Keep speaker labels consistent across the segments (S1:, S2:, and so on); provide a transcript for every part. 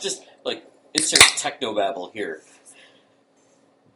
S1: Just like insert techno babble here.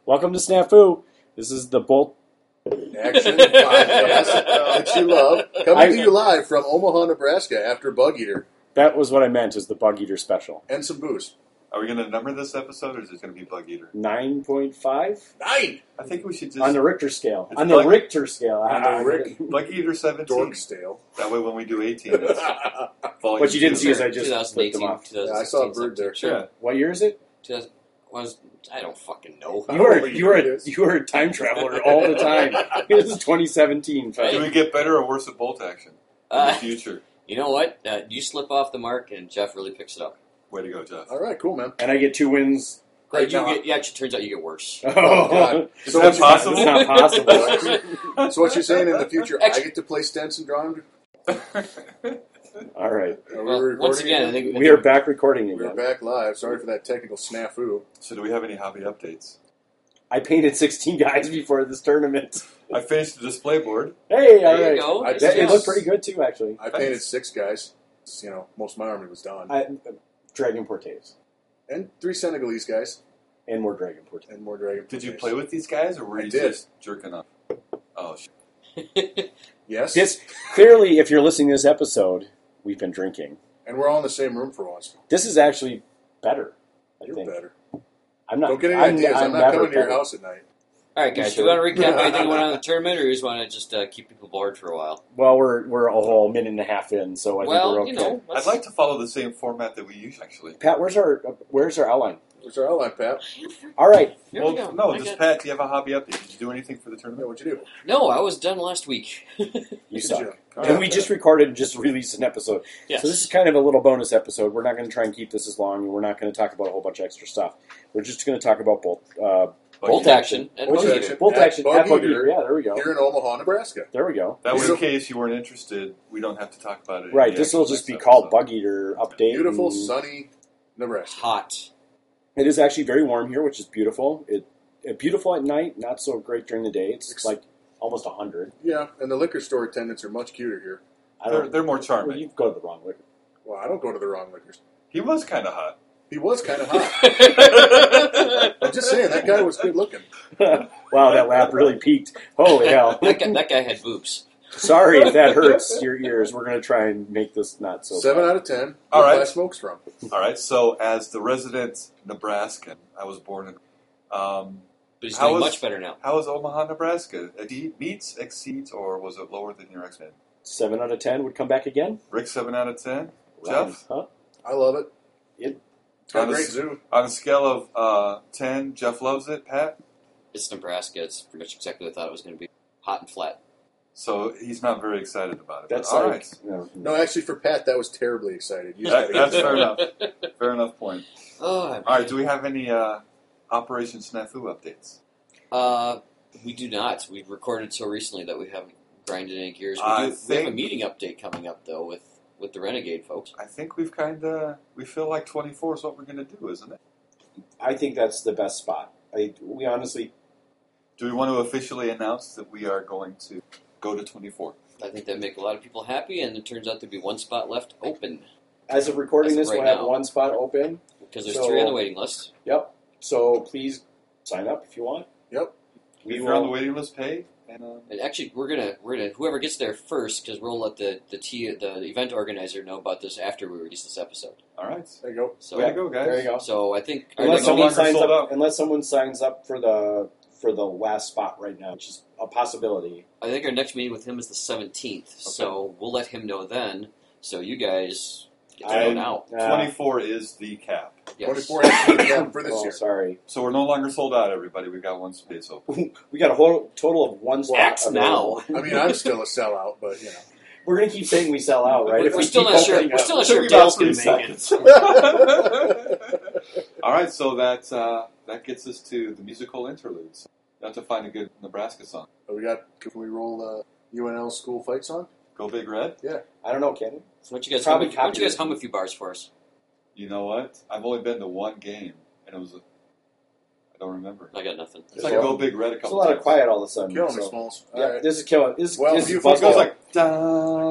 S2: Welcome to Snafu. This is the Bolt.
S3: Action podcast that you love. Coming
S2: I-
S3: to you live from Omaha, Nebraska after Bug Eater
S2: That was what I meant. Is the Bug Eater special
S3: and some booze.
S4: Are we going to number this episode, or is it going to be Bug Eater?
S2: nine point five
S3: Nine!
S4: I think we should just
S2: on the Richter scale?
S4: It's
S2: On the
S4: Bug-
S2: Richter scale.
S3: On the
S2: Ah,
S3: Rick-
S4: Bug Eater seventeen.
S3: Dork's tale.
S4: That way, when we do eighteen, it's
S3: yeah,
S4: volume
S2: What you didn't
S4: two.
S2: see is I just flipped
S1: 2018,
S2: them off.
S3: I saw a bird
S1: 2016,
S3: there.
S4: Yeah,
S2: What year is it?
S1: 2000 was I don't fucking know.
S2: You are
S3: what
S2: you are
S3: year it
S2: a,
S3: is.
S2: you are a time traveler all the time. This is 2017.
S4: do
S2: fellas.
S4: we get better or worse at bolt action in the
S1: Uh,
S4: future?
S1: you know what? Uh, you slip off the mark, and Jeff really picks it up.
S4: Way to go, Jeff!
S3: All right, cool, man.
S2: And I get two wins.
S1: Like,
S3: Great
S1: Uh, you
S3: job.
S1: get, yeah, it actually turns out you get worse.
S3: Oh, God.
S4: Is
S3: So
S4: that
S3: what you-
S4: possible?
S2: It's not possible.
S3: So what you're saying in the future, I
S1: Actually-
S3: get to play Stents and Drawn?
S2: All right,
S3: Are we
S1: Well,
S3: recording
S1: once again, I think
S2: we are back recording
S3: We're
S2: again.
S3: back live. Sorry for that technical snafu.
S4: so, do we have any hobby updates?
S2: I painted 16 guys before this tournament.
S4: I finished the display board.
S2: Hey, all
S1: There you
S2: right.
S1: go.
S3: I-
S1: It's
S2: That, it
S1: just-
S2: looked pretty good too, actually.
S3: I painted six guys. It's, You know, most of my army was done.
S2: I, Dragon Portes
S3: And three Senegalese guys
S2: and more Dragon Portes.
S3: and more dragon.
S4: Did you
S3: Portes.
S4: play with these guys, or were
S3: I
S4: you
S3: did.
S4: just jerking off? Oh, shit.
S3: Yes.
S2: This clearly, if you're listening to this episode, we've been drinking.
S3: And we're all in the same room for once.
S2: This is actually better. I
S3: You're
S2: think.
S3: better.
S2: I'm not.
S3: Don't get any
S2: I'm,
S3: ideas. I'm, not
S2: never
S3: coming to your
S2: better.
S3: house at night.
S1: All right, guys. Do you want to recap anything that went on in the tournament, or you just want to just uh, keep people bored for a while?
S2: Well, we're we're a whole minute and a half in, so I
S1: well,
S2: think
S1: you
S2: we're okay.
S1: know,
S4: I'd
S1: let's-
S4: like to follow the same format that we use, actually.
S2: Pat, where's our where's our outline?
S3: Where's our outline, Pat?
S2: All right,
S1: Here
S4: well,
S1: we go.
S4: no,
S1: I
S4: just
S1: got-
S4: Pat. Do you have a hobby update? Did you do anything for the
S3: Yeah,
S4: tournament?
S3: what'd you do?
S1: no, I was done last week.
S2: you
S3: Good
S2: suck.
S3: job.
S4: All
S2: And
S4: right.
S2: we just recorded and just released an episode.
S1: Yes.
S2: So this is kind of a little bonus episode. We're not going to try and keep this as long. and We're not going to talk about a whole bunch of extra stuff. We're just going to talk about both uh,
S4: Bug
S1: bolt
S4: Eater.
S1: action and
S3: Bolt
S1: bug
S3: action.
S1: eater.
S2: bolt
S3: At
S2: action.
S3: Bug
S2: at Bug
S3: Eater.
S2: Eater. Yeah, there we go.
S3: Here in Omaha, Nebraska.
S2: There we go.
S4: That way,
S3: So-
S4: in case you weren't interested, we don't have to talk about it. in
S2: Right.
S4: the
S2: This will
S4: actual
S2: just be
S4: next
S2: called
S4: episode.
S2: Bug Eater update.
S3: Beautiful,
S4: Mm.
S2: and-
S3: sunny Nebraska.
S1: Hot.
S2: It is actually very warm here, which is beautiful. It, it beautiful at night, not so great during the day. It's
S3: Ex-
S2: like almost hundred.
S3: Yeah, and the liquor store attendants are much cuter here.
S2: I
S4: They're,
S2: don't.
S4: they're more
S2: Well,
S4: charming.
S2: you go to the wrong liquor.
S3: Well, I don't go to the wrong liquor store.
S4: He was kind of hot.
S3: He was kind of hot. I'm just saying, that guy was good looking.
S2: Wow, that laugh really peaked. Holy hell!
S1: that, guy, that guy had boobs.
S2: Sorry if that hurts your ears. We're gonna try and make this not so.
S3: Seven
S2: bad.
S3: out of ten.
S4: All
S3: Where
S4: right.
S3: Glass smokes from.
S4: All right. So, as the resident Nebraskan, I was born in. Um,
S1: But he's
S4: How
S1: doing
S4: was-
S1: much better now.
S4: how is Omaha, Nebraska? Uh, do you- Meets, exceeds, or was it lower than your expectation?
S2: Seven out of ten would come back again.
S4: Rick, seven out of ten.
S2: Rounds,
S4: Jeff,
S2: huh?
S3: I love it.
S2: It-
S3: It's got a
S4: Honest-
S3: great zoo.
S4: on a scale of uh, ten, Jeff loves it. Pat,
S1: It's Nebraska. It's pretty much exactly what I thought it was going to be. Hot and flat.
S4: so he's not very excited about it. but
S2: That's
S4: all
S2: like.
S4: right.
S2: no,
S3: No, actually, for Pat, that was terribly excited. You just
S4: That-
S3: gotta
S4: that's
S3: get
S4: fair
S3: that.
S4: enough. Fair enough point.
S1: Oh,
S4: All right. Do we have any uh, Operation Snafu updates?
S1: Uh, we do not. We've recorded so recently that we haven't grinded any gears. We,
S4: I
S1: do, we have a
S4: think-
S1: meeting update coming up though with with the Renegade folks.
S4: I think we've kind of we feel like twenty four is what we're going to do, isn't it?
S2: I think that's the best spot. I, we honestly,
S4: Do we want to officially announce that we are going to go to 24?
S1: I think that make a lot of people happy, and it turns out there'd be one spot left open
S2: as of recording
S1: As
S2: this,
S1: of
S2: we
S1: right
S2: have
S1: now.
S2: one spot open.
S1: because there's
S2: So-
S1: three on the waiting list.
S2: Yep. So please sign up if you want.
S3: Yep.
S2: We
S4: if
S2: will.
S4: you're on the waiting list, pay. And um,
S1: And actually, we're gonna we're gonna whoever gets there first because we'll let the the T, the event organizer know about this after we release this episode.
S4: all right,
S3: There you go.
S1: So
S4: way to go, guys.
S2: There you go.
S1: so I think I
S2: Unless
S1: think-
S4: Are they no
S2: someone
S4: longer
S2: signs up,
S4: sold out?
S2: unless someone signs up for the for the last spot right now, which is a possibility.
S1: I think our next meeting with him is the 17th, so we'll let him know then. So you guys get to know now.
S2: I- Uh,
S4: 24 is the cap,
S1: Yes.
S3: 24 hours we got for this
S2: oh,
S3: year.
S2: sorry,
S4: so we're no longer sold out. Everybody, we've got one space open.
S2: we got a whole total of one spot.
S1: Axe
S2: available.
S3: I mean, I'm still a sellout, but you
S2: We're gonna keep saying we sell out, right?
S1: We're-
S2: If
S1: we're
S2: we
S1: still
S2: keep
S1: not sure-
S2: opening
S1: we're
S2: up.
S1: still not sure if
S2: Took me about
S1: Dale's gonna
S2: three
S1: make it.
S2: seconds.
S3: know.
S4: all right, so that uh, that gets us to the musical interludes. You have to find a good Nebraska song.
S3: we got. Can we roll uh, UNL school fight song?
S4: Go Big Red.
S2: I don't know, Ken.
S1: So why don't you guys, hum,
S2: Probably
S1: why don't you guys
S2: copyrighted.
S1: hum a few bars for us?
S4: You know what? I've only been to one game, and it was. A, I don't remember.
S1: I got nothing.
S4: It's like Go Big Red a couple
S2: It's a lot
S4: times.
S2: of quiet all of a sudden.
S3: Kill me,
S2: so-
S3: Smalls.
S2: Yeah,
S3: All right.
S2: this is killing. This,
S3: Well,
S2: this is
S3: you-
S4: It goes
S2: buzzkill.
S4: like da,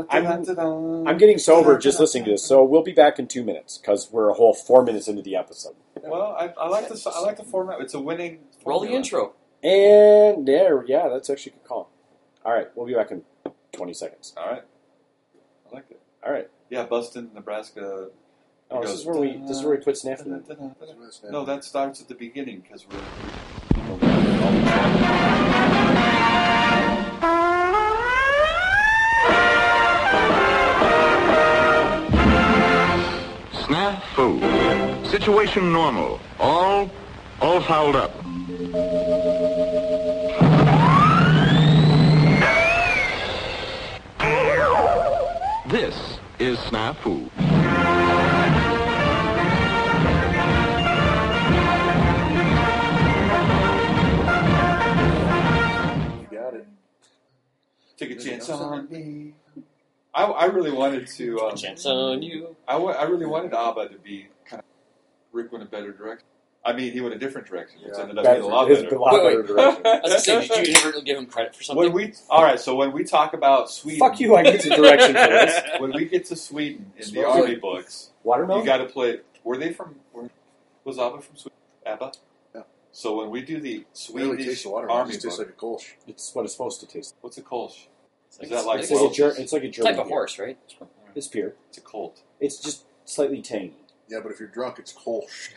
S4: da,
S2: I'm-
S4: da, da.
S2: I'm getting sober just listening to this, so we'll be back in two minutes because we're a whole four minutes into the episode.
S4: Well, I, I like the I like the format. It's a winning.
S1: Roll the
S4: formula.
S1: intro.
S2: And there, yeah, that's actually a good call. All right, we'll be back in 20 seconds.
S4: All right, I like it.
S2: All right.
S4: Yeah, Buston, Nebraska.
S2: Oh, this is where we this is where we put snafu. in.
S4: No, that starts at the beginning because we're.
S5: Snafu. Situation normal. All, all fouled up. This is Snafu.
S3: You got it.
S4: Take a
S3: There's
S4: chance
S3: no
S4: on me. I, I really wanted to. Um,
S1: Chance on you.
S4: I, wa- I really wanted Abba to be kind of. Rick went a better direction. I mean, he went a different direction, which
S3: Yeah.
S4: ended up
S2: That's
S4: being a lot
S2: it's
S4: better.
S2: a lot
S1: Wait,
S2: better direction.
S1: I was gonna say, did you ever give him credit for something?
S4: When we all right, so when we talk about Sweden,
S2: Fuck you! I need the direction for this.
S4: When we get to Sweden in the
S2: Smells
S4: army
S1: like-
S4: books, you
S2: Watermelon.
S4: got to play. Were they from? Were, was Abba from Sweden? Abba.
S3: Yeah.
S4: So when we do the Swedish
S3: Really tastes the water. It
S4: army
S3: just tastes
S4: book,
S3: like a Kolsch.
S2: it's what it's supposed to taste.
S4: what's a Kolsch?
S1: It's
S4: Is that like
S2: It's
S1: it's,
S2: like a
S4: well,
S2: ger- It's like a German
S1: type of
S2: beer.
S1: horse, right?
S2: It's beer.
S4: It's a Colt.
S2: It's just slightly tangy.
S3: Yeah, but if you're drunk, it's Kolsch.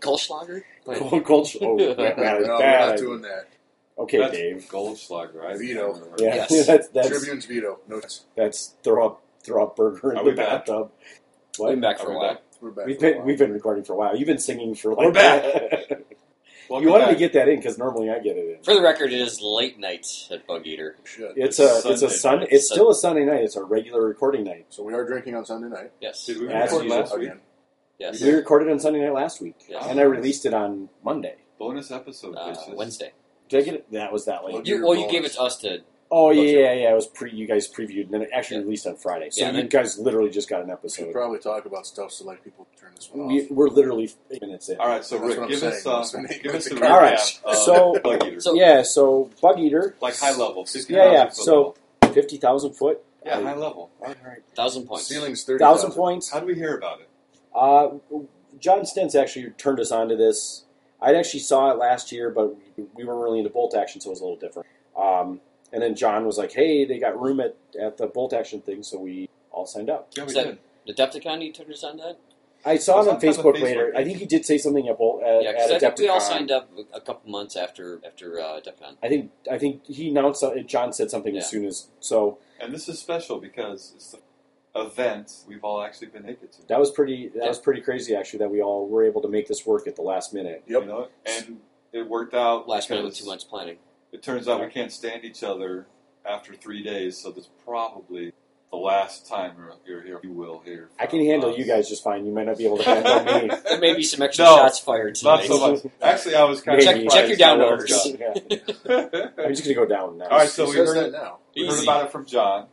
S1: Kolschlager? Wait.
S2: Cold, cold. Oh, that
S3: no,
S2: was
S3: we're not
S2: bad.
S3: doing that.
S2: Okay,
S4: That's
S2: Dave.
S4: Goldschlager, right?
S3: Vito.
S2: Yeah,
S1: Yes.
S2: that's that's
S3: Tribune's veto. No, chance.
S2: that's throw up throw up burger in
S4: Are
S2: the
S4: we back?
S2: bathtub.
S1: We've been
S2: What?
S1: back for
S4: Are
S1: a
S4: we
S1: while.
S4: back?
S3: we're back.
S2: We've
S3: for a
S2: been
S3: while.
S2: we've been recording for a while. You've been singing for like
S4: We're back.
S2: you
S4: Welcome
S2: wanted to
S4: back.
S2: get that in because normally I get it in.
S1: For the record, it is late night at Bug Eater.
S3: We should.
S2: It's a it's a
S4: Sunday
S2: sun.
S1: night.
S2: It's still a Sunday night. It's our regular recording night.
S3: So we are drinking on Sunday night.
S1: Yes.
S4: Did we
S2: As
S4: record
S2: usual.
S4: last week?
S3: Again.
S1: Yes.
S2: We recorded on Sunday night last week,
S1: Yes.
S2: and I released it on Monday.
S4: Bonus episode.
S1: Uh,
S4: bitches.
S1: Wednesday.
S2: Did I get it? That was that late.
S3: Look.
S1: You, well, you gave it to us to.
S2: Oh yeah,
S1: Look.
S2: yeah, yeah. It was pre. You guys previewed, and then it actually
S1: Yeah.
S2: released on Friday. So
S1: Yeah,
S2: you
S1: and-
S2: guys literally just got an
S3: We should
S2: episode.
S3: probably talk about stuff so like people turn this one
S2: We,
S3: off.
S2: we're literally eight minutes in.
S4: All right, so
S3: That's what
S4: Rick,
S3: I'm
S4: give us,
S3: saying.
S4: uh,
S3: That's what I-
S4: give us the recap.
S2: All right,
S4: of
S2: so-
S4: Bug Eater.
S1: So-
S2: yeah, so Bug Eater,
S4: like high level, 50
S2: Yeah, yeah,
S4: thousand foot
S2: so-
S4: level.
S2: fifty thousand foot.
S4: yeah, high level.
S2: All right,
S1: Thousand points.
S3: Ceiling's thirty
S2: thousand points.
S4: How do we hear about it?
S2: Uh, John Stentz actually turned us onto this. I'd actually saw it last year, but we weren't really into bolt action, so it was a little different. Um, and then John was like, "Hey, they got room at, at the bolt action thing," so we all signed up.
S4: Yeah, we
S1: Is that-
S4: did.
S1: Adepticon, you turned us on that?
S2: I saw
S4: Was
S2: it on
S4: that on the
S2: Facebook
S4: Facebook
S2: later. I
S4: page?
S2: think he did say something at bolt at,
S1: yeah,
S2: at
S1: because I think we all
S2: Adepticon.
S1: signed up a- a couple months after after uh, Adepticon.
S2: I think I think he announced uh, John said something
S1: Yeah.
S2: as soon as so
S4: And this is special because it's the event we've all actually been naked to.
S2: that was pretty that
S1: Yeah.
S2: was pretty crazy actually that we all were able to make this work at the last minute.
S3: Yep.
S4: You know, and it worked out.
S1: Last minute with
S4: because
S1: too much planning.
S4: It turns out we can't stand each other after three days, so that's probably the last time you're- you're here. You will hear.
S2: I can
S4: from
S2: handle
S4: us.
S2: you guys just fine. You might not be able to handle me.
S1: There may be some extra
S4: No,
S1: shots fired
S4: Not
S1: tonight.
S4: so much. Actually, I was kind
S1: Check-
S4: of
S2: Maybe.
S1: check your
S4: surprised how
S1: downloaders.
S4: well
S2: Yeah.
S4: it got.
S2: I'm just gonna go down now.
S4: All right, so
S3: he
S4: we
S3: says
S4: heard
S3: that
S4: it.
S3: now.
S4: We
S1: Easy.
S4: heard about it from John,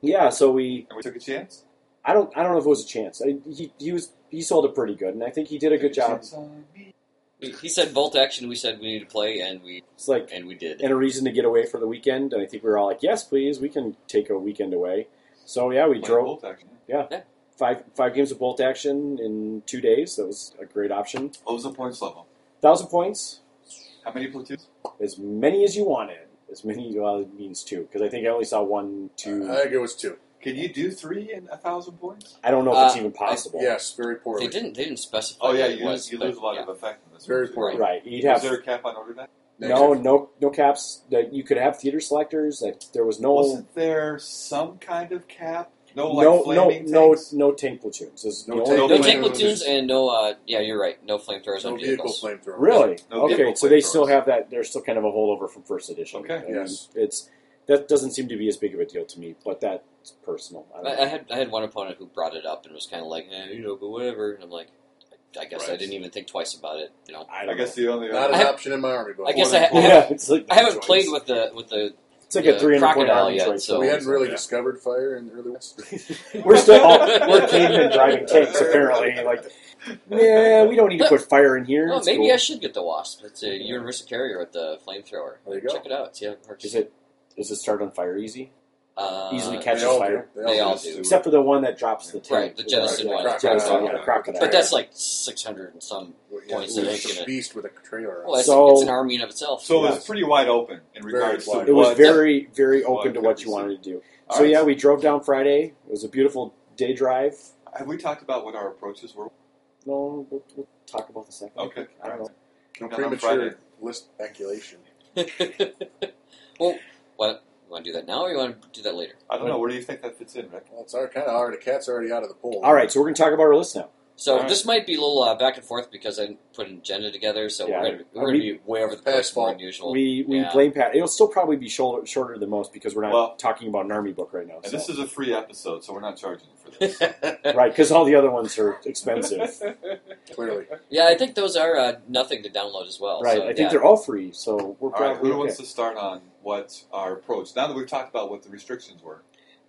S2: Yeah, so we
S4: and we took a chance.
S2: I don't I don't know if it was a chance. I, he he was he sold it pretty good, and I think he did a good job.
S1: He- He said bolt action. We said we need to play, and we
S2: It's like
S1: and we did.
S2: and a reason to get away for the weekend, and I think we were all like, yes, please, we can take a weekend away. So yeah, we
S4: Like
S2: drove.
S4: bolt action.
S2: five five games of bolt action in two days. That was a great option.
S4: What was the points level?
S2: Thousand points,
S4: How many platoons?
S2: as many as you wanted. As many well, it means two because I think I only saw one, two.
S3: I think it was two.
S4: Can you do three in a thousand points?
S2: I don't know if it's
S1: Uh,
S2: even possible.
S3: Yes, very
S1: They
S3: poorly.
S1: didn't. They didn't specify.
S4: Oh yeah,
S1: what it
S4: you
S1: was,
S4: lose, you
S1: but
S4: lose a lot
S1: yeah.
S4: of effectiveness.
S3: Very
S4: too.
S3: poor.
S2: Right, you'd
S4: Is
S2: have
S4: there a cap on order net?
S2: no,
S3: Negative.
S2: no, no caps. That you could have theater selectors. That there was no,
S4: Wasn't there some kind of cap? No, like
S2: no, no,
S4: flaming
S2: no,
S4: tanks?
S2: no tank platoons. This is
S3: No
S2: the
S3: tank-
S2: only-
S1: No
S4: Flamethrowers.
S1: tank platoons and no. Uh, yeah, you're right. No flamethrowers
S3: No
S1: on
S3: vehicle
S1: vehicles.
S3: flamethrower.
S2: Really?
S4: No
S2: okay,
S4: vehicle
S2: so they still
S4: flamethrowers.
S2: have that. They're still kind of a holdover from first edition.
S4: Okay.
S2: I mean,
S3: Yes.
S2: it's that doesn't seem to be as big of a deal to me, but that's personal. I don't
S1: I,
S2: know.
S1: I had I had one opponent who brought it up and was kind of like, eh, you know, but whatever. And I'm like, I, I guess I
S4: Right.
S1: didn't even think twice about it. You know,
S2: I,
S4: I
S2: don't
S4: guess
S2: know.
S4: the only
S3: Not an
S1: I have-
S3: option in my army book.
S1: I guess
S4: I
S2: yeah, it's like
S1: I haven't
S2: joints.
S1: played with the with the
S2: It's like a three and a quarter
S1: crocodile
S2: hour
S1: yet,
S2: yet,
S1: so
S3: we hadn't really
S6: Yeah.
S3: discovered fire in the early West.
S2: We're still all, we're cavemen driving tanks apparently. Like, nah, we don't need to put fire in here.
S1: Oh,
S2: It's
S1: maybe
S2: cool.
S1: I should get the wasp. It's a universal carrier with the flamethrower.
S3: There you go.
S1: Check it out. See how it works.
S2: Is it is it start on fire easy?
S1: uh,
S2: Easily
S3: They
S2: catches
S3: all do.
S2: fire,
S1: They all
S4: just
S1: do.
S2: except for the one that drops the tank.
S1: Right, the Jenison
S3: Right,
S1: one.
S3: yeah,
S2: Jenison,
S3: crocodile.
S2: yeah, crocodile.
S1: But that's like 600 and some.
S3: Yeah,
S1: points that
S3: it's
S1: ain't
S3: a
S1: gonna-
S3: beast with a trailer.
S1: Well, it's,
S2: So-
S1: it's an army in of itself.
S4: So it
S2: Yes.
S4: was pretty wide open in
S3: Very
S4: regards
S3: wide.
S4: to
S2: it was
S4: what-
S2: very very open
S4: Well,
S2: to
S4: it
S2: what
S4: could
S2: you
S4: be
S2: wanted to do.
S4: All
S2: So
S4: right.
S2: yeah, we drove down Friday. It was a beautiful day drive.
S4: Have we talked about what our approaches were?
S2: No, we'll, we'll talk about the second.
S4: Okay.
S2: I don't know.
S3: no
S4: on
S3: premature
S4: Friday.
S3: list speculation.
S1: well, what? You want to do that now or you want to do that later?
S4: I don't know. Where do you think that fits in, Rick?
S3: Well, it's our kind of already. Cat's already out of the pool.
S2: All right, so we're going to talk about our list now.
S1: So
S4: All right.
S1: this might be a little uh, back and forth because I didn't put an agenda together, so
S2: Yeah.
S1: we're going to we're
S2: Are
S1: gonna
S2: we-
S1: be way over the
S3: Pass
S1: place more
S3: ball.
S1: than usual.
S2: We we
S1: yeah.
S2: blame Pat. It'll still probably be shorter, shorter than most because we're not
S4: Well-
S2: talking about an army book right now.
S4: And
S2: so-
S4: this is a free episode, so we're not charging you for this.
S2: right because all the other ones are expensive.
S3: Clearly,
S1: yeah, I think those are uh, nothing to download as well.
S2: right,
S1: so,
S2: I think
S1: yeah.
S2: they're all free, so we're
S4: All right,
S2: probably
S4: who wants
S2: okay.
S4: to start on what our approach? Now that we've talked about what the restrictions were,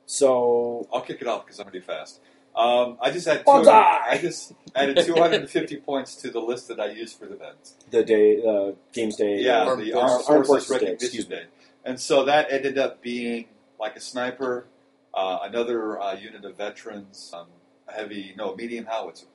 S2: So
S4: I'll kick it off because I'm pretty fast. Um, I just had two,
S2: Bullseye!
S4: I just added 250 points to the list that I used for the event.
S2: the day, uh, games day,
S4: Yeah,
S3: Armed
S4: the
S3: Forces-
S4: Armed
S2: Armed
S4: Forces,
S2: Forces Day, excuse
S4: Recognition
S2: me.
S4: Day. And so that ended up being like a sniper, uh, another uh, unit of veterans, um, a heavy, no, medium howitzer.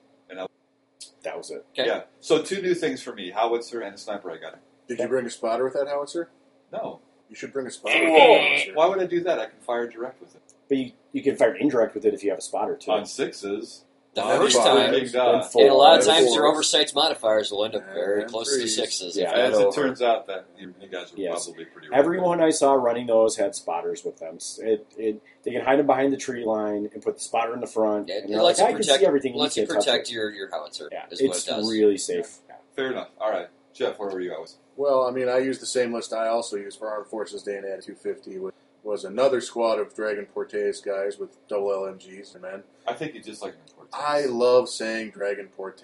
S2: that was it.
S1: Okay.
S4: Yeah. So two new things for me howitzer and a sniper I got.
S3: did you bring a spotter with that howitzer?
S4: No.
S3: You should bring a spotter. With that howitzer.
S4: Why would I do that? I can fire direct with it.
S2: But you, you can fire indirect with it if you have a spotter too.
S4: On sixes.
S1: The
S4: on
S1: first
S4: these
S1: time,
S4: big
S2: Then
S4: dots.
S2: four.
S1: and a lot of
S3: Four.
S1: times your oversights modifiers will end up very
S3: And
S1: close to
S3: threes.
S1: sixes.
S2: Yeah.
S1: if
S4: As
S1: not
S4: it
S1: over.
S4: turns out, that you you guys are
S2: Yes.
S4: probably pretty right.
S2: Everyone I saw running those had spotters with them. It, it, they can hide them behind the tree line and put the spotter in the front.
S1: Yeah, it
S2: and they're
S1: lets
S2: like,
S1: you
S2: I
S1: protect-
S2: can see everything.
S1: lets you
S2: you can't touch
S1: protect
S2: it."
S1: your, your howitzer,
S2: Yeah,
S1: is what it
S2: it's
S1: does.
S2: really safe.
S4: Fair enough. All right. Jeff, where were you at?
S3: Well, I mean, I used the same list I also used for Armed Forces Day and Add 250, which was another squad of Dragon Portes guys with double LMGs and men.
S4: I think you just like an important.
S3: I love saying Dragon Porte.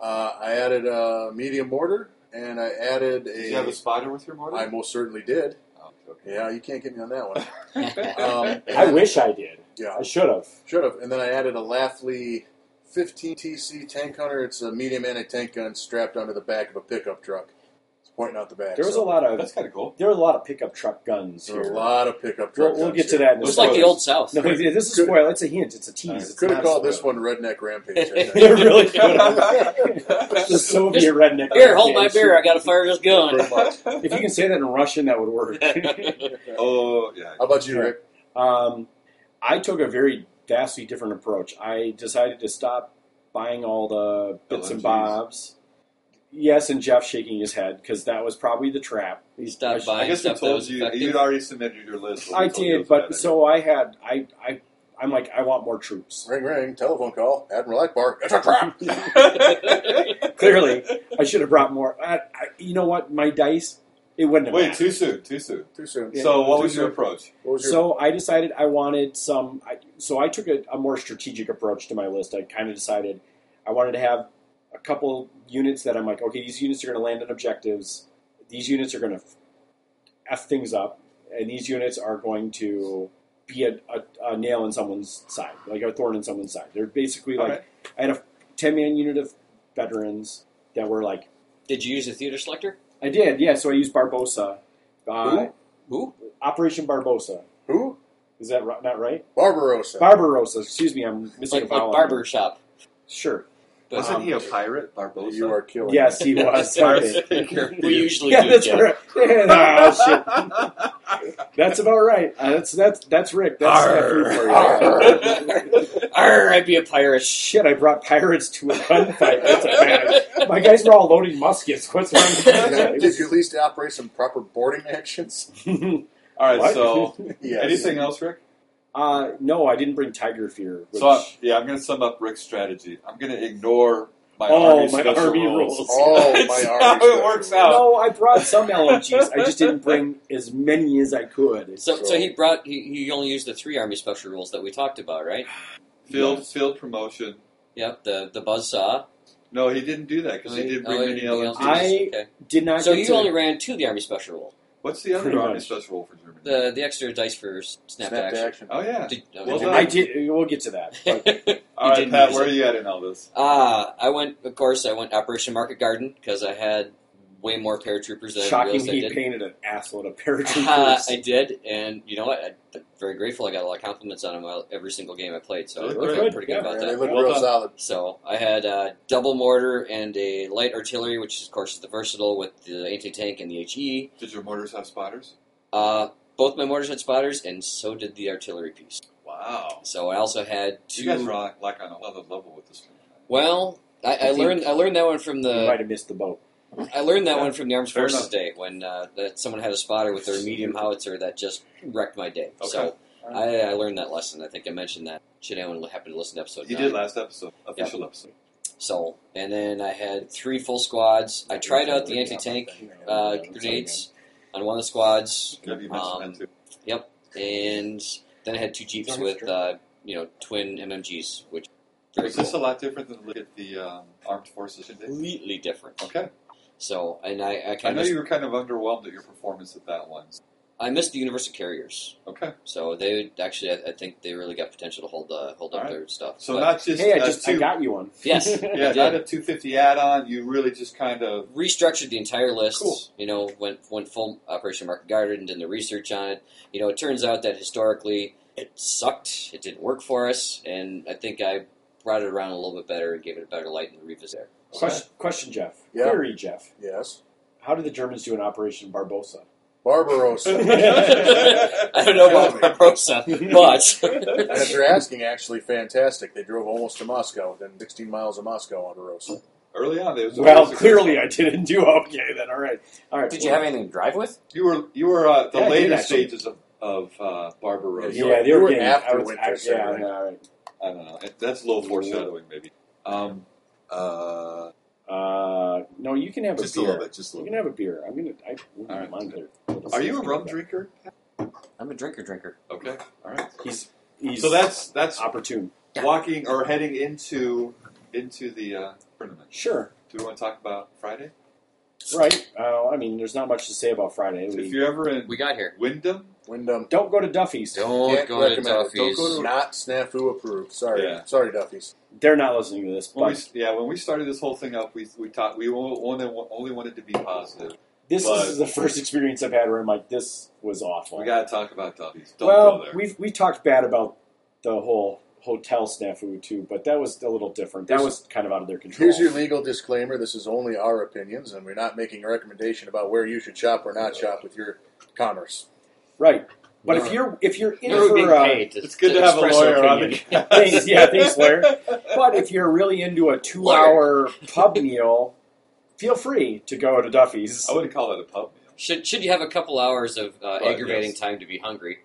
S3: Uh, I added a medium mortar, and I added
S4: Did you have a
S3: a.
S4: spider with your mortar?
S3: I most certainly did.
S4: Oh, okay.
S3: Yeah, you can't get me on that one. Um,
S2: I wish I did.
S3: Yeah,
S2: I should have.
S3: should have. And then I added a Lafley 15 TC tank hunter. It's a medium anti-tank gun strapped onto the back of a pickup truck. It's pointing out the back.
S2: There was a
S3: so
S2: lot of
S4: That's kind of cool.
S2: there were a lot of pickup truck guns
S3: there were
S2: here.
S3: a lot of pickup
S2: We'll,
S3: trucks.
S2: we'll
S3: out
S2: get to
S3: here.
S2: that. In a
S1: It's
S2: second.
S1: like the old South.
S2: No,
S3: Good.
S2: this is
S3: Good.
S2: spoil. It's a hint. It's a tease. It's
S3: Could
S2: not
S3: have
S2: a
S3: called this
S2: spoil.
S3: one Redneck Rampage. I
S2: They
S3: think.
S2: really could have. the Soviet redneck.
S1: Here, hold my
S2: rampage.
S1: beer. I got to fire this gun.
S3: Pretty much.
S2: If you can say that in Russian, that would work.
S4: Oh, yeah.
S3: How about you, Rick?
S2: um, I took a very vastly different approach. I decided to stop buying all the bits and
S4: LMGs.
S2: bobs. Yes, and Jeff shaking his head because that was probably the trap.
S1: He stopped by.
S4: I guess we
S1: stuff that
S4: told
S1: was
S4: you
S1: effective.
S4: you'd already submitted your list. when we
S2: I
S4: told you it
S2: did,
S4: was a
S2: but
S4: bad
S2: so I had I I I'm like I want more troops.
S3: Ring, ring, telephone call, Admiral Ackbar. It's a trap.
S2: Clearly, I should have brought more. I, I, you know what? My dice it wouldn't
S4: idea.
S2: have.
S4: wait,
S2: mattered.
S4: too sooo too soon.
S3: Too soon.
S4: So, what
S3: Too
S4: was your
S3: soon.
S4: approach?
S3: What was your?
S2: So I decided I wanted some. I, so I took a, a more strategic approach to my list. I kind of decided I wanted to have a couple units that I'm like, okay, these units are going to land on objectives. These units are going to f things up, and these units are going to be a, a, a nail in someone's side, like a thorn in someone's side. They're basically like
S4: Okay.
S2: I had a ten man unit of veterans that were like
S1: Did you use a theater selector?
S2: I did, yeah. So I used Barbosa, uh,
S1: Who?
S2: Operation Barbosa.
S3: Who?
S2: Is that ri- not right?
S3: Barbarossa.
S2: Barbarossa. Excuse me, I'm missing
S1: Like,
S2: a vowel.
S1: like barber shop.
S2: Sure.
S1: But
S4: Wasn't
S2: Um,
S4: he a pirate, Barbosa?
S3: you are killing.
S2: Yes, he was.
S4: Pirate
S2: Okay.
S4: speaker.
S1: we usually
S2: yeah,
S1: do.
S2: that's
S1: Jeff.
S2: right. Ah, shit. That's about right. Uh, that's that's that's Rick. That's that food for you.
S1: Arr, I'd be a pirate.
S2: Shit, I brought pirates to a gunfight. That's a bad. My guys were all loading muskets. What's wrong? with
S3: Did
S2: that?
S3: you at least operate some proper boarding actions?
S4: All right,
S2: What?
S4: so
S3: Yes.
S4: anything else, Rick?
S2: Uh, no, I didn't bring Tiger Fear. Which,
S4: So, uh, I, yeah, I'm going to sum up Rick's strategy. I'm going to ignore my
S2: Oh,
S4: army
S2: my
S4: special
S2: army
S4: rules.
S2: rules.
S3: Oh, my
S4: That's
S3: army
S4: how it
S3: special
S4: works
S3: rules.
S4: out.
S2: no, I brought some LMGs. I just didn't bring as many as I could.
S1: So, so he brought. He, he only used the three army special rules that we talked about, right?
S4: Field field promotion.
S1: Yep. The the buzz saw.
S4: No, he didn't do that because he didn't bring any
S1: anything else?
S4: LMGs.
S2: I-
S1: Okay.
S2: Did not.
S1: So
S2: get
S1: you
S2: to-
S1: only ran two of the army special rule.
S4: What's the other
S2: Pretty
S4: Army
S2: much.
S4: special role for Germany?
S1: The the extra dice for s- snap,
S3: Snap to action.
S4: oh yeah.
S1: Did- no,
S4: Well
S1: did you-
S4: done.
S2: I did. We'll get to that. But
S4: All right,
S1: didn't
S4: Pat,
S1: use
S4: where
S1: it.
S4: are you at in all this?
S1: Ah, I went. Of course, I went Operation Market Garden because I had way more paratroopers than I
S2: shocking,
S1: realized I
S2: he
S1: did.
S2: painted an assload of
S1: Uh,
S2: paratroopers.
S1: I did, and you know what? I, I'm very grateful. I got a lot of compliments on him uh, every single game I played, so I
S4: That's
S1: really
S4: great.
S1: felt pretty good
S2: Yeah,
S1: about
S3: Yeah,
S1: that.
S3: they look
S4: Well
S3: real
S4: done.
S3: solid.
S1: So I had a double mortar and a light artillery, which is, of course is the versatile with the anti-tank and the E. HE.
S4: Did your mortars have spiders?
S1: Uh, both my mortars had spotters, and so did the artillery piece.
S4: Wow.
S1: So I also had two.
S4: You guys are like, like on another level with this thing.
S1: well, I, I
S2: I think-
S1: learned I learned that one from
S2: you might
S1: the
S2: have missed the boat.
S1: I learned that
S4: Yeah,
S1: one from the Armed
S4: fair
S1: Forces
S4: enough.
S1: Day when uh, that someone had a spotter with their medium howitzer that just wrecked my day. So
S4: All right.
S1: I, I learned that lesson. I think I mentioned that. Should anyone happen to listen to episode?
S4: You
S1: nine.
S4: did last episode, official episode.
S1: So, and then I had three full squads. I tried out the anti tank uh,
S2: Yeah,
S1: grenades on one of the squads,
S4: Yeah, you mentioned
S1: Um,
S4: that too.
S1: and then I had two jeeps with uh, you know twin MMGs, which very
S4: Was this a
S1: cool.
S4: lot different than look at the um, armed forces? Today?
S1: completely different.
S4: Okay.
S1: So, and I I,
S4: I
S1: kind
S4: know
S1: of
S4: you were kind of underwhelmed at your performance at that one.
S1: I missed the universal carriers.
S4: Okay.
S1: So they actually I, I think they really got potential to hold uh, hold up
S4: All right.
S1: their stuff.
S4: So
S1: But
S4: not just
S2: Hey, I
S4: a
S2: just I
S4: two,
S2: got you one.
S1: Yes.
S4: yeah,
S1: I did.
S4: not a 250 add-on. You really just kind of
S1: restructured the entire list.
S4: Cool.
S1: You know, went went full Operation Market Garden, did the research on it. You know, it turns out that historically it sucked. It didn't work for us, and I think I brought it around a little bit better and gave it a better light in the revisit. there.
S2: Question, question Jeff.
S3: Yeah.
S2: Query, Jeff.
S3: Yes.
S2: How did the Germans do in Operation Barbosa?
S3: Barbarossa.
S1: I don't know about Barbosa, but
S3: and if you're asking, actually, fantastic. They drove almost to Moscow, within 16 miles of Moscow on Barbarossa.
S4: early on. There was a
S2: well,
S4: basic-
S2: clearly I didn't do okay then. All right. All right.
S6: Did you have anything to drive with?
S4: you were you were uh, the
S2: Yeah, I did
S4: later
S2: actually.
S4: stages of of uh, Barbarossa.
S3: You
S2: Yeah,
S3: were-
S2: they
S3: you
S2: were
S3: were
S2: getting
S3: after
S2: I was,
S3: Winter
S2: I, yeah,
S3: Soldier.
S2: no, all right.
S4: I don't know. That's a little foreshadowing, maybe. Um, uh,
S2: Uh, no, you can have
S4: just
S2: a
S4: a
S2: beer.
S4: little bit. Just a
S2: You
S4: little
S2: can have a beer. I'm gonna. I wouldn't
S4: All right.
S2: mind it.
S4: bit. Are you a rum drinker?
S6: I'm a drinker drinker.
S4: Okay. All right.
S2: He's, he's
S4: So that's that's
S2: opportune.
S4: walking or heading into into the uh, tournament.
S2: Sure.
S4: Do we want to talk about Friday?
S2: Right. Uh, I mean, there's not much to say about Friday.
S4: If
S2: We,
S4: you're ever in
S1: we got here.
S4: Wyndham,
S3: Wyndham.
S2: don't go to Duffy's.
S1: Don't
S3: Can't
S1: go to
S3: recommend it. Don't
S1: Duffy's.
S3: go to not snafu approved. Sorry,
S4: Yeah.
S3: sorry, Duffy's.
S2: They're not listening to this.
S4: when
S2: But
S4: we, yeah, when we started this whole thing up, we we talked. We only only wanted to be positive.
S2: this
S4: but-
S2: is the first experience I've had where I'm like, this was awful.
S4: We got to talk about Duffy's. Don't go
S2: well,
S4: there.
S2: we we talked bad about the whole hotel snafu too, but that was a little different. That was kind of out of their control.
S3: Here's your legal disclaimer. This is only our opinions, and we're not making a recommendation about where you should shop or not shop with your commerce.
S2: right. But
S1: No.
S2: if you're if you're in
S1: You're being
S2: for uh,
S1: paid
S4: it's good to have a
S1: express
S4: lawyer
S1: our
S4: on
S1: opinion.
S4: the
S2: Thanks, yeah, thanks, Laird. But if you're really into a two hour pub meal, feel free to go to Duffy's.
S4: I wouldn't call that a pub meal.
S1: Should should you have a couple hours of uh,
S4: But,
S1: aggravating
S4: yes.
S1: time to be hungry?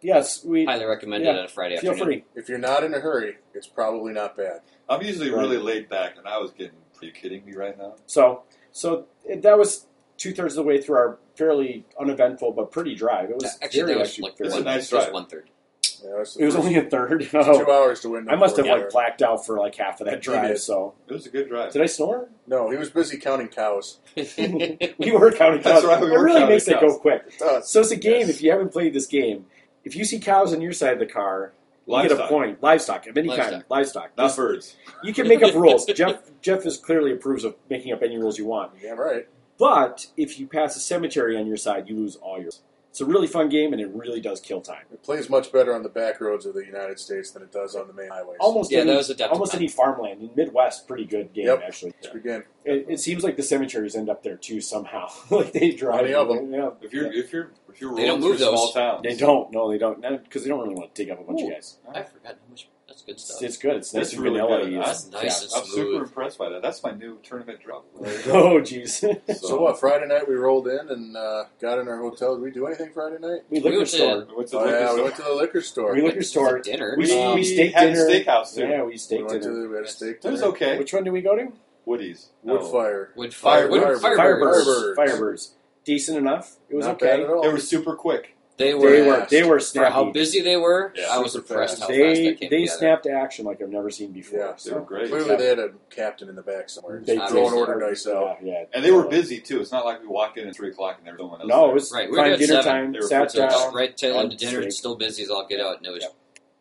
S2: Yes, we
S1: Highly recommended
S2: Yeah.
S1: on a Friday
S2: feel
S1: afternoon.
S2: free.
S3: If you're not in a hurry, it's probably not bad.
S4: I'm usually
S2: Right.
S4: really laid back, and I was getting. Are you kidding me right now?
S2: So, so it, that was two thirds of the way through our fairly uneventful but pretty drive. It was
S1: Actually,
S2: very
S1: that was
S2: actually
S1: like
S2: very-
S4: It's
S1: one,
S4: a
S1: just
S4: nice drive.
S1: one third.
S3: You know, it's the
S2: it was
S3: first
S2: only a third.
S3: two
S2: Oh,
S3: hours to Wyndham.
S2: I must have
S3: before
S2: like
S3: we were-
S2: blacked out for like half of that
S3: You
S2: drive.
S3: did.
S2: So,
S4: It was a good drive.
S2: did I snore?
S3: No, he was busy counting cows.
S2: We were counting
S4: That's
S2: cows.
S4: right, we
S2: it
S4: were
S2: really
S4: counting
S2: makes it go
S4: cows.
S2: quick.
S1: Oh,
S3: Uh,
S2: So it's a game.
S3: Yes.
S2: If you haven't played this game, if you see cows on your side of the car, you get
S4: Livestock.
S2: a point. Livestock of any kind.
S1: Livestock.
S2: Livestock.
S4: Not
S2: Just-
S4: birds.
S2: you can make up rules. Jeff Jeff is clearly approves of making up any rules you want.
S3: yeah, right.
S2: But if you pass a cemetery on your side, you lose all your. It's a really fun game, and it really does kill time.
S3: It plays much better on the back roads of the United States than it does on the main highways.
S2: Almost
S1: Yeah,
S2: any,
S1: that was adapted
S2: almost
S1: time.
S2: any farmland in Midwest, pretty good game
S3: Yep.
S2: actually.
S3: To begin.
S2: It, it seems like the cemeteries end up there too somehow. like they drive.
S3: Many of them.
S2: Yeah.
S4: If you're if you're if you're
S1: They don't
S4: rolling
S1: move
S4: through small
S1: those.
S4: towns,
S2: They don't. No, they don't. Because they don't really want to dig up a bunch
S1: Ooh.
S2: of guys.
S1: I forgot how much. That's good
S2: It's,
S1: stuff.
S2: it's good. It's nice
S4: That's
S2: and
S4: really
S2: vanilla.
S4: good.
S1: That's nice.
S4: I'm
S1: It's
S4: super
S1: smooth.
S4: impressed by that. That's my new tournament drop.
S2: Oh, jeez.
S3: So, what? Friday night we rolled in and uh, got in our hotel. Did we do anything Friday night?
S1: We
S2: we liquor
S1: went to-
S2: store.
S4: What's the
S3: Oh, yeah, we
S4: liquor
S3: went to the liquor store.
S2: We
S3: We,
S2: liquor
S1: It's
S2: store.
S1: like dinner.
S2: We,
S4: Um,
S2: we steak
S4: had a
S2: dinner.
S4: steakhouse, too.
S2: Yeah, we steak
S3: went to
S2: dinner.
S3: the, we had a steak
S4: store? It was
S3: dinner.
S4: okay.
S2: Which one do we go to?
S4: Woody's.
S3: Wood
S4: No.
S3: fire.
S1: Wood fire, wood,
S3: Firebirds.
S1: firebirds.
S2: Firebirds.
S3: Firebirds.
S2: Firebirds. Decent enough. It was
S3: Not
S2: okay.
S3: bad at all.
S4: They were super quick.
S1: They were,
S2: They
S3: Yeah.
S2: were they were
S1: for how
S2: snappy.
S1: busy they were.
S3: Yeah.
S1: I was
S3: Super
S1: impressed
S3: fast.
S1: how fast
S2: They
S1: that came
S2: they
S1: together.
S2: snapped action like I've never seen before.
S3: Yeah.
S4: They were
S2: So
S4: great.
S3: Clearly, they had a captain in the back somewhere.
S2: they
S1: Obviously.
S3: throwing
S1: did.
S3: order dice out.
S2: Yeah, yeah.
S4: And they were busy too. It's not like we walked in at three o'clock and there was no one else.
S2: No,
S4: there.
S2: it was
S1: Right, we were
S2: prime
S1: at
S2: dinner
S1: seven.
S2: time.
S4: They were
S2: Sat
S4: put down.
S2: down,
S1: just right tail end
S2: had
S1: of dinner,
S2: steak.
S1: and still busy as all get out, and it was
S2: Yep.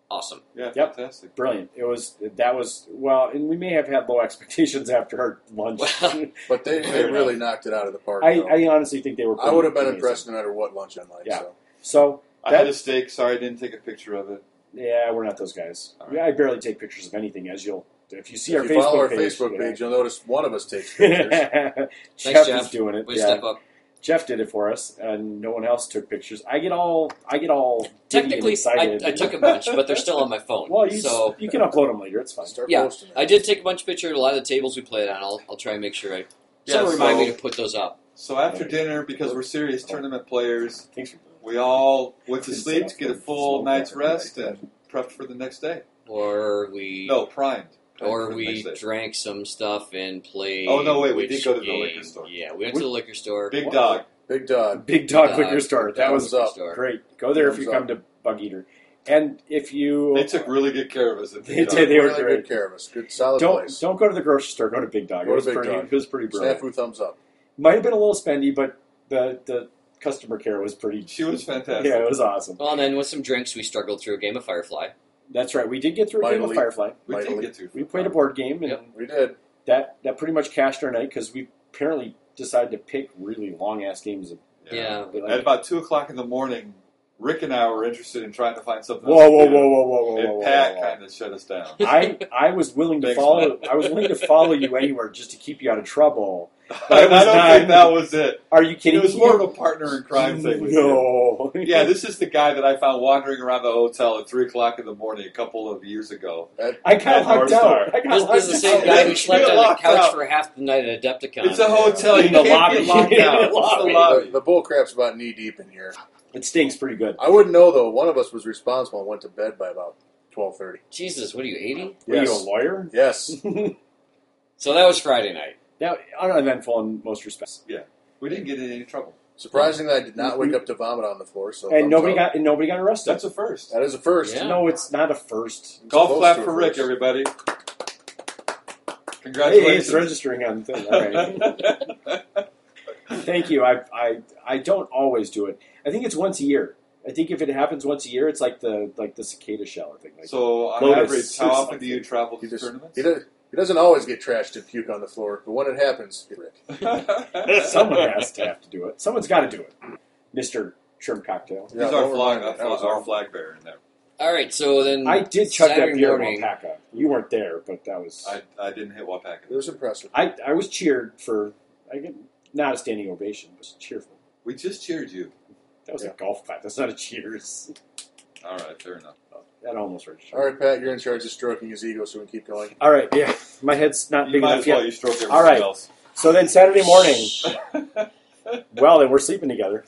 S1: awesome.
S4: Yeah,
S2: Yep.
S4: fantastic.
S2: brilliant. It was that was well, and we may have had low expectations after our lunch.
S1: Well,
S3: But they, they
S2: Fair enough.
S3: really knocked it out of the park.
S2: I,
S3: though.
S2: I honestly think they were.
S3: I would have been
S2: pretty
S3: impressed no matter what lunch I like.
S2: Yeah.
S3: So.
S2: amazing. So
S4: I
S2: That-
S4: had a steak. Sorry, I didn't take a picture of it.
S2: yeah, we're not those guys.
S4: All right.
S2: Yeah, I barely take pictures of anything, as you'll if you see
S3: if
S2: our
S3: you
S2: Facebook
S3: follow our
S2: page.
S3: Facebook page, you'll notice one of us takes pictures.
S2: yeah.
S1: Thanks,
S2: Jeff is
S1: Jeff.
S2: doing it.
S1: We
S2: yeah.
S1: step up.
S2: Jeff did it for us, and no one else took pictures. I get all I get all giddy and
S1: Technically, I,
S2: excited.
S1: I took a bunch, but they're still on my phone.
S2: Well, you
S1: so
S2: you can upload them later. It's fine.
S3: Start
S1: Yeah,
S3: posting it.
S1: I did take a bunch of pictures. of A lot of the tables we played on. I'll, I'll try and make sure I.
S4: Yeah,
S1: Someone remind
S4: so-
S1: me to put those up.
S4: So after dinner, because we're
S2: Oh.
S4: serious tournament players,
S2: Thanks for
S4: we all went to sleep to get a full night's rest and prepped for the next day.
S1: Or we
S4: No, primed. Primed for
S1: or
S4: the
S1: we
S4: next day.
S1: drank some stuff and played.
S4: Oh, no, wait, we
S1: which
S4: did go to the
S1: game?
S4: liquor store.
S1: Yeah, we went to the liquor store. Uh,
S4: Big
S2: What?
S4: dog.
S3: Big Dog.
S2: Big Dog
S1: Dog.
S2: Liquor Store. That was uh,
S1: liquor
S3: up.
S1: store.
S2: great. Go there if
S3: Thumbs
S2: you come
S3: up.
S2: to Bug Eater, and if you
S4: They took really good care of us. At Big
S2: They
S4: Dog.
S2: did. They were
S3: really
S2: great.
S3: good care of us. Good, solid
S2: don't
S3: place.
S2: don't go to the grocery store. Go to Big Dog. it
S3: Go to
S2: was
S3: Big
S2: pretty.
S3: Dog.
S2: It was pretty brilliant.
S3: Snafu thumbs up.
S2: Might have been a little spendy, but the the customer care was pretty.
S4: She was fantastic.
S2: Yeah, it was awesome.
S1: Well, and then with some drinks, we struggled through a game of Firefly.
S2: That's right. We did get through a game of
S3: Finally.
S2: Firefly.
S4: we did
S3: Mightily.
S4: get to.
S2: We played a board game, and
S1: Yep.
S3: We did.
S2: that that pretty much cashed our night because we apparently decided to pick really long ass games.
S1: Yeah.
S2: Like,
S4: At about two o'clock in the morning, Rick and I were interested in trying to find something.
S2: whoa,
S4: else
S2: whoa,
S4: to do.
S2: whoa, whoa, whoa, whoa,
S4: And
S2: whoa, whoa,
S4: Pat
S2: whoa.
S4: kind of shut us down.
S2: I, I was willing to
S4: Thanks,
S2: follow I was willing to follow you anywhere just to keep you out of trouble.
S4: I
S2: That was
S4: don't
S2: not-
S4: think that was it.
S2: Are you kidding?
S4: It was
S2: me?
S4: more of a partner in crime thing. with him.
S2: No.
S4: Yeah, this is the guy that I found wandering around the hotel at three o'clock in the morning a couple of years ago.
S2: I got
S4: At North
S2: locked
S4: Star.
S2: out. I got
S1: This,
S2: locked
S1: this is the same
S2: out.
S1: guy who
S4: You're
S1: slept on the
S4: locked
S1: couch
S4: out.
S1: for half the night at Adepticon.
S4: It's a hotel. You
S2: In the
S4: can't
S2: lobby.
S4: get locked out.
S2: In the
S4: It's the
S2: lobby.
S4: lobby.
S3: The, the bull crap's about knee deep in here.
S2: It stinks pretty good.
S3: I wouldn't know though. One of us was responsible and went to bed by about twelve thirty.
S1: Jesus, what are you eighty?
S2: Were you a
S3: Yes.
S2: lawyer?
S3: Yes.
S1: So that was Friday night.
S2: Now, uneventful in most respects.
S4: We didn't get in any trouble.
S3: Surprisingly, I did not wake up to vomit on the floor. So
S2: And
S3: thumbs
S2: nobody
S3: up.
S2: got and nobody got arrested.
S4: That's a first.
S3: That is a first.
S1: Yeah.
S2: No, it's not a first.
S3: It's
S4: Golf
S3: close
S4: clap
S3: to a
S4: for Rick,
S3: first.
S4: everybody.
S2: Hey, it's
S4: Congratulations.
S2: registering on the thing. All right. Thank you. I, I I don't always do it. I think it's once a year. I think if it happens once a year, it's like the like the cicada shell thing. Like,
S4: so, on
S2: Lotus.
S4: average, how often do you travel
S3: He
S4: to
S3: just
S4: tournaments?
S3: he, does, he doesn't always get trashed and puke on the floor, but when it happens, Rick.
S2: someone has to have to do it. Someone's got to do it. Mister Shrimp Cocktail.
S4: He's
S3: Yeah,
S4: our,
S3: don't
S4: flag,
S3: remind me.
S4: our,
S3: That was
S4: flag, our
S3: awful.
S4: flag bearer in there.
S1: All right, so then
S2: I did chug
S1: Mm. Saturday
S2: that beer
S1: morning.
S2: in Wapaka. You weren't there, but that was.
S4: I, I didn't hit
S3: It
S4: Wapaka.
S3: was impressive.
S2: I, I was cheered for. I get not a standing ovation, but cheerful.
S4: We just cheered you.
S2: That was
S3: Yeah.
S2: a golf clap. That's not a cheers.
S4: All right, fair enough.
S2: That almost registered.
S3: All right, Pat, you're in charge of stroking his ego, so we can keep going.
S2: All right, Yeah. My head's not
S4: You
S2: big
S4: might
S2: enough
S4: as well.
S2: yet.
S4: You stroke everything
S2: All right.
S4: else.
S2: So then Saturday morning. well, then we're sleeping together.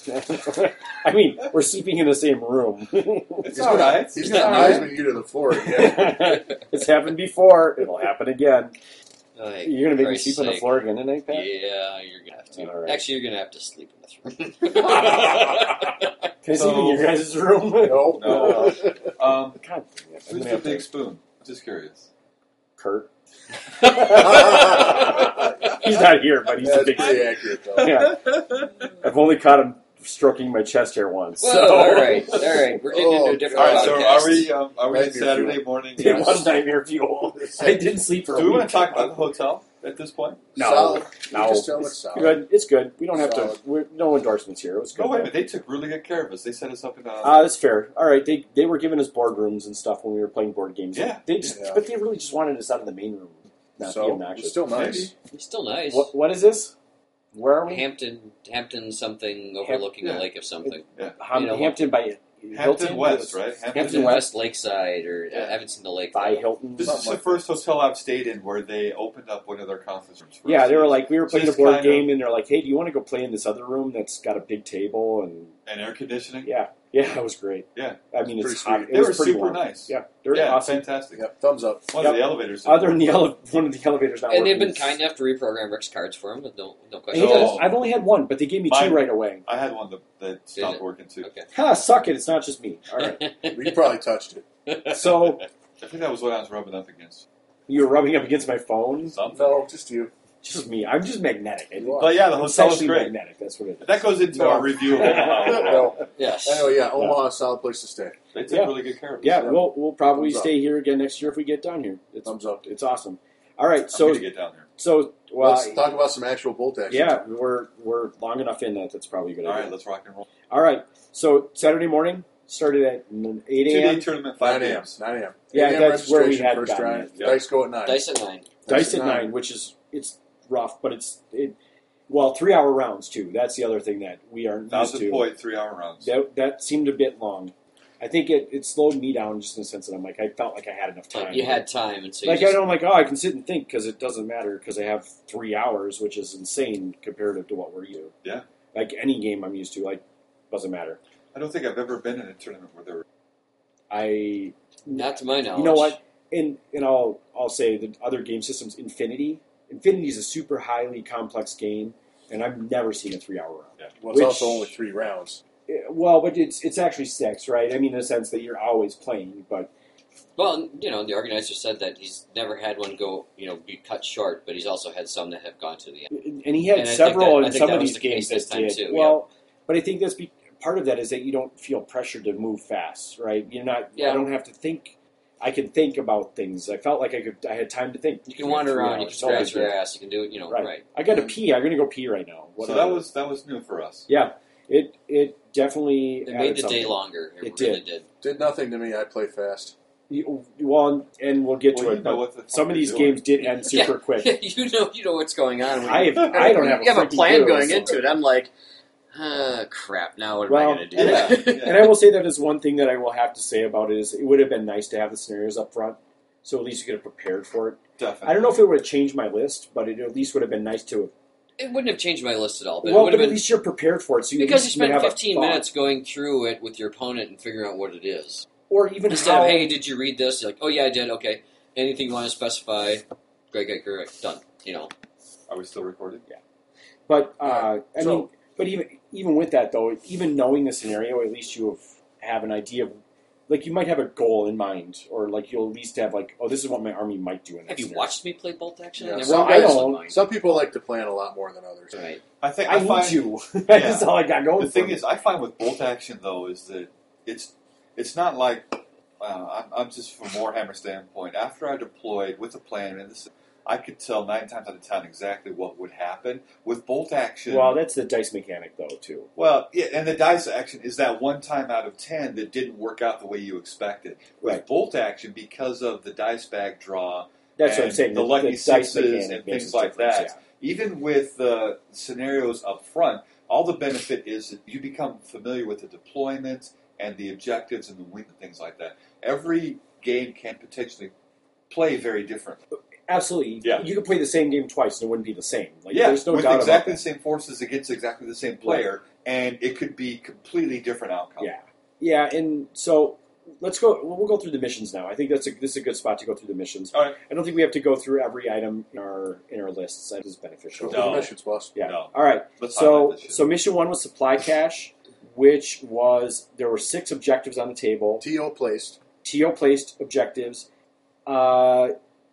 S2: I mean, we're sleeping in the same room.
S4: It's
S3: He's
S4: all
S3: gonna-
S4: right.
S3: He's going to Heisman you to the floor again.
S2: it's happened before. It'll happen again.
S1: Like,
S2: You're gonna make me
S1: Christ's
S2: sleep on the
S1: sake.
S2: floor again tonight, Pat?
S1: Yeah, you're gonna have to.
S2: All right.
S1: Actually, you're gonna have to sleep in this room.
S2: Can I sleep in
S4: So-
S2: your guys' room?
S3: No.
S4: No.
S2: uh,
S4: Um,
S2: God, damn it. I'm
S4: who's
S2: gonna
S4: the
S2: have to-
S4: big spoon? Just curious.
S2: Kurt.
S4: That's
S2: He's not here, but he's a
S3: That's
S2: big.
S3: pretty accurate, though.
S2: Yeah. I've only caught him stroking my chest hair once.
S1: Whoa,
S2: so-
S1: all right, all right, we're getting into a different
S4: All
S1: podcast.
S4: right, so are we? Um, are we
S3: Right,
S4: in
S3: if you-
S4: Saturday morning?
S2: It was nightmare fuel. I didn't sleep for
S4: Do
S2: a
S4: we
S2: week.
S4: want to talk about the hotel at this point?
S2: No,
S3: Solid. You
S2: no.
S3: just tell it's
S2: It's
S3: solid.
S2: good. It's good. We don't have to.
S3: Solid.
S2: We're, no endorsements here. It was good.
S4: No, wait a minute. They took really good care of us. They set us up in a.
S2: Uh, that's fair. All right, they they were giving us boardrooms and stuff when we were playing board games.
S4: Yeah.
S2: they just,
S3: Yeah.
S2: but they really just wanted us out of the main room. Not be
S3: So,
S2: obnoxious.
S3: it's still nice.
S1: It's still nice.
S2: What, what is this? Where are we?
S1: Hampton, Hampton, something overlooking
S4: yeah.
S1: the lake of something.
S2: Ham-
S1: you know what?
S2: Hampton by
S4: Hampton
S2: Hilton
S4: West, right?
S2: Hampton
S1: Hampton West
S2: West.
S1: Lakeside, or
S4: Yeah.
S1: I haven't seen the lake.
S2: by
S1: though.
S2: Hilton.
S4: This is
S3: Something
S4: the
S3: like
S4: first hotel I've stayed in where they opened up one of their conference rooms. for
S2: Yeah,
S4: us.
S2: they were like we were playing a
S4: Just
S2: board
S4: kind of-
S2: game, and they're like, "Hey, do you want to go play in this other room that's got a big table?" And
S4: and air conditioning.
S2: yeah, Yeah, it was great.
S4: Yeah.
S2: I mean,
S3: Pretty
S2: it's hot.
S3: sweet.
S2: It
S4: They
S2: was
S4: were
S2: pretty
S4: super
S2: warm.
S4: nice.
S2: Yeah, they're
S4: yeah,
S2: awesome.
S4: fantastic.
S3: Yep, thumbs up.
S4: One of
S2: Yep.
S4: the elevators.
S2: Other than the ele- one of the elevators not
S1: And
S2: working.
S1: they've been kind enough to reprogram Rick's cards for him with no, no
S2: I
S1: question.
S2: hate
S4: No.
S2: that. I've only had one, but they gave me
S4: Oh. Mine-
S2: two right away.
S4: I had one that, that stopped
S1: it?
S4: working too.
S1: Okay.
S2: Ha! Suck it. It's not just me. All right.
S3: You probably touched it.
S2: so
S4: I think that was what I was rubbing up against.
S2: you're rubbing up against my phone.
S4: Something.
S3: No, just you.
S2: Just me. I'm just magnetic. I think.
S3: You are.
S4: But yeah, the
S2: I'm
S4: hotel was
S2: sexually
S4: great.
S2: magnetic. That's what it is.
S4: That goes into
S3: No.
S4: our review of Omaha.
S3: no.
S1: Yes.
S3: Anyway, yeah, Omaha is a solid place to stay.
S4: they took
S2: Yeah.
S4: really good care of us.
S2: Yeah,
S3: Yeah.
S2: we'll we'll probably
S3: Thumbs up.
S2: stay here again next year if we get down here. It's
S3: Thumbs up.
S2: it's awesome. All right,
S4: So
S2: so
S4: to get down there.
S2: so well,
S3: Let's talk about some actual bolt action.
S2: yeah, we're we're long enough in that that's probably a good.
S4: All
S2: idea.
S4: right, let's rock and roll.
S2: All right. So Saturday morning started at n- eight
S4: Two day
S2: a.m.
S4: tournament,
S3: 9
S4: five
S3: a.m.
S4: games.
S3: 9 a.m.
S2: Yeah,
S3: 8 a.m.
S2: that's where we
S3: registration,
S2: had
S3: first
S2: gotten
S3: drive.
S2: it.
S4: Yep.
S3: Dice go at 9.
S1: Dice at nine.
S2: Dice at nine, which is it's rough, but it's it. Well, three hour rounds too. That's the other thing that we aren't used
S4: Thousand
S2: to.
S4: point, three hour rounds.
S2: That that seemed a bit long. I think it, it slowed me down just in the sense that I'm like I felt like I had enough time.
S1: Like, you had time, and so
S2: like
S1: you
S2: I
S1: just,
S2: don't like oh I can sit and think because it doesn't matter because I have three hours, which is insane comparative to what we're used. to.
S4: Yeah.
S2: Like any game I'm used to, like doesn't matter.
S4: I don't think I've ever been in a tournament where there were.
S2: I
S1: not to my knowledge.
S2: You know what? And and I'll I'll say the other game systems, Infinity. Infinity is a super highly complex game, and I've never seen a three hour round.
S3: Well, it's
S2: which-
S3: also only three rounds.
S2: Eh, Well, but it's it's actually six, right? I mean, in the sense that you're always playing, but
S1: Well, you know, the organizer said that he's never had one go, you know, be cut short, but he's also had some that have gone to the end.
S2: and he had
S1: And I think that-
S2: several
S1: I
S2: in
S1: think
S2: some
S1: that
S2: of
S1: was
S2: these
S1: the case
S2: games that
S1: this time
S2: did.
S1: too,
S2: well, but I think that's be, part of that is that you don't feel pressure to move fast, right? You're not.
S1: Yeah.
S2: I don't have to think. I can think about things. I felt like I could. I had time to think.
S1: You can wander
S2: Three
S1: around, you can
S2: hours, no big
S1: scratch your
S2: deal.
S1: ass, you can do it, you know,
S2: Right.
S1: right.
S2: I got to pee. I'm gonna go pee right now.
S4: So
S2: Whatever.
S4: that was that was new for us.
S2: Yeah, it it definitely
S1: It
S2: added
S1: made the day
S2: something.
S1: longer. It,
S2: It
S1: really did.
S3: Did nothing to me. I play fast.
S2: You- Well, and we'll get
S4: Well,
S2: to
S4: you
S2: it.
S4: know
S2: But
S4: what the fuck
S2: some of
S4: you're
S2: these
S4: doing.
S2: games did end super quick.
S1: you know, you know what's going on. when
S2: I
S1: you-
S2: have, I don't have.
S1: you have a
S2: freaking
S1: plan
S2: clue.
S1: going into it. I'm like, uh, crap. Now what am
S2: Well,
S1: I going to do?
S4: Yeah.
S2: And I will say that is one thing that I will have to say about it is it would have been nice to have the scenarios up front, so at least you could have prepared for it.
S4: Definitely.
S2: I don't know if it would have changed my list, but it at least would have been nice to.
S1: it wouldn't have changed my list at all. But
S2: well,
S1: it would
S2: but
S1: have
S2: at
S1: been
S2: least you're prepared for it, so you at
S1: because you
S2: least would
S1: spent
S2: have a
S1: 15
S2: thought.
S1: minutes going through it with your opponent and figuring out what it is.
S2: or even
S1: Instead
S2: how,
S1: of hey, did you read this? You're like, oh yeah, I did. Okay. Anything you want to specify? Great, great, great. great. Done. You know.
S4: Are we still recording?
S2: But uh, I
S3: So-
S2: mean, but even even with that though, even knowing the scenario, at least you have, have an idea of like you might have a goal in mind, or like you'll at least have like, oh, this is what my army might do in that.
S1: Have you
S2: scenario.
S1: watched me play bolt action?
S3: Yeah,
S1: I never
S3: some
S1: watched
S2: guys
S1: it.
S2: don't.
S3: Some people like to plan a lot more than others.
S1: Right.
S4: I think
S2: I,
S4: I,
S2: need
S4: find
S2: you. That's
S4: Yeah.
S2: all I got going.
S4: the thing
S2: for me.
S4: is I find with bolt action though is that it's it's not like uh, I'm, I'm just from Warhammer standpoint. After I deployed with a plan and this, I could tell nine times out of ten exactly what would happen with bolt action.
S2: well, that's the dice mechanic though too.
S4: Well, yeah, and the dice action is that one time out of ten that didn't work out the way you expected. With
S2: Right.
S4: bolt action, because of the dice bag draw,
S2: That's what
S4: And
S2: I'm saying.
S4: the lucky
S2: dice
S4: sixes
S2: mechanic
S4: and
S2: makes
S4: things
S2: a
S4: like
S2: difference,
S4: that. even with the scenarios up front, all the benefit is that you become familiar with the deployment and the objectives and the wing and things like that. Every game can potentially play very differently.
S2: yeah. Absolutely.
S4: Yeah.
S2: You could play the same game twice and it wouldn't be the same. Like
S4: yeah,
S2: there's no
S4: with
S2: doubt
S4: exactly the
S2: about
S4: same forces against exactly the same player, and it could be completely different outcome.
S2: Yeah. that. Yeah, and so let's go. We'll we'll go through the missions now. I think that's a, this is a good spot to go through the missions.
S4: All right.
S2: I don't think we have to go through every item in our in our lists. That is beneficial.
S3: Go for
S4: No.
S3: the missions, boss.
S2: Yeah.
S4: No.
S2: All right.
S4: Let's
S2: So
S4: highlight this shit.
S2: so mission one was supply cache, which was there were six objectives on the table.
S3: T.O. placed.
S2: TO placed objectives. Uh,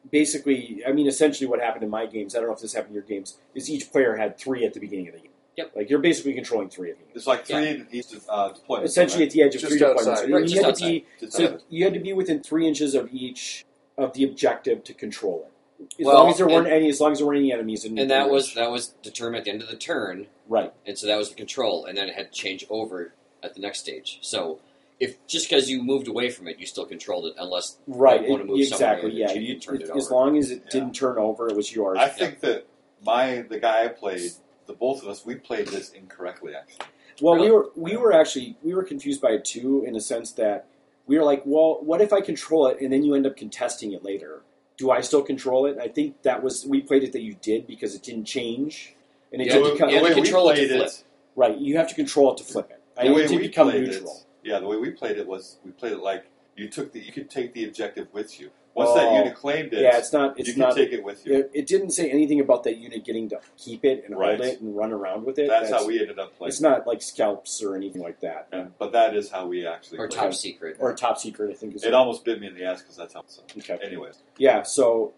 S2: basically, I mean, essentially what happened in my games, I don't know if this happened in your games, is each player had three at the beginning of the game.
S1: Yep.
S2: Like you're basically controlling three of them.
S4: it's like three in each uh, deployment.
S2: Essentially at the edge of
S3: Just
S2: three deployments.
S3: outside.
S2: You
S1: Right, just
S2: had to
S1: outside.
S2: be-
S4: Just
S2: so
S4: have
S2: you had to be within three inches of each of the objective to control it. As
S1: Well,
S2: long as there weren't
S1: and-
S2: any, as long as there weren't any enemies, in
S1: And that
S2: range.
S1: was that was determined at the end of the turn.
S2: right.
S1: and so that was the control, and then it had to change over at the next stage. So if just because you moved away from it, you still controlled it, unless
S2: Right,
S1: you want to move
S2: exactly.
S1: somewhere
S2: Yeah,
S1: that you
S2: you-
S1: can turn it
S2: as
S1: over.
S2: long as it
S4: Yeah.
S2: didn't turn over, it was yours.
S4: I think that my the guy I played, the both of us, we played this incorrectly actually.
S2: Well, we
S1: Really?
S2: were we were actually we were confused by it too, in a sense that we were like, well, what if I control it and then you end up contesting it later? Do I still control it? I think that was we played it that you did because it didn't change, and it
S1: Yeah,
S2: didn't
S1: we-
S2: become
S1: yeah,
S4: the way
S1: control it
S4: we
S1: to
S4: played
S1: flip.
S4: it,
S2: right. You have to control it to flip it. I
S4: the
S2: think
S4: way
S2: it didn't
S4: we
S2: become
S4: played
S2: neutral.
S4: it, Yeah, the way we played it was we played it like you took the you could take the objective with you. Once that
S2: Oh.
S4: unit claimed it,
S2: yeah, it's not. It's
S4: you
S2: not.
S4: can take it with you.
S2: It, it didn't say anything about that unit getting to keep it and
S4: Right.
S2: hold it and run around with it.
S4: that's, how we ended up playing.
S2: It's not like scalps or anything like that,
S4: Yeah, but that is how we actually.
S1: Or
S4: played
S1: top
S4: it.
S1: secret.
S2: or top secret. I think is
S4: It almost bit me in the ass because that's how. So,
S2: okay.
S4: anyways,
S2: Yeah. So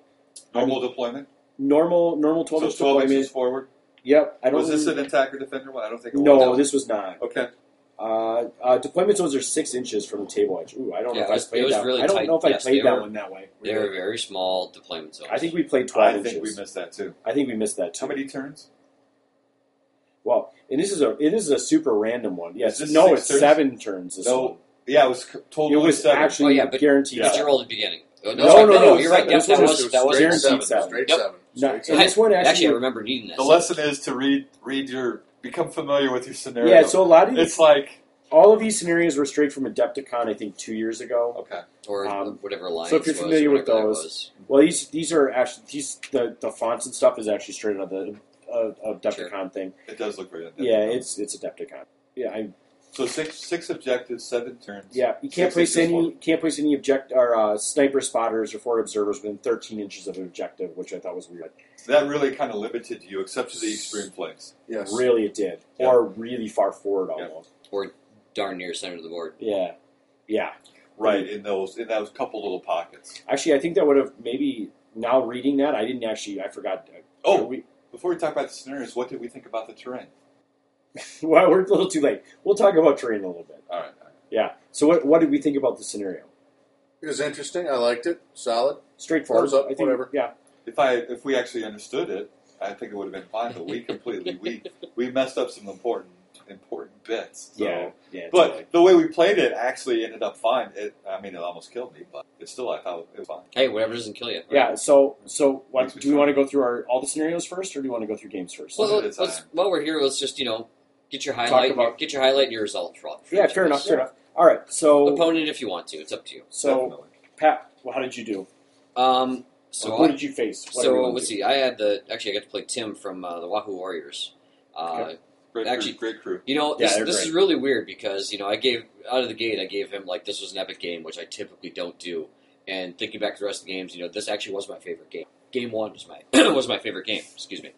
S4: normal deployment.
S2: normal normal twelve
S4: So
S2: inch
S4: twelve
S2: deployment.
S4: inches forward.
S2: Yep. I don't.
S4: Was this
S2: really-
S4: an attacker defender one? I don't think. It
S2: no,
S4: was.
S2: this was not.
S4: Okay.
S2: Uh, uh, deployment zones are six inches from the table edge. Ooh, I don't
S1: Yeah,
S2: know
S1: it
S2: if
S1: was-
S2: I
S1: it
S2: played
S1: was
S2: that.
S1: really
S2: I don't
S1: tight.
S2: know if I
S1: Yes,
S2: played
S1: they
S2: that
S1: were-
S2: one that way.
S1: They were very small deployment zones.
S2: I think we played twelve
S4: I think we
S2: inches.
S4: missed that too.
S2: I think we missed that
S4: How
S2: too.
S4: many turns?
S2: Well, and this is a it is a super random one. Yes,
S4: this
S2: no,
S4: six
S2: it's
S4: turns?
S2: seven turns. This
S4: No.
S2: one.
S4: Yeah, it was c-
S2: it
S4: totally
S2: was
S4: seven.
S2: actually
S1: Oh, yeah, but-
S2: guaranteed.
S1: But
S4: Yeah.
S1: you
S2: seven.
S1: rolled at the beginning. Oh,
S2: No,
S1: sorry, no,
S2: no, no,
S1: you're right.
S2: seven.
S1: Yep,
S2: This
S1: that
S2: one
S1: was
S2: was
S1: that was
S3: straight
S2: guaranteed
S1: seven.
S3: seven.
S2: seven.
S3: Straight
S1: Yep.
S3: seven.
S2: No,
S3: Straight
S2: and
S3: seven.
S2: this one actually,
S1: Actually, I remember reading that.
S4: The lesson is to read read your become familiar with your scenario.
S2: yeah. So a lot of
S4: it's
S2: these,
S4: like
S2: all of these scenarios were straight from Adepticon, I think, two years ago.
S4: okay.
S1: or
S2: Um,
S1: whatever alliance.
S2: so if you're
S1: was,
S2: familiar with
S1: whatever that
S2: those,
S1: was.
S2: Well, these these are actually these the, the fonts and stuff is actually straight out of the uh, of Adepticon thing.
S4: It does look very
S2: Yeah, it's it's Adepticon. Yeah, I,
S4: so six six objectives, seven turns.
S2: yeah. You can't
S4: Six
S2: place
S4: inches
S2: any
S4: forward.
S2: can't place any object or uh, sniper spotters or forward observers within 13 inches of an objective, which I thought was weird.
S4: So that really kind of limited you, except to the extreme flanks.
S3: Yes.
S2: Really, it did,
S4: Yeah.
S2: or really far forward
S4: Yeah.
S2: almost.
S1: or darn near center of the board.
S2: Yeah, yeah.
S4: Right in those in those couple little pockets.
S2: Actually, I think that would have maybe now reading that I didn't actually I forgot.
S4: Oh.
S2: we,
S4: Before we talk about the scenarios, what did we think about the terrain?
S2: well, we're a little too late. We'll talk about terrain in a little bit.
S4: All right.
S2: Yeah. So what what did we think about the scenario?
S3: It was interesting. I liked it. Solid.
S2: Straightforward.
S3: Thumbs up,
S2: I think,
S3: whatever.
S2: Yeah.
S4: If I if we actually understood it, I think it would have been fine. But we completely we we messed up some important important bits. So.
S2: yeah. Yeah. totally.
S4: But the way we played it actually ended up fine. It, I mean, it almost killed me, but it's still I thought it was fine.
S1: Hey, whatever doesn't kill you. right?
S2: yeah. So so what
S4: Makes me
S2: do we
S4: feel-
S2: want to go through our all the scenarios first, or do you want to go through games first?
S4: Well,
S1: Well,
S4: at a
S1: let's, let's-
S4: time.
S1: while we're here, let's just you know get your highlight,
S2: about-
S1: get your highlight and your result for all. for
S2: yeah.
S1: each
S2: Fair
S1: of
S2: enough.
S1: us.
S2: Fair enough. All right. So
S1: Opponent, if you want to, it's up to you.
S2: so
S4: Definitely.
S2: Pat, well, how did you do?
S1: Um, so
S2: who
S1: I,
S2: did you face? What
S1: so
S2: everyone
S1: let's
S2: did?
S1: see. I had the actually I got to play Tim from uh, the Wahoo Warriors. Uh,
S2: Okay.
S4: Great
S1: Actually-
S4: crew, great crew.
S1: You know,
S2: Yeah,
S1: this,
S2: they're
S1: this
S2: great.
S1: is really weird because, you know, I gave, out of the gate, I gave him, like, this was an epic game, which I typically don't do. And thinking back to the rest of the games, you know, this actually was my favorite game. Game one was my, was my favorite game, excuse me.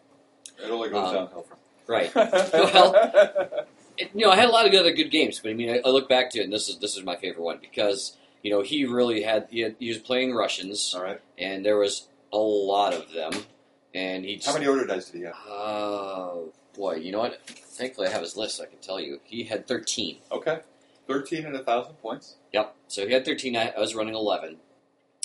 S4: It only goes
S1: Um,
S4: downhill from.
S1: Right. Well- It- you know, I had a lot of other good games, but I mean, I, I look back to it, and this is, this is my favorite one because, you know, he really had, he, had, he was playing Russians,
S4: all right.
S1: and there was a lot of them. And he just,
S4: How many order dice did he have?
S1: Oh, boy, you know what? Thankfully, I have his list, so I can tell you. He had 13.
S4: Okay, thirteen and a thousand points.
S1: Yep. So he had 13. I I was running 11,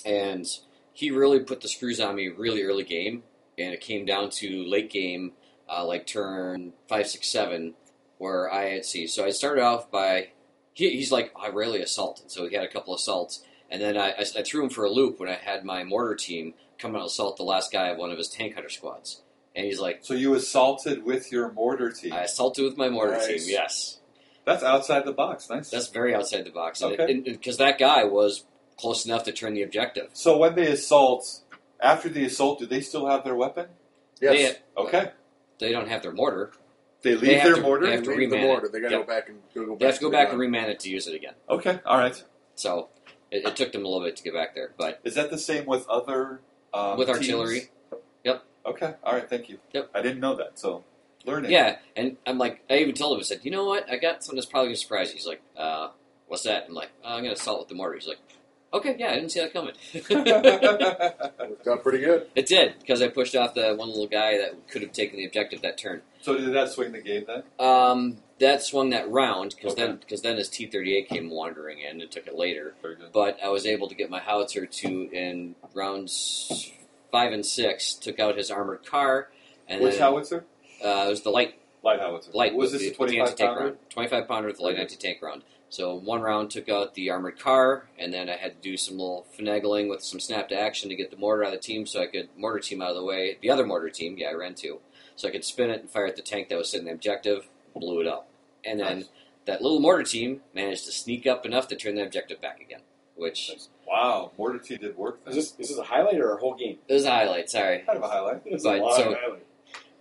S1: and he really put the screws on me really early game, and it came down to late game, uh, like turn five, six, seven, where I had see. So I started off by he, he's like I rarely assault, and so he had a couple assaults, and then I, I, I threw him for a loop when I had my mortar team come and assault the last guy of one of his tank hunter squads, and he's like.
S4: So you assaulted with your mortar team.
S1: I assaulted with my mortar
S3: Nice.
S1: team. Yes,
S4: That's outside the box. Nice.
S1: that's very outside the box.
S4: Okay.
S1: because that guy was close enough to turn the objective.
S4: so when they assault, after the assault, do they still have their weapon?
S3: Yes.
S1: They,
S4: Okay,
S1: They don't have their mortar.
S4: they leave
S1: They have
S4: their
S1: to-
S4: mortar.
S1: they have to
S3: Leave the
S1: reman it.
S3: mortar. They got to
S1: Yep.
S3: go back and go, go back.
S1: They have to go
S3: the
S1: back
S3: gun.
S1: and reman it to use it again.
S4: Okay, all right.
S1: So it, it took them a little bit to get back there, but
S4: Is that the same with other um,
S1: with
S4: teams?
S1: artillery,
S4: Okay, all right. Thank you.
S1: Yep.
S4: I didn't know that, so learning.
S1: yeah. And I'm like, I even told him, I said, you know what? I got something that's probably gonna surprise you. He's like, uh, what's that? I'm like, "Uh, I'm gonna assault with the mortar. He's like, okay, yeah, I didn't see that coming.
S3: Worked out pretty good.
S1: it did because I pushed off the one little guy that could have taken the objective that turn.
S4: so did that swing the game then?
S1: Um, that swung that round because
S4: Okay.
S1: then because then his T38 came wandering in and took it later.
S4: Very good.
S1: but I was able to get my howitzer to in rounds five and six. Took out his armored car, and
S4: Which
S1: then
S4: howitzer?
S1: uh, it was the light
S4: Light howitzer.
S1: light
S4: was
S1: with
S4: this a
S1: the, with the
S4: twenty-five
S1: anti-tank
S4: pounder?
S1: round. Twenty-five pounder with the light
S4: Okay.
S1: anti-tank round. So one round took out the armored car, and then I had to do some little finagling with some snap to action to get the mortar out of the team, so I could mortar team out of the way. The other mortar team, yeah, I ran two, so I could spin it and fire at the tank that was sitting in the objective, blew it up, and then
S4: Nice.
S1: that little mortar team managed to sneak up enough to turn the objective back again, which
S4: Wow, mortar team did work. Then.
S2: Is this is this a highlight or a whole game?
S1: It was a highlight, sorry.
S4: kind of a highlight.
S2: It's
S1: Right,
S2: a lot
S1: so-
S2: of highlight.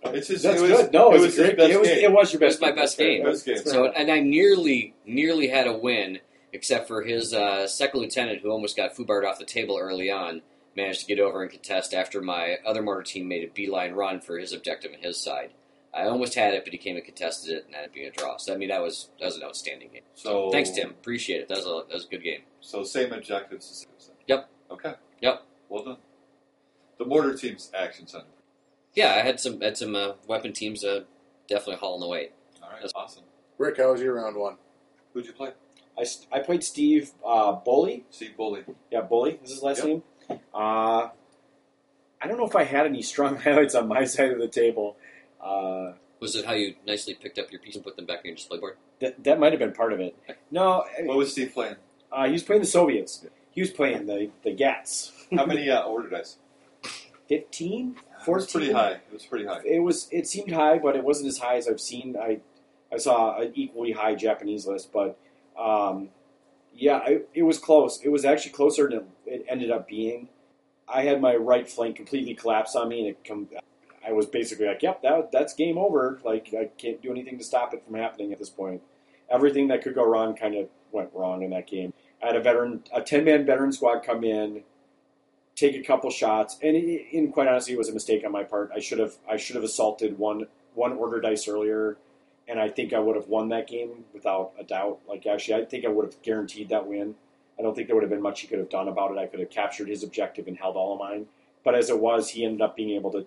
S4: It's just,
S2: That's
S4: it was,
S2: good. No,
S4: it
S2: it's
S4: was
S2: a great.
S4: his best
S2: it was.
S4: game.
S2: It was your
S1: It was
S2: best.
S1: my best game.
S4: Best game.
S1: So and I nearly nearly had a win, except for his uh, second lieutenant, who almost got foobarred off the table early on, managed to get over and contest after my other mortar team made a beeline run for his objective on his side. I almost had it, but he came and contested it, and that being a draw. So I mean, that was that was an outstanding game.
S4: So
S1: Thanks, Tim. Appreciate it. That was a that was a good game.
S4: So same objectives. the same stuff.
S1: Yep.
S4: Okay.
S1: Yep.
S4: Well done. The mortar team's action center.
S1: Yeah, I had some had some uh, weapon teams uh, definitely hauling the weight.
S4: All right.
S1: That's-
S4: awesome.
S3: Rick, how was your round one?
S4: Who'd you play?
S2: I, st- I played Steve uh, Bully.
S4: Steve Bully.
S2: Yeah, Bully is his last
S4: Yep.
S2: name. Uh, I don't know if I had any strong highlights on my side of the table. Uh,
S1: Was it how you nicely picked up your piece and put them back on your display board?
S2: that that might have been part of it. No,
S4: What was Steve playing?
S2: uh, he was playing the Soviets. He was playing the the Gats.
S4: How many uh, order dice?
S2: 15?
S4: It was pretty
S2: 14?
S4: high. It was pretty high.
S2: It was. It seemed high, but it wasn't as high as I've seen. I I saw an equally high Japanese list, but um, yeah, it, it was close. It was actually closer than it ended up being. I had my right flank completely collapse on me, and it come. I was basically like, "Yep, that that's game over. Like I can't do anything to stop it from happening at this point." Everything that could go wrong kind of went wrong in that game. I had a veteran, a ten man veteran squad come in take a couple shots, and it, in quite honestly, it was a mistake on my part. I should have I should have assaulted one one order dice earlier, and I think I would have won that game without a doubt. Like actually, I think I would have guaranteed that win. I don't think there would have been much he could have done about it. I could have captured his objective and held all of mine. But as it was, he ended up being able to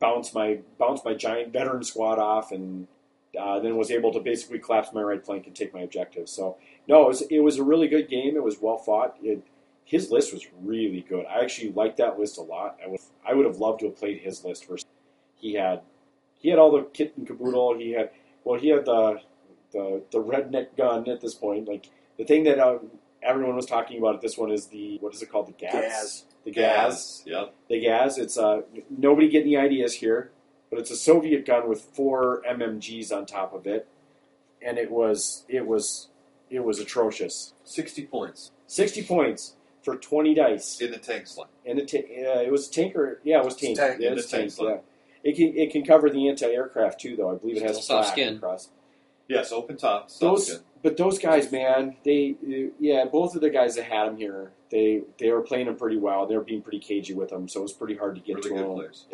S2: bounce my bounce my giant veteran squad off, and uh, then was able to basically collapse my right flank and take my objective. So no, it was, it was a really good game. It was well fought. It, his list was really good. I actually liked that list a lot. I would I would have loved to have played his list versus he had he had all the kit and caboodle. He had well he had the the the redneck gun at this point. Like the thing that uh, everyone was talking about at this one is the what is it called the gas
S3: Gas.
S2: the gas
S4: Yep.
S2: the gas. It's uh, n- nobody get any ideas here, but it's a Soviet gun with four MMGs on top of it, and it was it was it was atrocious.
S4: Sixty points
S2: Sixty points for twenty dice,
S4: in the tank slot.
S2: and it ta- uh, it was tanker. Yeah, it was tank.
S3: tank.
S2: Yeah,
S4: It's
S2: it's
S4: tank
S2: tank.
S4: slot.
S2: Yeah. It can it can cover the anti aircraft too, though. I believe it has
S1: Still soft
S2: flak
S1: skin.
S2: across.
S4: Yes, open top. soft
S2: Those,
S4: skin.
S2: but those guys, man, they yeah, both of the guys that had him here, they they were playing him pretty well. They were being pretty cagey with him, so it was pretty hard to get
S4: really
S2: to
S4: good
S2: him.
S4: players.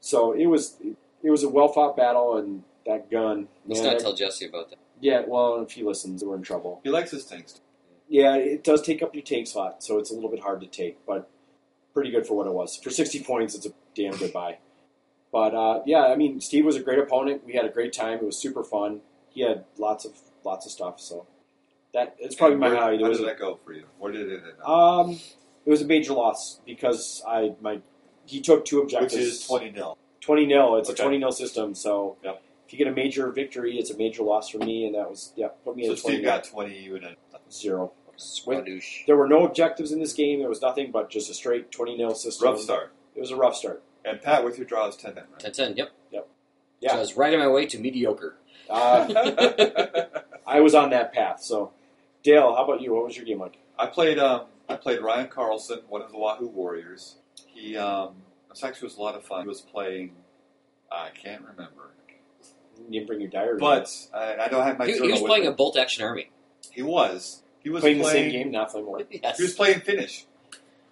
S2: So it was it was a well fought battle, and that gun.
S1: Let's
S2: man,
S1: not
S2: that-
S1: tell Jesse about that.
S2: yeah, well, if he listens, we're in trouble.
S4: He likes his tanks.
S2: Yeah, it does take up your tank slot, so it's a little bit hard to take, but pretty good for what it was. For sixty points, it's a damn good buy. But uh, yeah, I mean, Steve was a great opponent. We had a great time. It was super fun. He had lots of lots of stuff. So that it's probably my
S4: Where-
S2: highlight. It
S4: How
S2: was
S4: did
S2: a-
S4: that go for you? Where did it end up?
S2: um, it was a major loss because I my he took two
S4: Which
S2: objectives.
S4: is twenty nil.
S2: 20 nil. It's
S4: Okay.
S2: a 20 nil system. So
S4: Yep.
S2: if you get a major victory, it's a major loss for me. And that was, yeah, put me
S4: So
S2: at a 20
S4: Steve got twenty. You and a-
S2: zero. With-
S1: Squadoosh.
S2: there were no objectives in this game. There was nothing but just a straight 20 nil system.
S4: rough start.
S2: It was a rough start.
S4: And Pat with your draw is ten. Then, right?
S1: 10 10, yep.
S2: Yep.
S1: So I was right on my way to mediocre.
S2: Uh, I was on that path. So, Dale, how about you? What was your game like?
S4: I played. Um, I played Ryan Carlson, one of the Wahoo Warriors. He. Um, this actually was a lot of fun. He was playing. I can't remember,
S2: You didn't bring your diary.
S4: but I, I don't have my.
S1: He,
S4: journal
S1: he was
S4: with
S1: playing
S4: me.
S1: a bolt action army.
S4: He was. He was
S2: playing, the same game, not playing more.
S1: Yes.
S4: He was playing Finnish.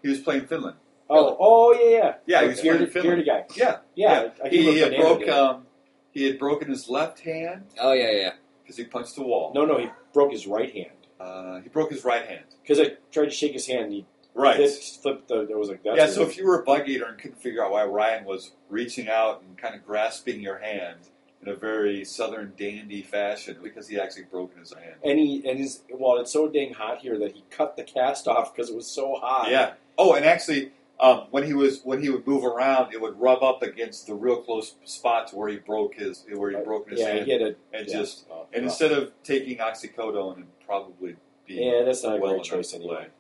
S4: He was playing Finland.
S2: Oh, oh yeah, yeah.
S4: Yeah, he
S2: Okay.
S4: was playing
S2: Bearded-
S4: Finland.
S2: bearded guy.
S4: Yeah,
S2: Yeah, I- I
S4: He,
S2: can look
S4: he had
S2: banana
S4: broke.
S2: dude.
S4: Um, he had broken his left hand
S1: oh, yeah, yeah, yeah.
S4: because he punched the wall.
S2: No, no, he broke his right hand
S4: Uh, he broke his right hand.
S2: because I tried to shake his hand. And he
S4: Right.
S2: flipped, flipped the. I was like, that's
S4: yeah.
S2: weird.
S4: So if you were a bug eater and couldn't figure out why Ryan was reaching out and kind of grasping your hand in a very southern dandy fashion because he actually broken his hand.
S2: and he and his well, it's so dang hot here that he cut the cast off because it was so hot.
S4: Yeah. Oh, and actually, um, when he was when he would move around, it would rub up against the real close spots where he broke his where he
S2: Uh,
S4: broke his
S2: yeah,
S4: hand
S2: he had a
S4: and
S2: yeah.
S4: just
S2: Oh,
S4: and
S2: wow.
S4: instead of taking oxycodone and probably being
S2: yeah, that's not a
S4: well
S2: great choice
S4: enough to play.
S2: anyway.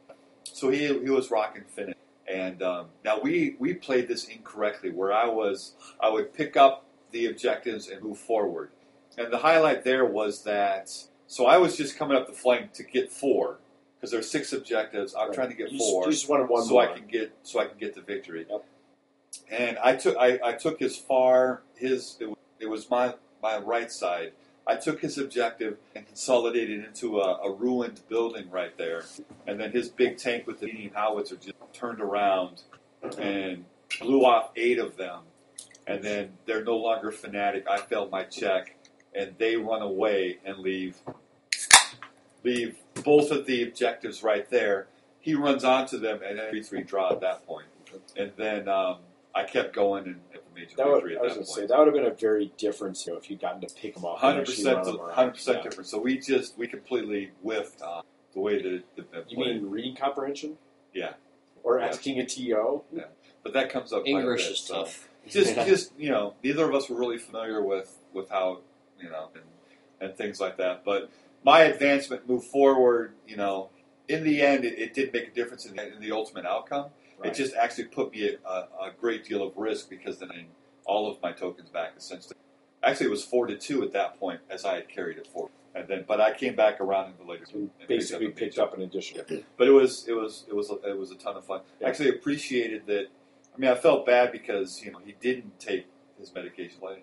S4: So he he was rocking Finnish, and um, now we we played this incorrectly. Where I was, I would pick up the objectives and move forward. And the highlight there was that. So I was just coming up the flank to get four because there's six objectives. I'm
S2: Right.
S4: trying to get
S2: you, just-
S4: four
S2: you just wanted one
S4: so
S2: more.
S4: I can get so I can get the victory.
S2: Yep.
S4: and I took I, I took as far his it, wa- it was my my right side. I took his objective and consolidated into a, a ruined building right there, and then his big tank with the medium howitzer just turned around and blew off eight of them, and then they're no longer fanatic. I failed my check, and they run away and leave leave both of the objectives right there. He runs onto them, and then three three draw at that point. And then um, I kept going and at the major
S2: That would,
S4: victory
S2: I was
S4: at
S2: going
S4: that
S2: to say
S4: point.
S2: that would have been a very different you know, if you'd gotten to pick them up. and
S4: Hundred
S2: actually
S4: percent,
S2: run 'em around.
S4: hundred percent
S2: Yeah.
S4: different. So we just we completely whiffed on the way that that that
S2: You
S4: played.
S2: mean reading comprehension?
S4: Yeah.
S2: Or
S4: Yeah.
S2: asking a TO?
S4: but that comes up quite a
S1: English
S4: bit,
S1: is
S4: so.
S1: tough.
S4: Just, just you know, neither of us were really familiar with with how you know and, and things like that. But my advancement moved forward. You know, in the end, it, it did make a difference in the, in the ultimate outcome. It just actually put me at a, a great deal of risk because then I, all of my tokens back essentially. Actually, it was four to two at that point, as I had carried it forward, and then but I came back around in the later.
S2: You
S4: and picked up
S2: basically
S4: a
S2: picked
S4: major.
S2: up an addition.
S4: But it was it was it was it was a ton of fun.
S2: Yeah.
S4: Actually, appreciated that. I mean, I felt bad because you know he didn't take his medication. Later.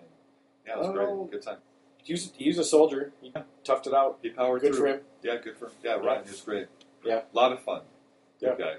S4: Yeah, it was
S2: Oh.
S4: great. Good time.
S2: He was, he was a soldier. He toughed it out.
S4: He powered
S2: Good
S4: through.
S2: for him.
S4: Yeah, good for him. Yeah, Ryan was great.
S2: Yeah.
S4: a lot of fun.
S2: Yeah.
S4: Good guy.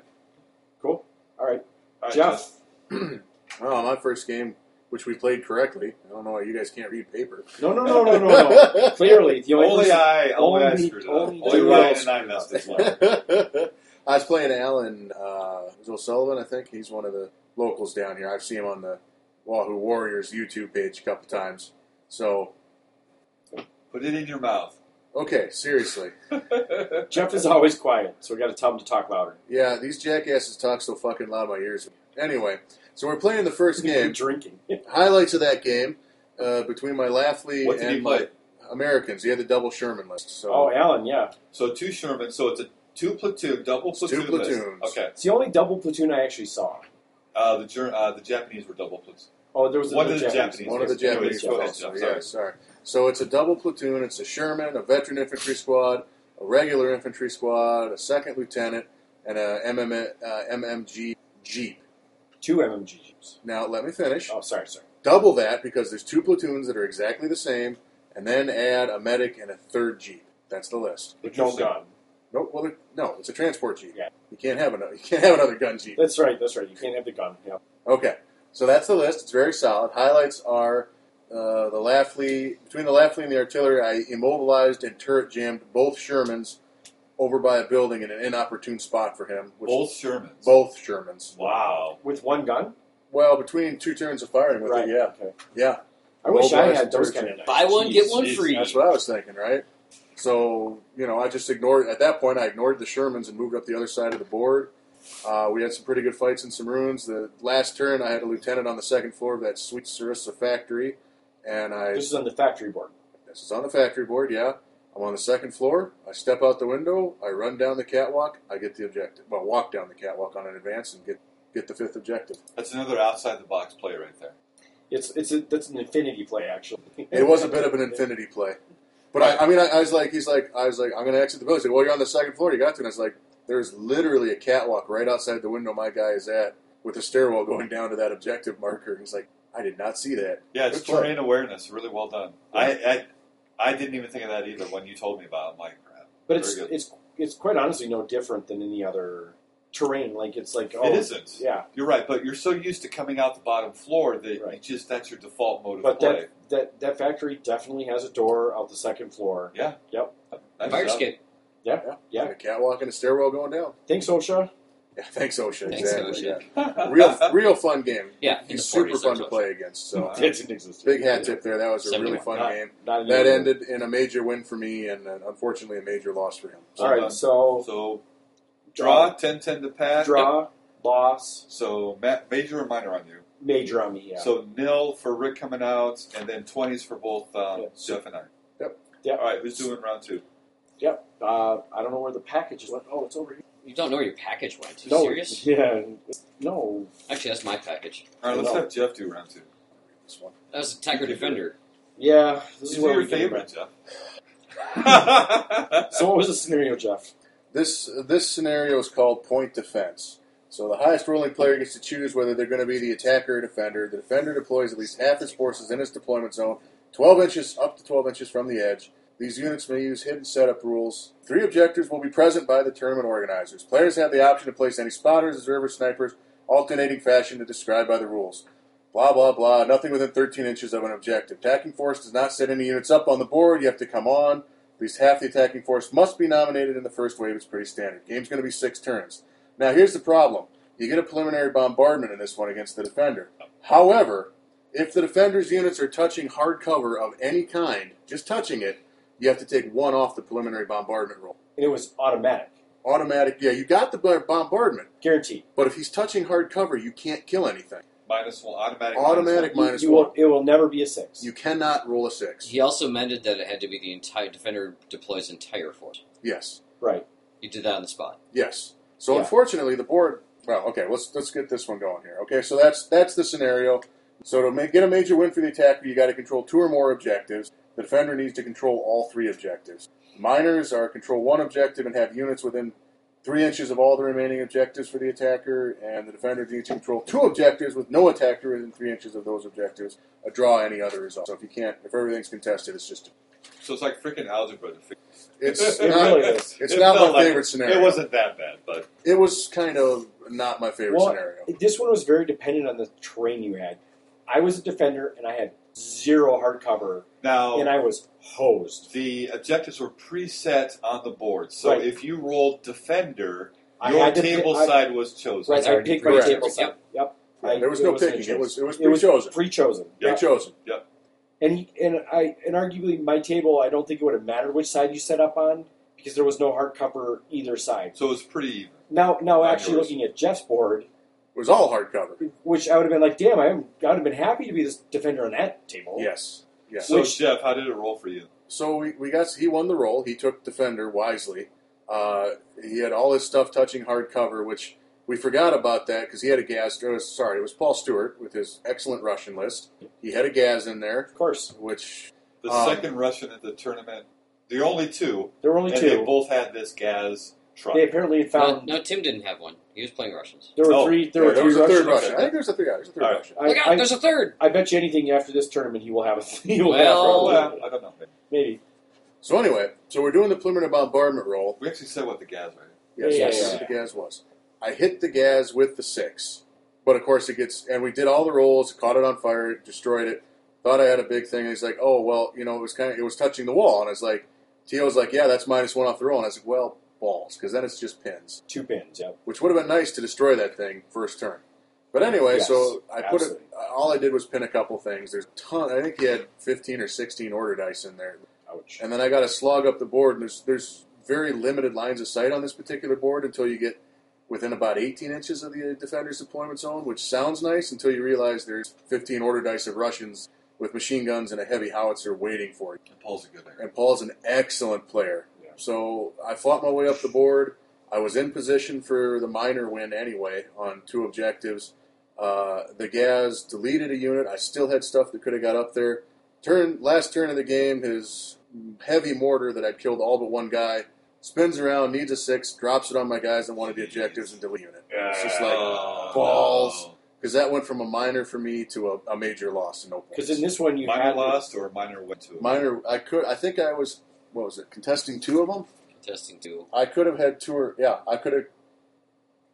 S2: Cool. All right.
S4: All right,
S2: Jeff.
S4: Justin.
S3: Well, my first game, which we played correctly. I don't know why you guys can't read paper.
S2: No, no, no, no, no, no. Clearly, the only,
S4: Only
S2: person-
S4: I, only I
S2: only-
S4: screwed it up.
S2: only
S4: Only
S2: two
S4: Ryan
S2: else
S4: and I
S2: screwed
S4: messed
S2: up.
S4: this one. up.
S3: I was playing Alan uh, it was O'Sullivan, I think. He's one of the locals down here. I've seen him on the Wahoo Warriors YouTube page a couple times. So,
S4: Put it in your mouth.
S3: okay, seriously.
S2: Jeff is always quiet, so we got to tell him to talk louder.
S3: Yeah, these jackasses talk so fucking loud my ears. Anyway, so we're playing the first
S2: You're
S3: game.
S2: drinking.
S3: Highlights of that game uh, between my Laughley
S4: What did he
S3: and
S4: play?
S3: my Americans. He had the double Sherman list. So
S2: Oh, Alan, yeah.
S4: So two Sherman. So it's a two platoon, double platoon. list.
S3: platoons.
S4: Okay.
S2: It's the only double platoon I actually saw.
S4: Uh, the Ger- uh, the Japanese were double platoon.
S2: Oh, there was
S4: One
S2: another
S4: of the
S2: Japanese.
S4: Japanese.
S3: One of the
S4: Anyways,
S3: Japanese
S4: go ahead,
S3: fellows.
S4: Jeff,
S3: So,
S4: sorry.
S3: yeah, sorry. So it's a double platoon. It's a Sherman, a veteran infantry squad, a regular infantry squad, a second lieutenant, and a MM, uh, MMG jeep.
S2: Two MMGs.
S3: Now let me finish.
S2: Oh, sorry, sorry.
S3: Double that because there's two platoons that are exactly the same, and then add a medic and a third jeep. That's the list.
S2: With no
S4: Interesting.
S2: gun.
S3: No, well, there- no, it's a transport jeep.
S2: Yeah.
S3: You can't have another. You can't have another gun jeep.
S2: That's right. That's right. You can't have the gun. Yeah.
S3: Okay, so that's the list. It's very solid. Highlights are uh, the Laughley between the Laughley and the artillery. I immobilized and turret jammed both Shermans over by a building in an inopportune spot for him. Which
S4: Both Shermans.
S3: both Shermans.
S4: Wow.
S2: With one gun.
S3: Well, between two turns of firing with
S2: right.
S3: it, yeah,
S2: Okay.
S3: yeah,
S2: I wish I
S3: Mobilized
S2: had those
S3: and
S2: kind of knives.
S1: Buy one, get one
S4: Jeez.
S1: free.
S3: that's what I was thinking, right? So you know, I just ignored at that point. I ignored the Shermans and moved up the other side of the board. Uh, we had some pretty good fights in some ruins. The last turn, I had a lieutenant on the second floor of that sweet Sarissa factory, and I
S2: This is on the factory board.
S3: This is on the factory board, yeah. I'm on the second floor. I step out the window. I run down the catwalk. I get the objective. Well, walk down the catwalk on an advance and get get the fifth objective.
S4: That's another outside the box play right there.
S2: It's it's a, that's an infinity play actually.
S3: It was a bit of an infinity play, but I, I mean, I, I was like, he's like, I was like, I'm going to exit the building. He's like, well, you're on the second floor. You got to. And I was like, there's literally a catwalk right outside the window my guy is at with a stairwell going down to that objective marker. And he's like, I did not see that.
S4: Yeah, it's
S3: Good play.
S4: terrain awareness. Really well done. I, I I didn't even think of that either when you told me about it. I'm like, crap.
S2: But it's
S4: Very good.
S2: it's it's quite honestly no different than any other terrain. Like it's like oh
S4: it isn't.
S2: yeah,
S4: You're right, but you're so used to coming out the bottom floor that you
S2: Right.
S4: just that's your default mode of
S2: but
S4: play.
S2: that, that that factory definitely has a door out the second floor.
S4: yeah.
S2: Yep.
S4: Nice
S1: Fire
S4: job.
S1: escape.
S2: Yeah,
S3: Yeah,
S2: Yeah.
S3: And a catwalk and a stairwell going down.
S2: Thanks, OSHA.
S3: Yeah, thanks, OSHA.
S1: Thanks,
S3: exactly.
S1: OSHA.
S3: Yeah. Real, real fun game.
S1: Yeah, in the
S3: He's super
S1: 40s,
S3: fun to
S1: that's
S3: play against. So
S4: Wow.
S2: Didn't exist.
S3: big hat tip there. That was a really
S1: 71.
S3: fun
S2: Not-
S3: game.
S2: not
S3: That
S2: anymore.
S3: ended in a major win for me, and uh, unfortunately, a major loss for him.
S2: All right, so
S4: So Uh-huh. draw, 10 10 to pass.
S2: draw, loss,
S4: So ma- major or minor on you.
S2: major on me. Yeah.
S4: So nil for Rick coming out, and then 20s for both um,
S2: Yeah.
S4: Jeff and I.
S3: Yep.
S2: Yep.
S4: All right, who's doing round two?
S2: yep. Uh, I don't know where the package went. Oh, it's over here.
S1: You don't know where your package went. You
S2: no,
S1: serious?
S2: yeah, no.
S1: Actually, that's my package.
S4: All right, let's
S2: No.
S4: have Jeff do round two.
S3: This one.
S1: That was Tiger Defender.
S2: Yeah, this
S4: These
S2: is
S4: are
S2: where
S4: your
S2: we get
S4: favorite, Jeff.
S2: back. So, what was the scenario, Jeff?
S3: This this scenario is called point defense. So the highest rolling player gets to choose whether they're going to be the attacker or defender. The defender deploys at least half his forces in his deployment zone, 12 inches up to 12 inches from the edge. These units may use hidden setup rules. Three objectives will be present by the tournament organizers. Players have the option to place any spotters, observers, snipers, alternating fashion to describe by the rules. Blah, blah, blah. Nothing within 13 inches of an objective. Attacking force does not set any units up on the board. You have to come on. At least half the attacking force must be nominated in the first wave. It's pretty standard. Game's going to be six turns. Now, here's the problem. You get a preliminary bombardment in this one against the defender. However, if the defender's units are touching hard cover of any kind, just touching it, you have to take one off the preliminary bombardment roll.
S2: And it was automatic,
S3: Automatic, yeah, you got the bo- bombardment,
S2: guaranteed.
S3: but if he's touching hard cover, you can't kill anything.
S4: Minus one, automatic.
S3: Automatic
S4: minus
S2: You-
S3: minus
S2: you
S3: one.
S2: Will, it will never be a six.
S3: You cannot roll a six.
S1: He also amended that it had to be the entire defender deploys entire force.
S3: Yes,
S2: right.
S1: He did that on the spot.
S3: yes. So
S2: Yeah.
S3: unfortunately, the board. Well, okay, let's let's get this one going here. Okay, so that's that's the scenario. So to make, get a major win for the attacker, you got to control two or more objectives. The defender needs to control all three objectives. Miners are control one objective and have units within three inches of all the remaining objectives for the attacker, and the defender needs to control two objectives with no attacker within three inches of those objectives. A draw any other result. So if you can't, if everything's contested, it's just
S4: one. So it's like freaking algebra. To figure.
S3: it's
S2: It
S3: not
S2: really is.
S3: It's
S4: It
S3: not
S4: felt
S3: my
S4: like
S3: favorite scenario.
S4: It wasn't that bad, but
S3: It was kind of not my favorite
S2: Well,
S3: scenario.
S2: This one was very dependent on the terrain you had. I was a defender and I had zero hard cover,
S4: now
S2: and I was hosed.
S4: the objectives were preset on the board. So
S2: Right.
S4: if you rolled defender,
S2: I
S4: your
S2: had to-
S4: table
S2: I-
S4: side was chosen.
S2: Right, I
S1: already
S2: picked my
S3: pre-chosen.
S2: table side. Yep.
S3: Yeah,
S2: I-
S3: there was no
S2: wasn't a
S3: picking. It
S2: choice.
S3: was it was
S2: It was
S3: pre-chosen.
S2: pre-chosen.
S4: Yeah.
S3: Pre-chosen.
S2: And he, and I and arguably my table, I don't think it would have mattered which side you set up on because there was no hard cover either side.
S4: So it was pretty even.
S2: Now, now
S4: Like
S2: actually
S4: yours.
S2: looking at Jeff's board,
S3: It was all hardcover.
S2: which I would have been like, damn, I, am- I would have been happy to be this defender on that table.
S3: Yes. Yeah.
S4: So
S2: Which-
S4: Jeff, how did it roll for you?
S3: So we, we got he won the role. He took defender wisely. Uh, he had all his stuff touching hardcover, which we forgot about that because he had a Gaz. It was, sorry, it was Paul Stewart with his excellent Russian list. He had a Gaz in there,
S2: Of course,
S3: which
S4: The
S3: Um,
S4: second Russian at the tournament, the only two,
S2: there were only
S4: and
S2: two.
S4: they both had this Gaz truck.
S2: They apparently had found
S1: no, no, Tim didn't have one. He was playing Russians.
S2: there were
S4: Oh,
S2: three. There
S3: yeah,
S2: were
S3: there
S2: three
S3: was a third
S2: Russians.
S3: Russian.
S4: okay.
S3: I think there's a third. Yeah, there's a third
S4: All right.
S3: Russian.
S2: I,
S1: Look out!
S2: I,
S1: there's a third.
S2: I bet you anything after this tournament, he will have a he will
S1: Well- uh,
S2: have
S4: well,
S2: probably.
S4: I don't know.
S2: maybe.
S3: So anyway, so we're doing the preliminary bombardment roll.
S4: We actually said what the Gaz rated.
S3: Yes,
S2: Yeah,
S3: that's
S2: yeah,
S3: what the gas was. I hit the gas with the six, but of course it gets. And we did all the rolls, caught it on fire, destroyed it. Thought I had a big thing. And he's like, "Oh well, you know, it was kind of it was touching the wall." And I was like, "Tio was like, yeah, that's minus one off the roll." And I was like, "Well, balls, because then it's just pins,
S2: Two pins. Yep.
S3: which would have been nice to destroy that thing first turn." But anyway,
S2: Yes,
S3: so I put it.
S2: absolutely.
S3: All I did was pin a couple things. There's a ton. I think he had 15 or 16 order dice in there
S2: Ouch.
S3: and then I got to slog up the board. And there's there's very limited lines of sight on this particular board until you get within about 18 inches of the uh, defender's deployment zone, which sounds nice until you realize there's 15 order dice of Russians with machine guns and a heavy howitzer waiting for you.
S4: And Paul's a good player.
S3: And Paul's an excellent player,
S2: Yeah.
S3: so I fought my way up the board. I was in position for the minor win anyway on two objectives. Uh, the Gaz deleted a unit. I still had stuff that could have got up there. Turn last turn of the game, his heavy mortar that I'd killed all but one guy spins around, needs a six, drops it on my guys on one of the
S4: Jeez.
S3: objectives and delete unit. It's just like
S4: Oh,
S3: balls. because that went from a minor for me to a, a major loss to no points.
S2: Because in this one,
S4: no.
S2: you
S4: Minor
S2: had
S4: lost or minor went to
S3: minor, I could. I think I was what was it contesting two of them.
S1: Contesting two.
S3: I could have had two or yeah, I could have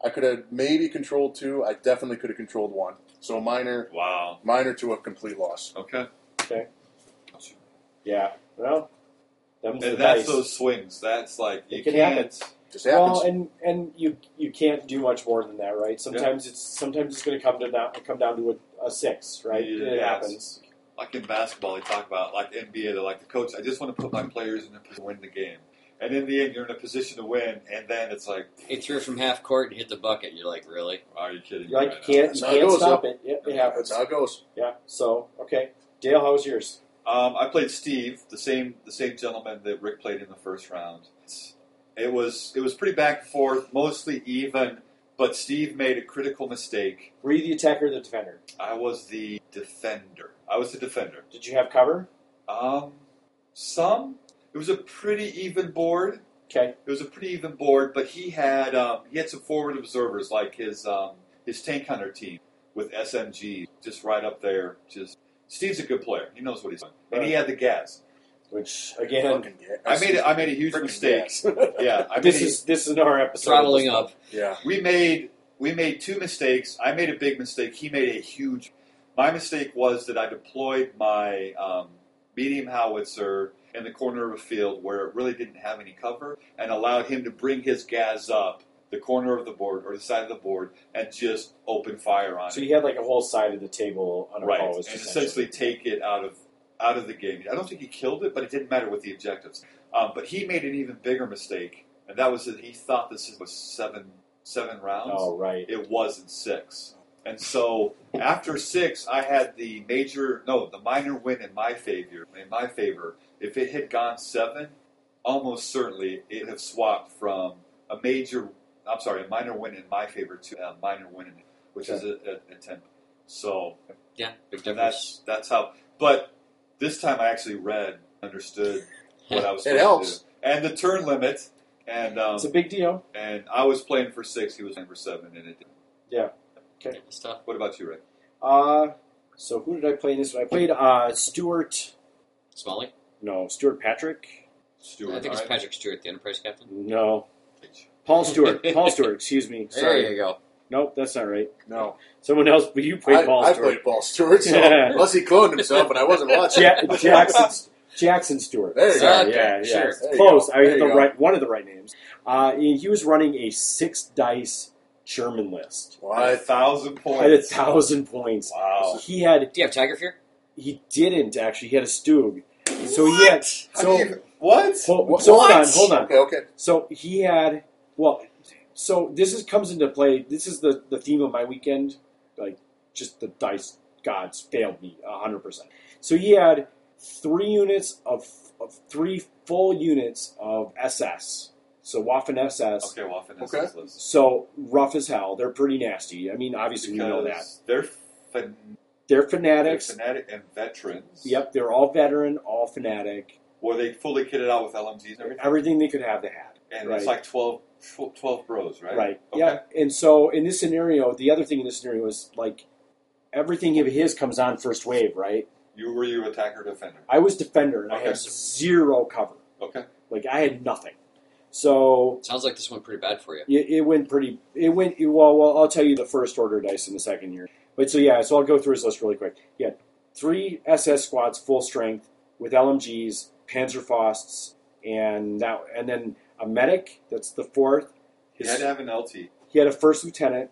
S3: I could have maybe controlled two. I definitely could have controlled one. So minor
S4: Wow.
S3: minor to a complete loss.
S4: Okay.
S2: Okay. Yeah. Well, them's the
S4: And that's
S2: dice.
S4: those swings. That's like you
S2: It can
S4: can't.
S3: Just happens.
S2: Well, and and you you can't do much more than that, right? Sometimes it's sometimes it's going to come to not, come down to a, a six, right?
S4: Yeah,
S2: it
S4: yeah,
S2: happens.
S4: Like in basketball, they talk about like the NBA. They're like the coach. I just want to put my players in a position to win the game. And in the end, you're in a position to win. And then it's like,
S1: He threw from half court and hit the bucket. You're like, really?
S4: are you kidding?
S2: Like
S4: me right
S2: you can't
S3: That's
S2: you
S3: how it
S2: can't
S3: goes,
S2: stop it. Yeah, it
S3: That's
S2: happens.
S3: how it goes.
S2: Yeah. So okay, Dale, how was yours?
S4: Um, I played Steve, the same the same gentleman that Rick played in the first round. It was it was pretty back and forth, mostly even, but Steve made a critical mistake.
S2: Were you the attacker or the defender?
S4: I was the defender. I was the defender.
S2: Did you have cover?
S4: Um, some. It was a pretty even board.
S2: Okay.
S4: It was a pretty even board, but he had um, he had some forward observers like his um, his tank hunter team with SMG just right up there. Just Steve's a good player. He knows what he's doing, and he had the gas.
S2: Which again,
S3: Fucking yeah.
S4: I made a, I made a huge
S3: Freaking
S4: mistake.
S3: yes.
S4: Yeah, I
S2: this
S4: made a-
S2: is this is our episode.
S1: Throttling up.
S3: Yeah.
S4: we made we made two mistakes. I made a big mistake. He made a huge. My mistake was that I deployed my um, medium howitzer in the corner of a field where it really didn't have any cover, and allowed him to bring his gas up the corner of the board or the side of the board and just open fire on
S2: So
S4: it.
S2: you had like a whole side of the table
S4: right, and
S2: unopposed.
S4: essentially take it out of out of the game. I don't think he killed it, but it didn't matter with the objectives. Um, but he made an even bigger mistake, and that was that he thought this was seven seven rounds
S2: Oh right.
S4: it wasn't six. And so after six, I had the major, no, the minor win in my favor. In my favor, if it had gone seven, almost certainly it would have swapped from a major, I'm sorry, a minor win in my favor to a minor win, in, which is a, a, a ten. So
S1: Yeah, big difference.
S4: that's that's how. But this time, I actually read, understood what I was.
S3: It
S4: supposed
S3: helps.
S4: to do. and the turn limit, and um,
S2: It's a big deal.
S4: and I was playing for six. He was playing for seven, and it. Didn't.
S1: Yeah, it's tough.
S4: What about you, Ray?
S2: Uh, so who did I play in this? one? I played uh, Stuart.
S1: Smalling?
S2: No, Stuart Patrick.
S4: Stewart.
S1: I think it's
S4: all right?
S1: Patrick Stewart, the Enterprise captain.
S2: No, Paul Stewart. Paul Stewart. Excuse me. Sorry.
S1: There you go.
S2: Nope, that's not right.
S3: No.
S2: Someone else. But you played
S3: I,
S2: Paul
S3: I
S2: Stewart.
S3: played Paul Stewart, so
S2: Yeah.
S3: unless he cloned himself and I wasn't watching.
S2: Ja- Jackson. Jackson Stewart.
S3: There you go.
S2: Sorry,
S1: Okay,
S2: yeah, yeah.
S1: sure.
S2: it's
S3: There you
S2: Close.
S3: go.
S2: I
S3: There
S2: had
S3: you
S2: the
S3: go.
S2: right one of the right names. Uh, and he was running a six dice German list
S4: A
S3: Why?
S4: thousand points.
S2: at a thousand points.
S4: Wow.
S2: He had
S1: Do you have Tiger Fear?
S2: he didn't actually. He had a Stug. So he had
S4: How
S2: so
S4: do you- what?
S2: Hold,
S3: What?
S2: so hold on, hold on.
S3: Okay, okay.
S2: So he had well, so this is comes into play. This is the the theme of my weekend. Like, just the dice gods failed me hundred percent. So he had three units of, of three full units of SS. So Waffen SS.
S4: Okay, well, finesse
S3: Okay.
S4: this list.
S2: So rough as hell. They're pretty nasty. I mean, obviously we know that
S4: Because They're, fan-
S2: they're
S4: they're
S2: fanatics.
S4: fanatic and veterans.
S2: Yep, they're all veteran, all fanatic.
S4: Were they fully kitted out with LMGs and everything?
S2: Everything they could have, they had.
S4: And
S2: right.
S4: it's like 12, 12 bros, right?
S2: Right.
S4: Okay.
S2: Yeah. And so in this scenario, the other thing in this scenario is like everything of his comes on first wave, right?
S4: You were you attacker defender.
S2: I was defender and I
S4: Okay.
S2: had zero cover.
S4: Okay.
S2: Like I had nothing. So
S1: Sounds like this went pretty bad for you.
S2: it, it went pretty. It went it- well. Well, I'll tell you the first order of dice in the second year. But so yeah, so I'll go through his list really quick. Yeah, three SS squads, full strength, with LMGs, Panzerfausts, and that, and then a medic. That's the fourth.
S4: You had
S2: His,
S4: to have an LT.
S2: he had a first lieutenant,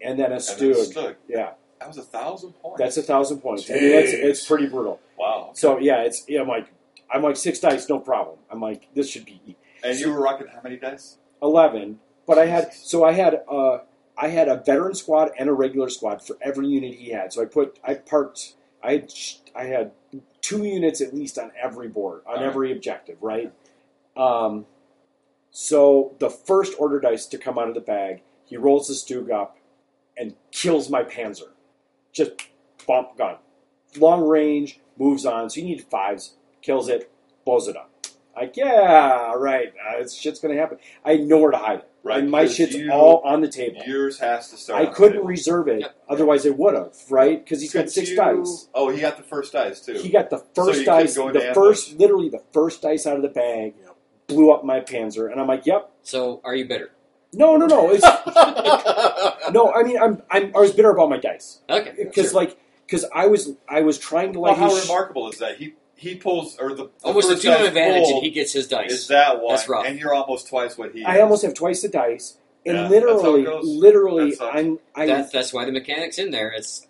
S2: and then a
S4: And then
S2: stug.
S4: Stug.
S2: Yeah,
S4: That was a thousand points.
S2: that's a thousand points. I mean, that's,
S3: Jeez.
S2: it's pretty brutal.
S4: wow.
S2: So yeah, it's yeah, I'm like I'm like six dice, no problem. I'm like this should be
S4: And you were rocking how many dice?
S2: eleven. But I had
S4: Jesus.
S2: so I had uh I had a veteran squad and a regular squad for every unit he had. So I put I parked I had sh- I had two units at least on every board on
S4: Alright.
S2: every objective, right? Um, so the first order dice to come out of the bag, he rolls the Stug up and kills my Panzer. Just bump gun. Long range, moves on. So you need fives, kills it, blows it up. Like, yeah, all right. Uh, this shit's going to happen. I had nowhere to hide it.
S4: Right,
S2: And my
S4: because
S2: shit's
S4: you-
S2: all on the table.
S4: Yours has to start.
S2: I
S4: on the
S2: couldn't
S4: table.
S2: reserve it,
S1: Yep.
S2: otherwise I would have, right? Because he's got
S4: Could
S2: six
S4: you-
S2: dice.
S4: Oh, he got the first dice, too.
S2: He got the first
S4: you could
S2: dice,
S4: go into
S2: the
S4: ambush.
S2: first, literally the first dice out of the bag,
S3: Yep.
S2: blew up my Panzer, and I'm like, "Yep,
S1: So, are you bitter?
S2: no, no, no, it's no." I mean, I'm, I'm I was bitter about my dice
S1: Okay.
S2: because
S1: sure.
S2: like because I was I was trying to
S4: Well,
S2: like
S4: how
S2: his-
S4: remarkable is that? He he pulls or the, the
S1: almost a
S4: first
S1: two
S4: dice
S1: advantage,
S4: pulled
S1: and he gets his dice.
S4: is that one,
S1: That's rough.
S4: and you're almost twice what he.
S2: I
S4: is.
S2: almost have twice the dice, and
S4: Yeah, that's how it
S2: literally,
S4: goes.
S2: literally,
S4: That's how-
S2: I'm I
S1: That- that's why the mechanics in there. It's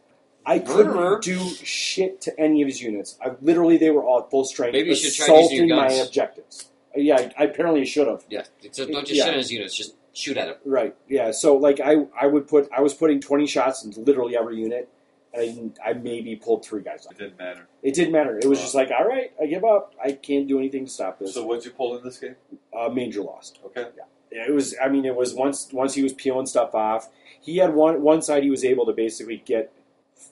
S2: I couldn't
S1: Murderer.
S2: do shit to any of his units. I literally they were all at full strength,
S1: Maybe you should try
S2: assaulting
S1: using your
S2: my
S1: guns.
S2: objectives. Yeah, I, I apparently should have.
S1: yeah. So don't just
S2: Yeah.
S1: shit on his units. Just shoot at him.
S2: Right. Yeah. So like I, I would put I was putting twenty shots into literally every unit, and I, didn't- I maybe pulled three guys. Off.
S4: It didn't matter.
S2: It didn't matter. It was just like, all right, I give up. I can't do anything to stop this.
S4: So what'd you pull in this game?
S2: uh, major loss.
S4: Okay,
S2: It was. I mean, it was once once he was peeling stuff off. He had one one side he was able to basically get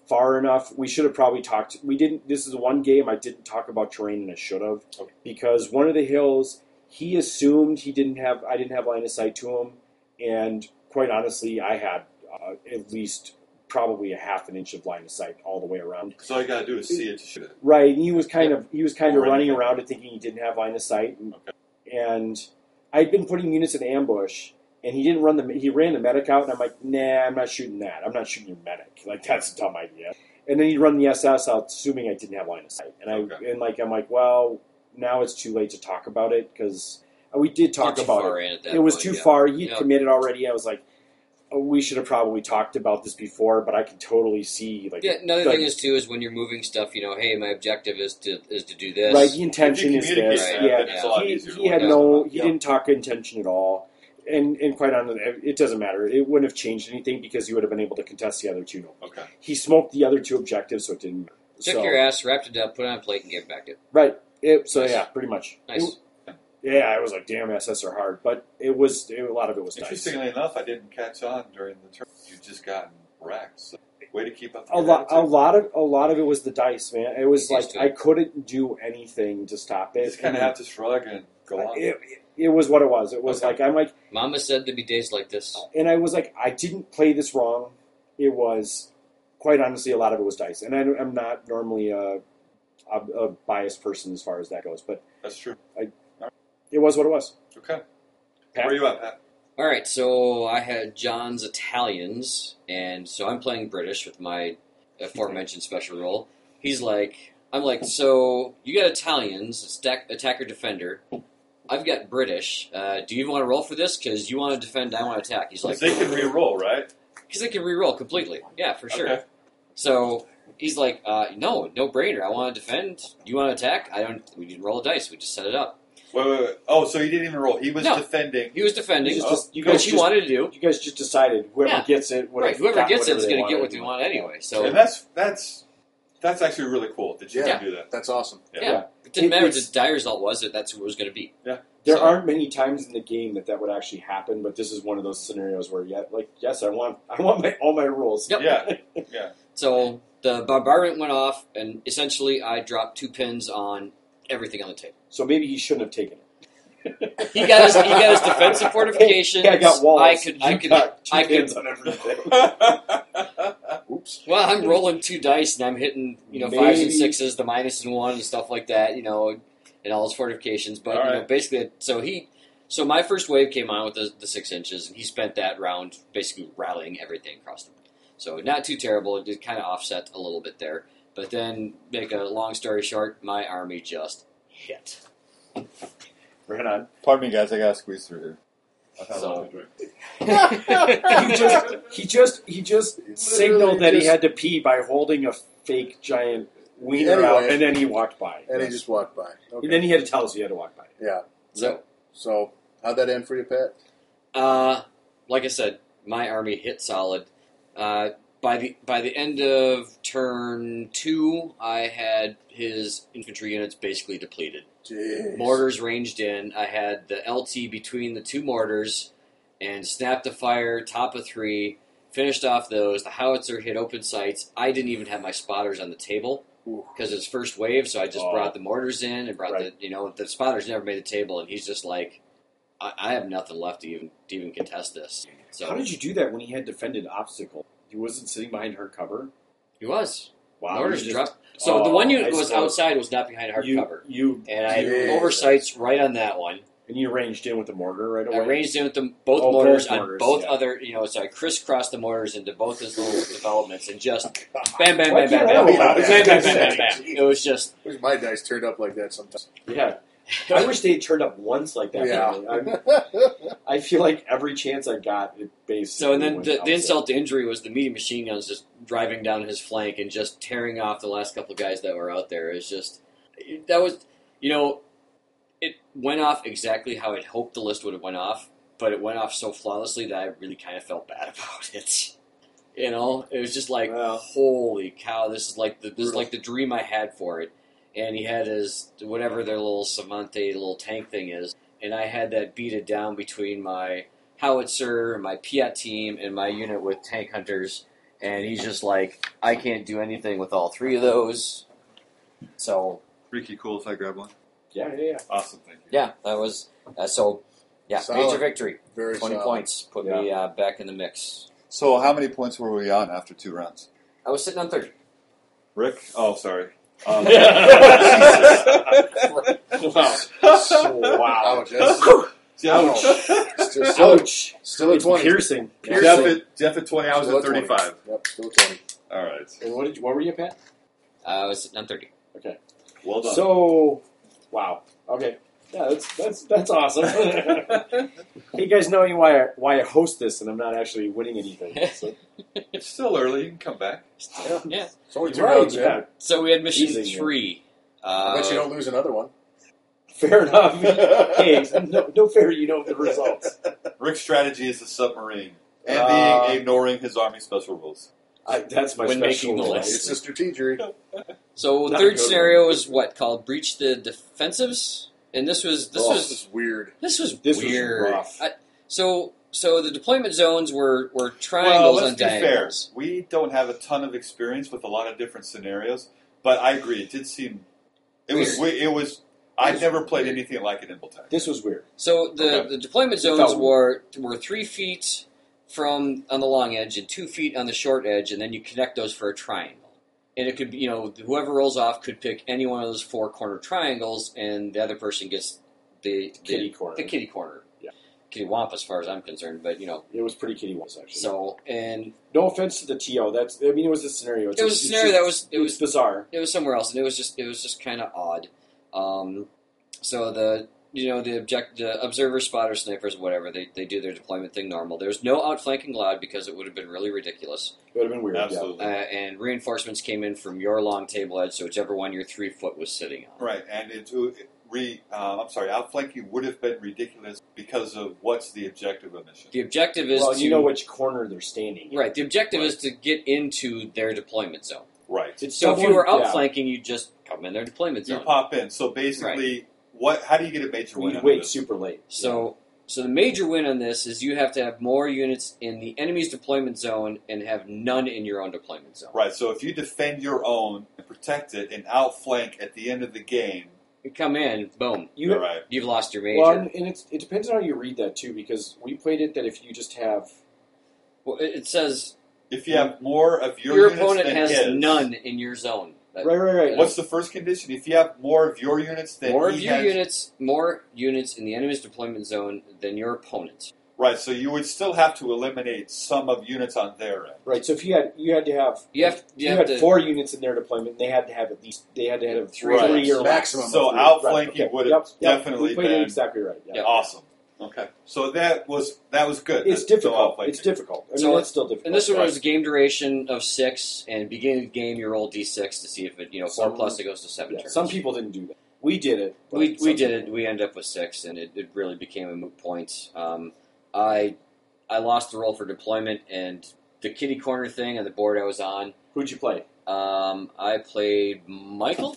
S2: far enough. We should have probably talked. We didn't. This is one game I didn't talk about terrain and I should have
S4: Okay.
S2: because one of the hills He assumed he didn't have I didn't have line of sight to him, and quite honestly, I had uh, at least probably a half an inch of line of sight all the way around.
S4: So all you gotta do is see it to shoot it.
S2: Right, and he was kind of he was kind of
S4: Or
S2: running
S4: anything.
S2: around it thinking he didn't have line of sight, and,
S4: Okay.
S2: and I'd been putting units in ambush, and he didn't run the he ran the medic out, and I'm like, nah, I'm not shooting that. I'm not shooting your medic. Like that's a dumb idea. And then he'd run the SS out, assuming I didn't have line of sight, and I
S4: Okay.
S2: and like I'm like, well, now it's too late to talk about it because we did talk
S1: Too
S2: about it
S1: far in at that
S2: it was
S1: point,
S2: too
S1: yeah.
S2: far. He had
S1: Yeah.
S2: committed already. I was like, oh, we should have probably talked about this before, but I can totally see like
S1: Yeah, another
S2: the-
S1: thing is too is when you're moving stuff, you know, hey, my objective is to is to do this.
S2: right. The
S4: If you
S2: intention is
S4: communicate
S2: this.
S1: that,
S4: that,
S2: yeah,
S4: then it's a lot
S2: he,
S4: easier. to
S2: he had
S4: work
S2: no.
S4: out.
S2: He
S4: Yeah.
S2: didn't talk intention at all. And, and quite honestly, it doesn't matter. It wouldn't have changed anything because you would have been able to contest the other two. No,
S4: Okay.
S2: he smoked the other two objectives, so it didn't. matter.
S1: Took
S2: so,
S1: your ass, wrapped it up, put it on a plate, and gave it back to. It.
S2: right. It, so
S1: Nice.
S2: yeah, pretty much.
S1: Nice.
S2: It- yeah, I was like, damn, SS are hard, but it was it, a lot of it was dice.
S4: Interestingly enough, I didn't catch on during the turn. You just gotten wrecked. So way to keep up.
S2: a
S4: your
S2: lot, a
S4: attitude.
S2: lot of a lot of it was the dice, man. It was
S1: It
S2: like
S1: is too.
S2: I couldn't do anything to stop
S4: You
S2: it.
S4: just kind of have to shrug and go on.
S2: It, it was what it was. It was
S4: Okay.
S2: like I'm like,
S1: Mama said there'd be days like this.
S2: Uh, and I was like, I didn't play this wrong. It was quite honestly a lot of it was dice, and I, am not normally a, a, a biased person as far as that goes, but
S4: That's true.
S2: it was what it was.
S4: Okay.
S2: Pat?
S4: Where are you at, Pat?
S1: All right, so I had John's Italians, and so I'm playing British with my aforementioned special role. He's like, I'm like, so you got Italians, stack, attacker, defender. I've got British. Uh, do you want to roll for this? Because you want to defend, I want to attack. He's like,
S4: Because they can re-roll, right?
S1: because they can re-roll completely. Yeah, for sure.
S4: Okay.
S1: So he's like, uh, no, no brainer. I want to defend. You want to attack? I don't. We didn't roll a dice. We just set it up.
S4: Wait, wait, wait. Oh, so he didn't even roll. He was
S1: No.
S4: defending.
S1: He was defending,
S2: It's
S4: Oh,
S2: just- you
S1: which
S2: guys
S1: he
S2: just,
S1: wanted to do.
S2: you guys just decided whoever
S1: Yeah.
S2: gets it, whatever,
S1: Right, whoever
S2: got
S1: gets it
S2: whatever
S1: is
S2: they
S1: going to get
S2: wanted.
S1: what they want anyway. So
S4: and that's that's that's actually really cool that you
S3: Yeah.
S4: can do that.
S3: That's awesome.
S1: Yeah.
S2: Yeah.
S1: It didn't
S2: It-
S1: matter
S2: it's-
S1: what the die result was, it, that's who it was going to be.
S2: There
S1: So-
S2: aren't many times in the game that that would actually happen, but this is one of those scenarios where, yeah, like, yes, I want, I want my all my rules.
S1: Yep.
S4: Yeah.
S1: So the bombardment went off, and essentially I dropped two pins on everything on the table.
S2: So maybe he shouldn't have taken it.
S1: He got his, he got his defensive fortifications.
S2: Hey, I got walls.
S1: I could, I
S2: You
S1: could,
S2: got two
S1: I could.
S2: hands on everything.
S3: Oops.
S1: Well, I'm rolling two dice, and I'm hitting you know fives and
S2: Maybe.
S1: sixes, the minus and one, and stuff like that. You know, and all his fortifications. But
S4: All
S1: you know,
S4: right.
S1: basically, so he, so my first wave came on with the, the six inches, and he spent that round basically rallying everything across the. So not too terrible. It did kind of offset a little bit there, but then make a long story short, my army just hit.
S2: Right on.
S4: Pardon me, guys. I gotta squeeze through here.
S1: So-
S2: He just, he just, he just signaled that he
S3: just-
S2: had to pee by holding a fake giant wiener
S3: Anyway.
S2: out, and then he walked by.
S3: And he just walked by. Okay.
S2: And then he had to tell us he had to walk by.
S3: yeah.
S1: So,
S3: So how'd that end for you, Pat?
S1: uh, like I said, my army hit solid. Uh, by the by the end of turn two, I had his infantry units basically depleted.
S3: Jeez.
S1: Mortars ranged in. I had the LT between the two mortars, and snapped the fire top of three. Finished off those. The howitzer hit open sights. I didn't even have my spotters on the table
S3: Ooh.
S1: because it's first wave, so I just
S2: Oh.
S1: brought the mortars in and brought
S2: Right.
S1: the you know the spotters never made the table, and he's just like, I, I have nothing left to even to even contest this. So
S2: How did you do that when he had defended obstacle? He wasn't sitting behind her cover.
S1: He was.
S2: Wow,
S1: Mortars
S2: you just-
S1: dropped. So the
S2: Oh,
S1: one
S2: I
S1: unit was
S2: suppose.
S1: outside was not behind hard
S2: you,
S1: cover,
S2: You
S1: and I had
S3: Yeah.
S1: oversights right on that one.
S2: and you ranged in with the mortar right away.
S1: I ranged in with them both
S2: Oh, both
S1: mortars on
S2: mortars,
S1: both
S2: yeah.
S1: other, you know, so I crisscrossed the mortars into both his little developments and just bam, bam, bam, bam,
S2: Why'd you
S1: bam, bam,
S2: roll
S1: bam,
S2: like
S1: bam,
S2: that?
S1: bam, bam, bam. It was just
S3: Wish my dice turned up like that sometimes.
S2: Yeah, I wish they had turned up once like that.
S3: Yeah.
S2: I, I feel like every chance I got, it basically.
S1: so. And then
S2: went
S1: the, the
S2: outside.
S1: insult to injury was the medium machine guns just driving down his flank and just tearing off the last couple guys that were out there. It was just that was, you know, it went off exactly how I'd hoped the list would have went off, but it went off so flawlessly that I really kind of felt bad about it. You know, it was just like,
S2: Well.
S1: holy cow, this is like the this is like the dream I had for it. And he had his whatever their little Savante little tank thing is, and I had that beaded down between my howitzer, my Piat team, and my unit with tank hunters. And he's just like, I can't do anything with all three of those. So
S4: Ricky, cool if I grab one.
S2: Yeah.
S7: yeah, yeah.
S4: Awesome, thank you.
S1: Yeah, that was uh, so. Yeah,
S3: Solid.
S1: major victory.
S3: Very
S1: Twenty
S3: solid.
S1: points put me uh, back in the mix.
S4: So, how many points were we on after two rounds?
S1: I was sitting on thirty.
S4: Rick? Oh, sorry. Um,
S2: Wow.
S3: Ouch. That's
S4: Jeff,
S3: it's just Oh, still,
S2: Ouch.
S3: still a 20.
S2: Piercing.
S3: Yeah.
S4: Jeff, at, Jeff at 20, I was
S3: Still
S4: at 35.
S3: Yep, still 20.
S4: All right.
S2: And what did you, what were you, Pat?
S1: Uh, I was sitting on thirty.
S4: Well done.
S2: So, wow. Okay. Yeah, that's that's that's awesome. you guys know why I, why I host this and I'm not actually winning anything. So,
S4: it's still early. You can come back.
S1: Yeah.
S3: It's only two
S2: Right,
S3: rounds in.
S2: yeah.
S1: So we had mission
S2: Easy, yeah.
S1: three.
S3: I
S1: Uh,
S3: bet you don't lose another one.
S2: Fair enough. hey, no, no fair. You know the results.
S4: Rick's strategy is the submarine and
S2: Uh,
S4: being ignoring his army special rules.
S2: I, that's my
S1: When
S2: special
S1: making the
S2: rule.
S1: list.
S3: It's a strategy.
S1: So
S2: Not
S1: third
S2: good.
S1: scenario was what called breach the defensives, and this was this
S3: oh, this
S1: was
S3: is weird.
S1: this was
S2: This was
S1: weird.
S2: rough.
S1: I- so so the deployment zones were were
S4: Well,
S1: triangles
S4: let's
S1: on
S4: be fair.
S1: diagonals.
S4: We don't have a ton of experience with a lot of different scenarios, but I agree. It did seem. It was. we- It was. I'd never played anything like it in Imbletech.
S2: This was weird.
S1: So the,
S4: Okay.
S1: the deployment
S2: It felt
S1: zones
S2: weird.
S1: were were three feet from on the long edge and two feet on the short edge, and then you connect those for a triangle. And it could be you know whoever rolls off could pick any one of those four corner triangles, and the other person gets the the
S2: Kitty corner.
S1: The kitty corner.
S2: Yeah.
S1: Kitty womp, as far as I'm concerned, but you know,
S2: It was pretty kitty once actually.
S1: so and
S2: no offense to the TO. That's I mean it was a scenario. It's
S1: it was a
S2: it's
S1: scenario
S2: just-
S1: that was it
S2: it's
S1: was
S2: bizarre.
S1: it was somewhere else, and it was just it was just kind of odd. Um, so the you know the object the observer spotter snipers whatever they, they do their deployment thing normal. There's no outflanking allowed because it would have been really ridiculous.
S2: It would have been weird. yeah.
S1: Uh,
S4: Absolutely
S1: and reinforcements came in from your long table edge, so whichever one your three foot was sitting on.
S4: right, and it, it re. Um, I'm sorry. Outflanking would have been ridiculous because of what's the objective of the mission.
S1: The objective is
S2: Well,
S1: to
S2: you know which corner they're standing. in.
S1: right. The objective
S4: Right.
S1: is to get into their deployment zone.
S4: Right.
S2: It's
S1: So if you
S2: someone-
S1: were
S2: yeah.
S1: outflanking, you just come in their deployment
S4: You
S1: zone.
S4: pop in. So basically, what? How do you get a major win?
S2: We'd
S4: out of
S2: wait
S4: this?
S2: super late.
S1: So, so the major win on this is you have to have more units in the enemy's deployment zone and have none in your own deployment zone.
S4: Right. So if you defend your own and protect it and outflank at the end of the game,
S1: You come in, boom,
S2: you
S4: all right.
S1: you've lost your major.
S2: well, and and it's, it depends on how you read that too, because we played it that if you just have
S1: Well, it it says
S4: If you have more of your,
S1: your,
S4: units
S1: opponent
S4: than
S1: has
S4: his,
S1: none in your zone. That-
S2: right, right, right.
S4: What's the first condition? If you have more of your units than
S1: more of
S4: he
S1: your
S4: has,
S1: units, more units in the enemy's deployment zone than your opponent.
S4: right? So you would still have to eliminate some of units on their end.
S2: right? So if you had you had to have
S1: You have
S2: if
S1: you,
S2: you,
S1: have
S2: had
S1: to
S2: four units in their deployment, they had to have at least they had to have three,
S4: Right.
S2: three or less.
S3: Maximum.
S4: So
S3: of three.
S4: outflanking
S2: Right, okay.
S4: would
S2: Yep,
S4: have
S2: yep.
S4: definitely
S2: we played
S4: been
S2: it exactly right. Yeah.
S1: Yep.
S4: awesome. Okay, so that was that was good.
S2: It's
S4: The- the
S2: difficult.
S4: outflanking.
S2: It's difficult. I mean,
S1: So-
S2: that's still difficult.
S1: And this one
S4: Right.
S1: was game duration of six, and beginning of the game you roll d six to see if it you know four
S2: Some-
S1: plus it goes to seven.
S2: Yeah,
S1: turns.
S2: Some people didn't do that. We did it. but
S1: we, we
S2: some
S1: did
S2: people-
S1: it. We ended up with six, and it, it really became a moot point. Um, I I lost the role for deployment and the kitty corner thing on the board I was on.
S2: Who'd you play?
S1: Um, I played Michael,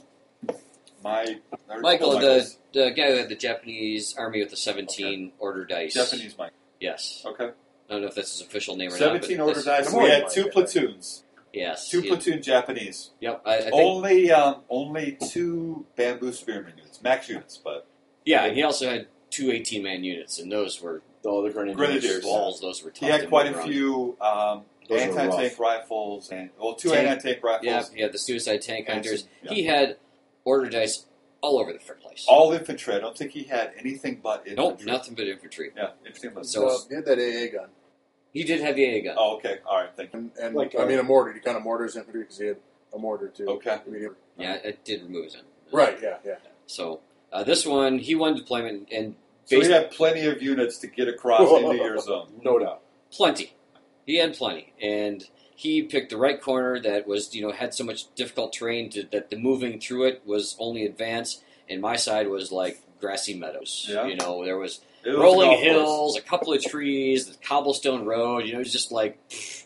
S4: My I recall
S1: Michael, the
S4: Michael's-
S1: the guy who had the Japanese army with the seventeen order dice.
S4: Japanese Mike.
S1: yes.
S4: Okay,
S1: I don't know if that's his official name or
S4: seventeen
S1: not. but
S4: order
S1: that's-
S4: dice.
S3: Come
S4: We
S3: on,
S4: had
S3: Mike.
S1: uh,
S4: two platoons,
S1: Yes.
S4: two
S1: he-
S4: platoon Japanese.
S1: Yep. I, I think.
S4: Only um, only two bamboo spearman units, max units, but
S1: yeah, and he also had two 18 man units, and those were
S2: Oh, the Grenadiers.
S4: Grenadiers.
S1: balls. Those were tough.
S4: he
S1: to
S4: had quite
S1: move
S4: a
S1: around.
S4: few um,
S2: Those are
S4: anti-tank rifles and well, two
S1: Tank-
S4: anti-tank rifles.
S1: Yeah, he had the suicide tank
S4: And
S1: hunters.
S4: some- yeah.
S1: He had order dice all over the frick place.
S4: all infantry. I don't think he had anything but infantry.
S1: nope, nothing but infantry.
S4: Yeah, interesting. But
S1: So-
S3: So, you had that AA gun.
S1: He did have the AA gun.
S4: oh, okay. All right. Thank you.
S3: And, and
S2: Like,
S3: I
S2: uh,
S3: mean, a mortar. You kind of mortars infantry because he had a mortar too.
S4: Okay.
S3: I mean, he-
S1: Yeah, it did remove him.
S3: Right, yeah, yeah.
S1: So uh, this one, he won deployment and
S4: So he
S1: basically
S4: had plenty of units to get across into your zone.
S2: No doubt.
S1: plenty. He had plenty, and he picked the right corner that was you know had so much difficult terrain to, that the moving through it was only advance, and my side was like grassy meadows.
S4: Yeah.
S1: You know, there was
S4: It was a
S1: rolling
S4: golf course.
S1: hills, a couple of trees, the cobblestone road. You know, it was just like, pfft.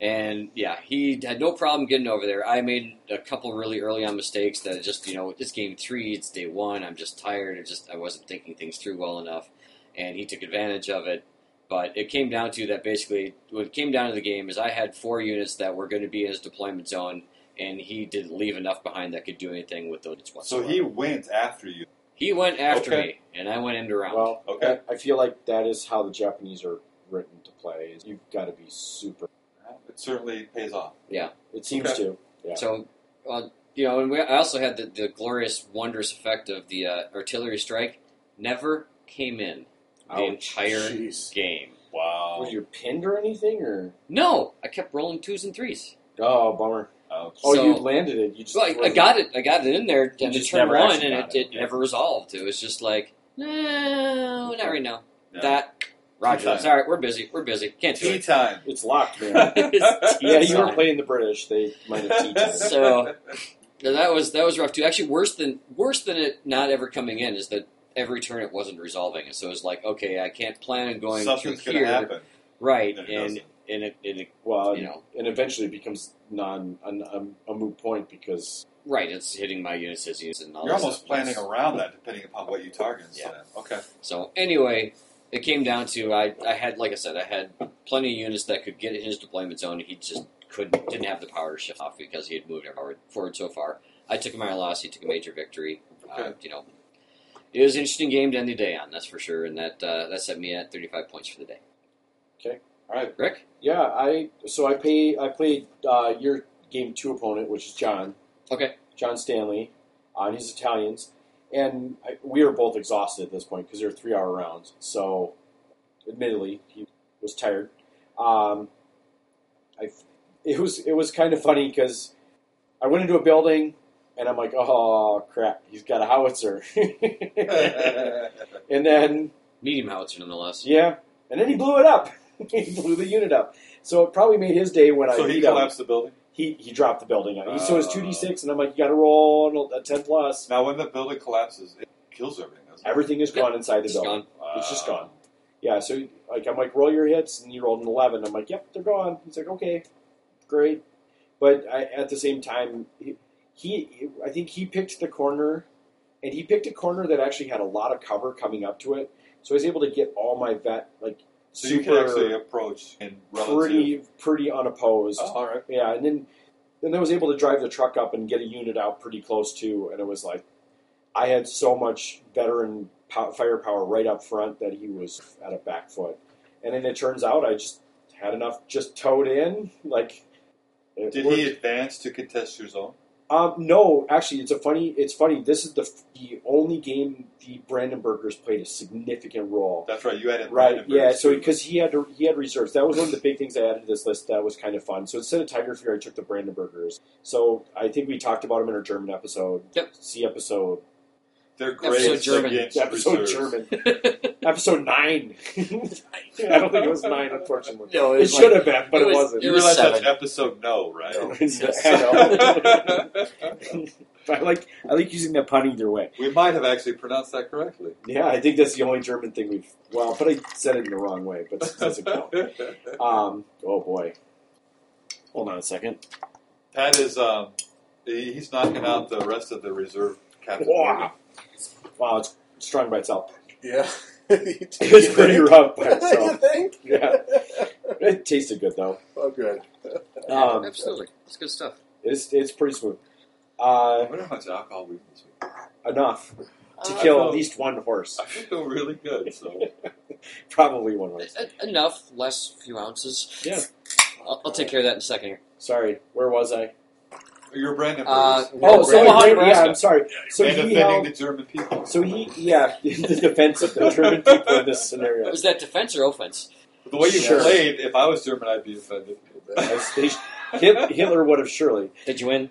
S1: and yeah, he had no problem getting over there. I made a couple really early on mistakes that it just you know it's game three, it's day one. I'm just tired. I just I wasn't thinking things through well enough, and he took advantage of it. But it came down to that basically what it came down to the game is I had four units that were going to be in his deployment zone, and he didn't leave enough behind that could do anything with those.
S4: So
S1: whatsoever.
S4: he went after you.
S1: He went after
S4: Okay.
S1: me, and I went end around.
S2: Well,
S4: Okay.
S2: that- I feel like that is how the Japanese are written to play. is You've got to be super.
S4: It certainly pays off.
S2: It seems
S4: Okay.
S2: to. Yeah.
S1: So, uh, you know, and we, I also had the, the glorious, wondrous effect of the uh, artillery strike. Never came in the
S2: Ouch.
S1: entire
S3: Jeez.
S1: game.
S4: Wow.
S2: Was you pinned or anything? Or
S1: No, I kept rolling twos and threes.
S2: oh, bummer.
S4: Ouch.
S2: Oh,
S1: So-
S2: you landed it. You just.
S1: Well, I, I
S2: threw
S1: got it. I got it in there
S2: You
S1: and it
S2: just
S1: turned
S2: never
S1: one,
S2: actually
S1: and
S2: got
S1: it,
S2: it,
S1: it
S2: okay.
S1: never resolved. It was just like, no, not right now.
S4: No.
S1: That Roger.
S4: time.
S1: That's all right. We're busy. We're busy. Can't do
S4: Tea
S1: it.
S4: time.
S2: It's locked, man. yeah, you were
S1: Sorry.
S2: playing the British. They might have teed time.
S1: So- No, that was that was rough too. Actually, worse than worse than it not ever coming in is that every turn it wasn't resolving, and so it was like, okay, I can't plan on going
S4: something's
S1: to
S4: gonna
S1: here,
S4: happen.
S1: right?
S4: Then it
S1: and
S4: doesn't.
S1: and it, and it,
S2: Well,
S1: you know,
S2: and eventually it becomes non an, um, a moot point because
S1: right? It's hitting my units as units and all.
S4: You're
S1: that
S4: almost
S1: stuff.
S4: planning around that, depending upon what you target. instead of- Okay.
S1: So anyway, it came down to I I had like I said I had plenty of units that could get in his deployment zone. He just couldn't didn't have the power to shift off because he had moved forward, forward so far. I took my loss. He took a major victory. Uh,
S4: Okay.
S1: you know, it was an interesting game to end the day on. That's for sure. And that uh, that set me at thirty five points for the day.
S2: all right.
S1: Rick,
S2: Yeah, I so I pay I played uh, your game two opponent, which is John.
S1: Okay.
S2: John Stanley on his Italians, and I, we were both exhausted at this point because they were three hour rounds. So, admittedly, he was tired. Um, I it was it was kind of funny because I went into a building and I'm like, oh crap, he's got a howitzer, and then
S1: medium howitzer nonetheless.
S2: yeah, and then he blew it up. he blew the unit up. So it probably made his day when I um,
S4: so he
S2: beat him.
S4: collapsed Oh. the building.
S2: He he dropped the building. He, so it's two d six, and I'm like, you got to roll a ten plus.
S4: Now, when the building collapses, it kills everything. Doesn't it?
S2: Everything is gone inside the
S1: It's
S2: building.
S1: gone.
S4: Wow.
S2: It's just gone. Yeah. So like I'm like, roll your hits, and he rolled an eleven. I'm like, yep, they're gone. He's like, okay, great. But I, at the same time, he, he I think he picked the corner, and he picked a corner that actually had a lot of cover coming up to it. So I was able to get all my vet like.
S4: So
S2: super,
S4: you can actually approach in relative.
S2: pretty pretty unopposed.
S4: Oh, all right.
S2: Yeah, and then then I was able to drive the truck up and get a unit out pretty close to, and it was like I had so much veteran pow- firepower right up front that he was at a back foot, and then it turns out I just had enough just towed in like. it
S4: Did
S2: worked.
S4: he advance to contest your zone?
S2: Um, no, actually, it's a funny. It's funny. This is the, f- the only game the Brandenburgers played a significant role.
S4: That's right. You added
S2: Right.
S4: Brandenburg
S2: Yeah. So
S4: to it.
S2: because he had to, he had reserves. That was one of the big things I added to this list. That was kind of fun. So instead of Tiger Fear, I took the Brandenburgers. So I think we talked about him in our German episode.
S1: Yep.
S2: See episode.
S4: they're
S1: Episode
S4: great.
S1: German.
S4: against
S2: Episode
S4: reserves.
S2: German. episode nine. I don't think it was nine, unfortunately.
S1: No,
S2: It should have been,
S1: it
S2: but it,
S1: was-
S2: wasn't.
S1: it
S4: You
S1: was
S4: realize that's
S1: seven.
S4: episode no, right?
S2: I know. But I like I like using that pun either way.
S4: we might have actually pronounced that correctly.
S2: Yeah, I think that's the only German thing we've. Well, but I said it in the wrong way, but it doesn't count. Um, oh boy. Hold on a second.
S4: Pat is um, he- he's knocking out the rest of the reserve captain.
S2: Wow. Wow, it's strong by itself.
S3: Yeah.
S2: It's pretty rough by
S3: you
S2: itself.
S3: think?
S2: Yeah. It tasted good though.
S3: Oh, good.
S2: Um,
S1: Absolutely, that's good stuff.
S2: it's it's pretty smooth.
S4: I
S2: Uh,
S4: wonder how much alcohol we've this week.
S2: enough to
S4: I
S2: kill
S4: know.
S2: at least one horse.
S4: I feel really good. So
S2: Probably one horse.
S1: E- Enough, less few ounces.
S2: Yeah.
S1: I'll, I'll take care of that in a second here.
S2: Sorry, where was I?
S4: you're
S1: Uh,
S4: Brandenburgers.
S2: Oh, so
S1: Omaha,
S2: yeah,
S1: Nebraska.
S2: I'm sorry. So
S4: and
S2: he
S4: defending
S2: held.
S4: the German people.
S2: So he, yeah, the defense of the German people in this scenario.
S1: Was that defense or offense?
S4: the way you
S2: Sure.
S4: played, if I was German, I'd be offended.
S2: As they- Hit- Hitler would have surely.
S1: Did you win?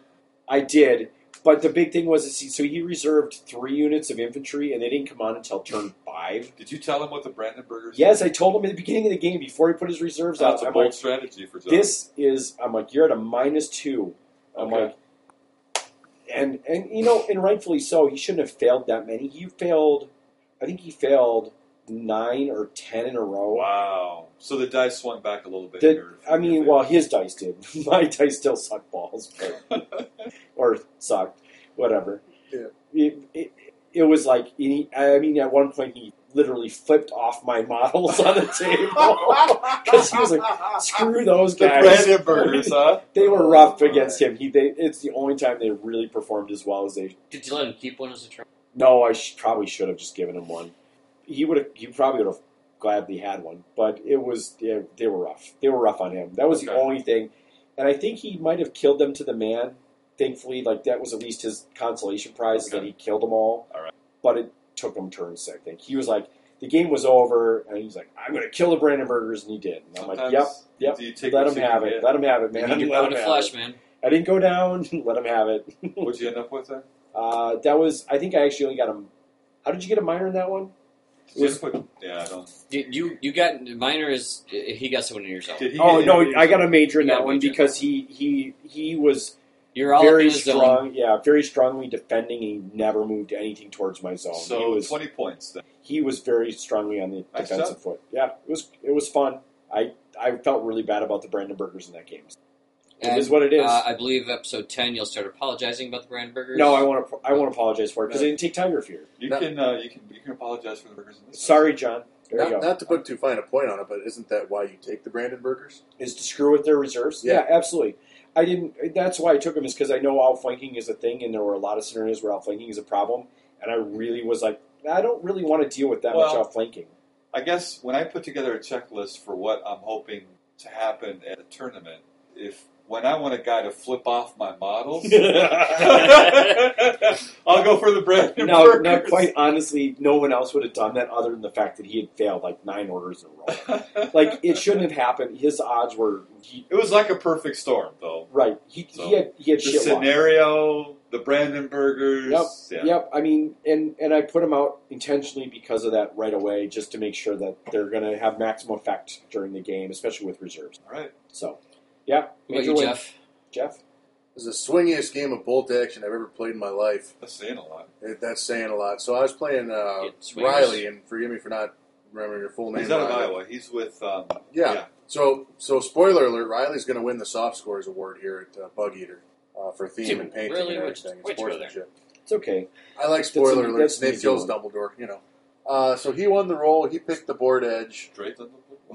S2: I did. But the big thing was, is he, so he reserved three units of infantry, and they didn't come on until turn five.
S4: Did you tell him what the Brandenburgers?
S2: Yes, I told him at the beginning of the game before he put his reserves out.
S4: that's a
S2: I'm
S4: bold
S2: like,
S4: strategy for Germany.
S2: this is. I'm like, you're at a minus two. I'm
S4: Okay.
S2: like, and and you know, and rightfully so. He shouldn't have failed that many. He failed. I think he failed nine or ten in a row.
S4: Wow. So the dice swung back a little bit.
S2: Did-
S4: here.
S2: I mean, well, his dice did. My dice still suck balls, but, or sucked, whatever.
S3: Yeah.
S2: It, it, it was like, he, I mean, at one point he literally flipped off my models on the table because he was like, "Screw those
S4: the
S2: guys."
S4: Brandenburgers, huh?
S2: They were rough against him. He, they, it's the only time they really performed as well as they.
S1: Did you let him keep one as a trophy?
S2: No, I sh- probably should have just given him one. He would have. He probably would have gladly had one, but it was they, they were rough. They were rough on him. That was the
S4: Okay.
S2: only thing, and I think he might have killed them to the man. Thankfully, like that was at least his consolation prize is that
S4: Okay.
S2: he killed them all.
S4: All right.
S2: But it took him turns. I think he was like the game was over, and he was like, "I'm going to kill the Brandenburgers," and he did. And I'm like,
S4: Sometimes
S2: "Yep, yep."
S4: Do you take
S2: let
S4: what
S2: him
S4: you can
S2: have it.
S4: get?
S2: Let him have it,
S1: You
S2: man.
S1: need your
S2: Let
S1: pound
S2: him
S1: of
S2: have
S1: flesh,
S2: it.
S1: man.
S2: I didn't go down. Let him have it.
S4: What'd you end up with then?
S2: Uh, that was. I think I actually only got him. How did you get a minor in that one?
S4: Did you end up with- yeah, I don't.
S1: You, you, you got minor is he got someone in your zone.
S4: Did he
S2: Oh
S4: get-
S2: no, I got a major in
S1: Yeah,
S2: that one
S1: major.
S2: because he he he was
S1: You're all up
S2: very
S1: in his zone.
S2: strong. Yeah, very strongly defending. He never moved anything towards my zone. Oh, he
S4: So
S2: was
S4: twenty points then.
S2: he was very strongly on the
S4: Nice
S2: defensive
S4: job.
S2: foot. Yeah, it was it was fun. I I felt really bad about the Brandenburgers in that game.
S1: And,
S2: it is what it is.
S1: Uh, I believe episode ten, you'll start apologizing about the Brandburgers.
S2: no, I want to I want to apologize for it because
S3: No.
S2: I didn't take Tiger Fear.
S4: You
S3: No.
S4: can uh, you can you can apologize for the burgers. In this
S2: Sorry, John. There you
S3: Not,
S2: go.
S3: not to put too fine a point on it, but isn't that why you take the Brandon Burgers?
S2: is to screw with their reserves.
S3: Yeah.
S2: absolutely. I didn't. That's why I took him is because I know outflanking is a thing, and there were a lot of scenarios where outflanking is a problem, and I really was like, I don't really want to deal with that much
S4: Well-
S2: outflanking.
S4: I guess when I put together a checklist for what I'm hoping to happen at a tournament, if when I want a guy to flip off my models, I'll go for the bread and
S2: now,
S4: burgers.
S2: now, quite honestly, no one else would have done that other than the fact that he had failed like nine orders in a row. like it shouldn't have happened. His odds were he,
S4: It was like a perfect storm, though.
S2: right. He,
S4: So,
S2: he had he had
S4: The
S2: shit luck.
S4: scenario, the Brandenburgers.
S2: Yep.
S4: Yeah.
S2: Yep. I mean, and and I put them out intentionally because of that right away, just to make sure that they're going to have maximum effect during the game, especially with reserves.
S4: All right.
S2: So, yeah.
S1: What about
S2: major
S1: you,
S2: win.
S1: Jeff?
S2: Jeff.
S3: It was the swingiest game of bolt action I've ever played in my life.
S4: That's saying a lot.
S3: It, that's saying a lot. So I was playing uh,
S1: Yeah, swingers.
S3: Riley, and forgive me for not remembering your full name.
S4: He's out of
S3: Riley.
S4: Iowa. He's with. Um,
S3: Yeah. So, so spoiler alert: Riley's going to win the soft scores award here at uh, Bug Eater uh, for theme
S1: Dude,
S3: and painting
S1: really?
S3: and
S1: Why'd-
S3: everything. and
S1: why'd you go there?
S3: sportsmanship.
S2: It's okay.
S3: I like
S2: That's an-
S3: spoiler alert.
S2: that's an
S3: Snape
S2: easy
S3: kills
S2: one.
S3: Dumbledore. You know. Uh, so he won the role. He picked the board edge.
S4: Drake.
S3: Yes,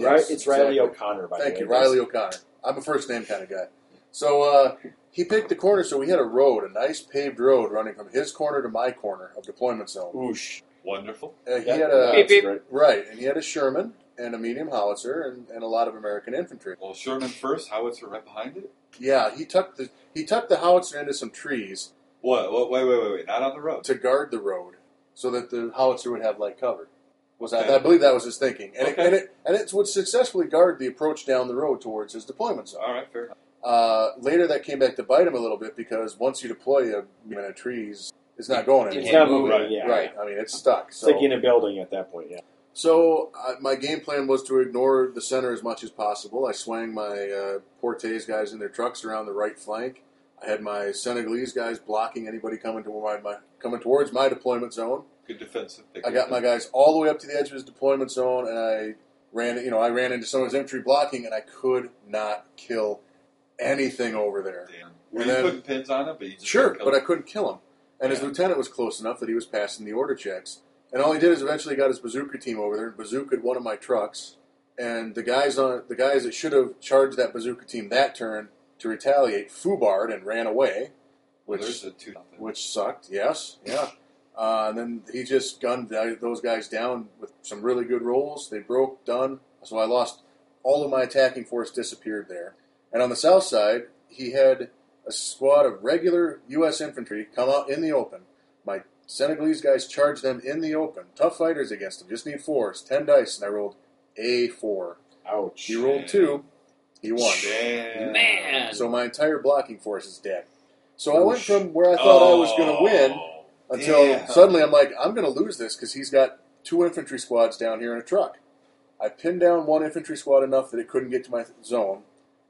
S2: right. It's Riley
S3: exactly.
S2: O'Connor. By
S3: Thank
S2: the
S3: you,
S2: way.
S3: Riley O'Connor. I'm a first name kind of guy. So uh, he picked the corner. So we had a road, a nice paved road running from his corner to my corner of deployment zone.
S2: Oosh.
S4: Wonderful.
S3: Uh, he
S2: Yeah,
S3: had
S2: that's
S3: a
S1: Beep, beep.
S2: right.
S3: right, and he had a Sherman and a medium howitzer and, and a lot of American infantry.
S4: Well, Sherman first. Howitzer right behind it.
S3: Yeah, he tucked the he tucked the howitzer into some trees
S4: What? what wait, wait, wait, wait. Not on the road.
S3: to guard the road, so that the howitzer would have light cover. Was that,
S4: Okay.
S3: I believe that was his thinking, and
S4: Okay.
S3: it, and it and it would successfully guard the approach down the road towards his deployment zone.
S4: All right. Fair enough.
S3: Uh, later, that came back to bite him a little bit because once you deploy a man of trees, it's not going
S1: It's
S3: anywhere.
S2: It's not
S1: Yeah,
S2: moving.
S4: right,
S2: yeah.
S3: right? I mean, it's stuck.
S2: It's
S3: So
S2: like in a building at that point. Yeah.
S3: So uh, my game plan was to ignore the center as much as possible. I swang my uh, Portes guys in their trucks around the right flank. I had my Senegalese guys blocking anybody coming to my, my coming towards my deployment zone.
S4: Good defensive. pick.
S3: I got my guys all the way up to the edge of his deployment zone, and I ran. You know, I ran into someone's infantry blocking, and I could not kill anything over there.
S4: Damn. Were
S3: And
S4: you
S3: then-
S4: putting pins on him? But you just
S3: Sure,
S4: didn't kill
S3: but I
S4: him?
S3: couldn't kill him. And his
S4: Yeah.
S3: lieutenant was close enough that he was passing the order checks. And all he did is eventually got his bazooka team over there and bazookaed one of my trucks. And the guys on the guys that should have charged that bazooka team that turn to retaliate foobarred and ran away,
S4: Well,
S3: which
S4: there's a two. nothing.
S3: which sucked. Yes, yeah. Uh, and then he just gunned th- those guys down with some really good rolls. They broke, done. So I lost all of my attacking force disappeared there. And on the south side, he had a squad of regular U.S. infantry come out in the open. My Senegalese guys charged them in the open. Tough fighters against them. Just need fours, ten dice, and I rolled a four.
S2: Ouch.
S3: He rolled two. He won.
S4: Damn.
S1: Man,
S3: So my entire blocking force is dead. So I went
S2: Oosh.
S3: from where I thought I was going to win
S4: Oh,
S3: until
S4: damn.
S3: suddenly I'm like, I'm going to lose this because he's got two infantry squads down here in a truck. I pinned down one infantry squad enough that it couldn't get to my th- zone,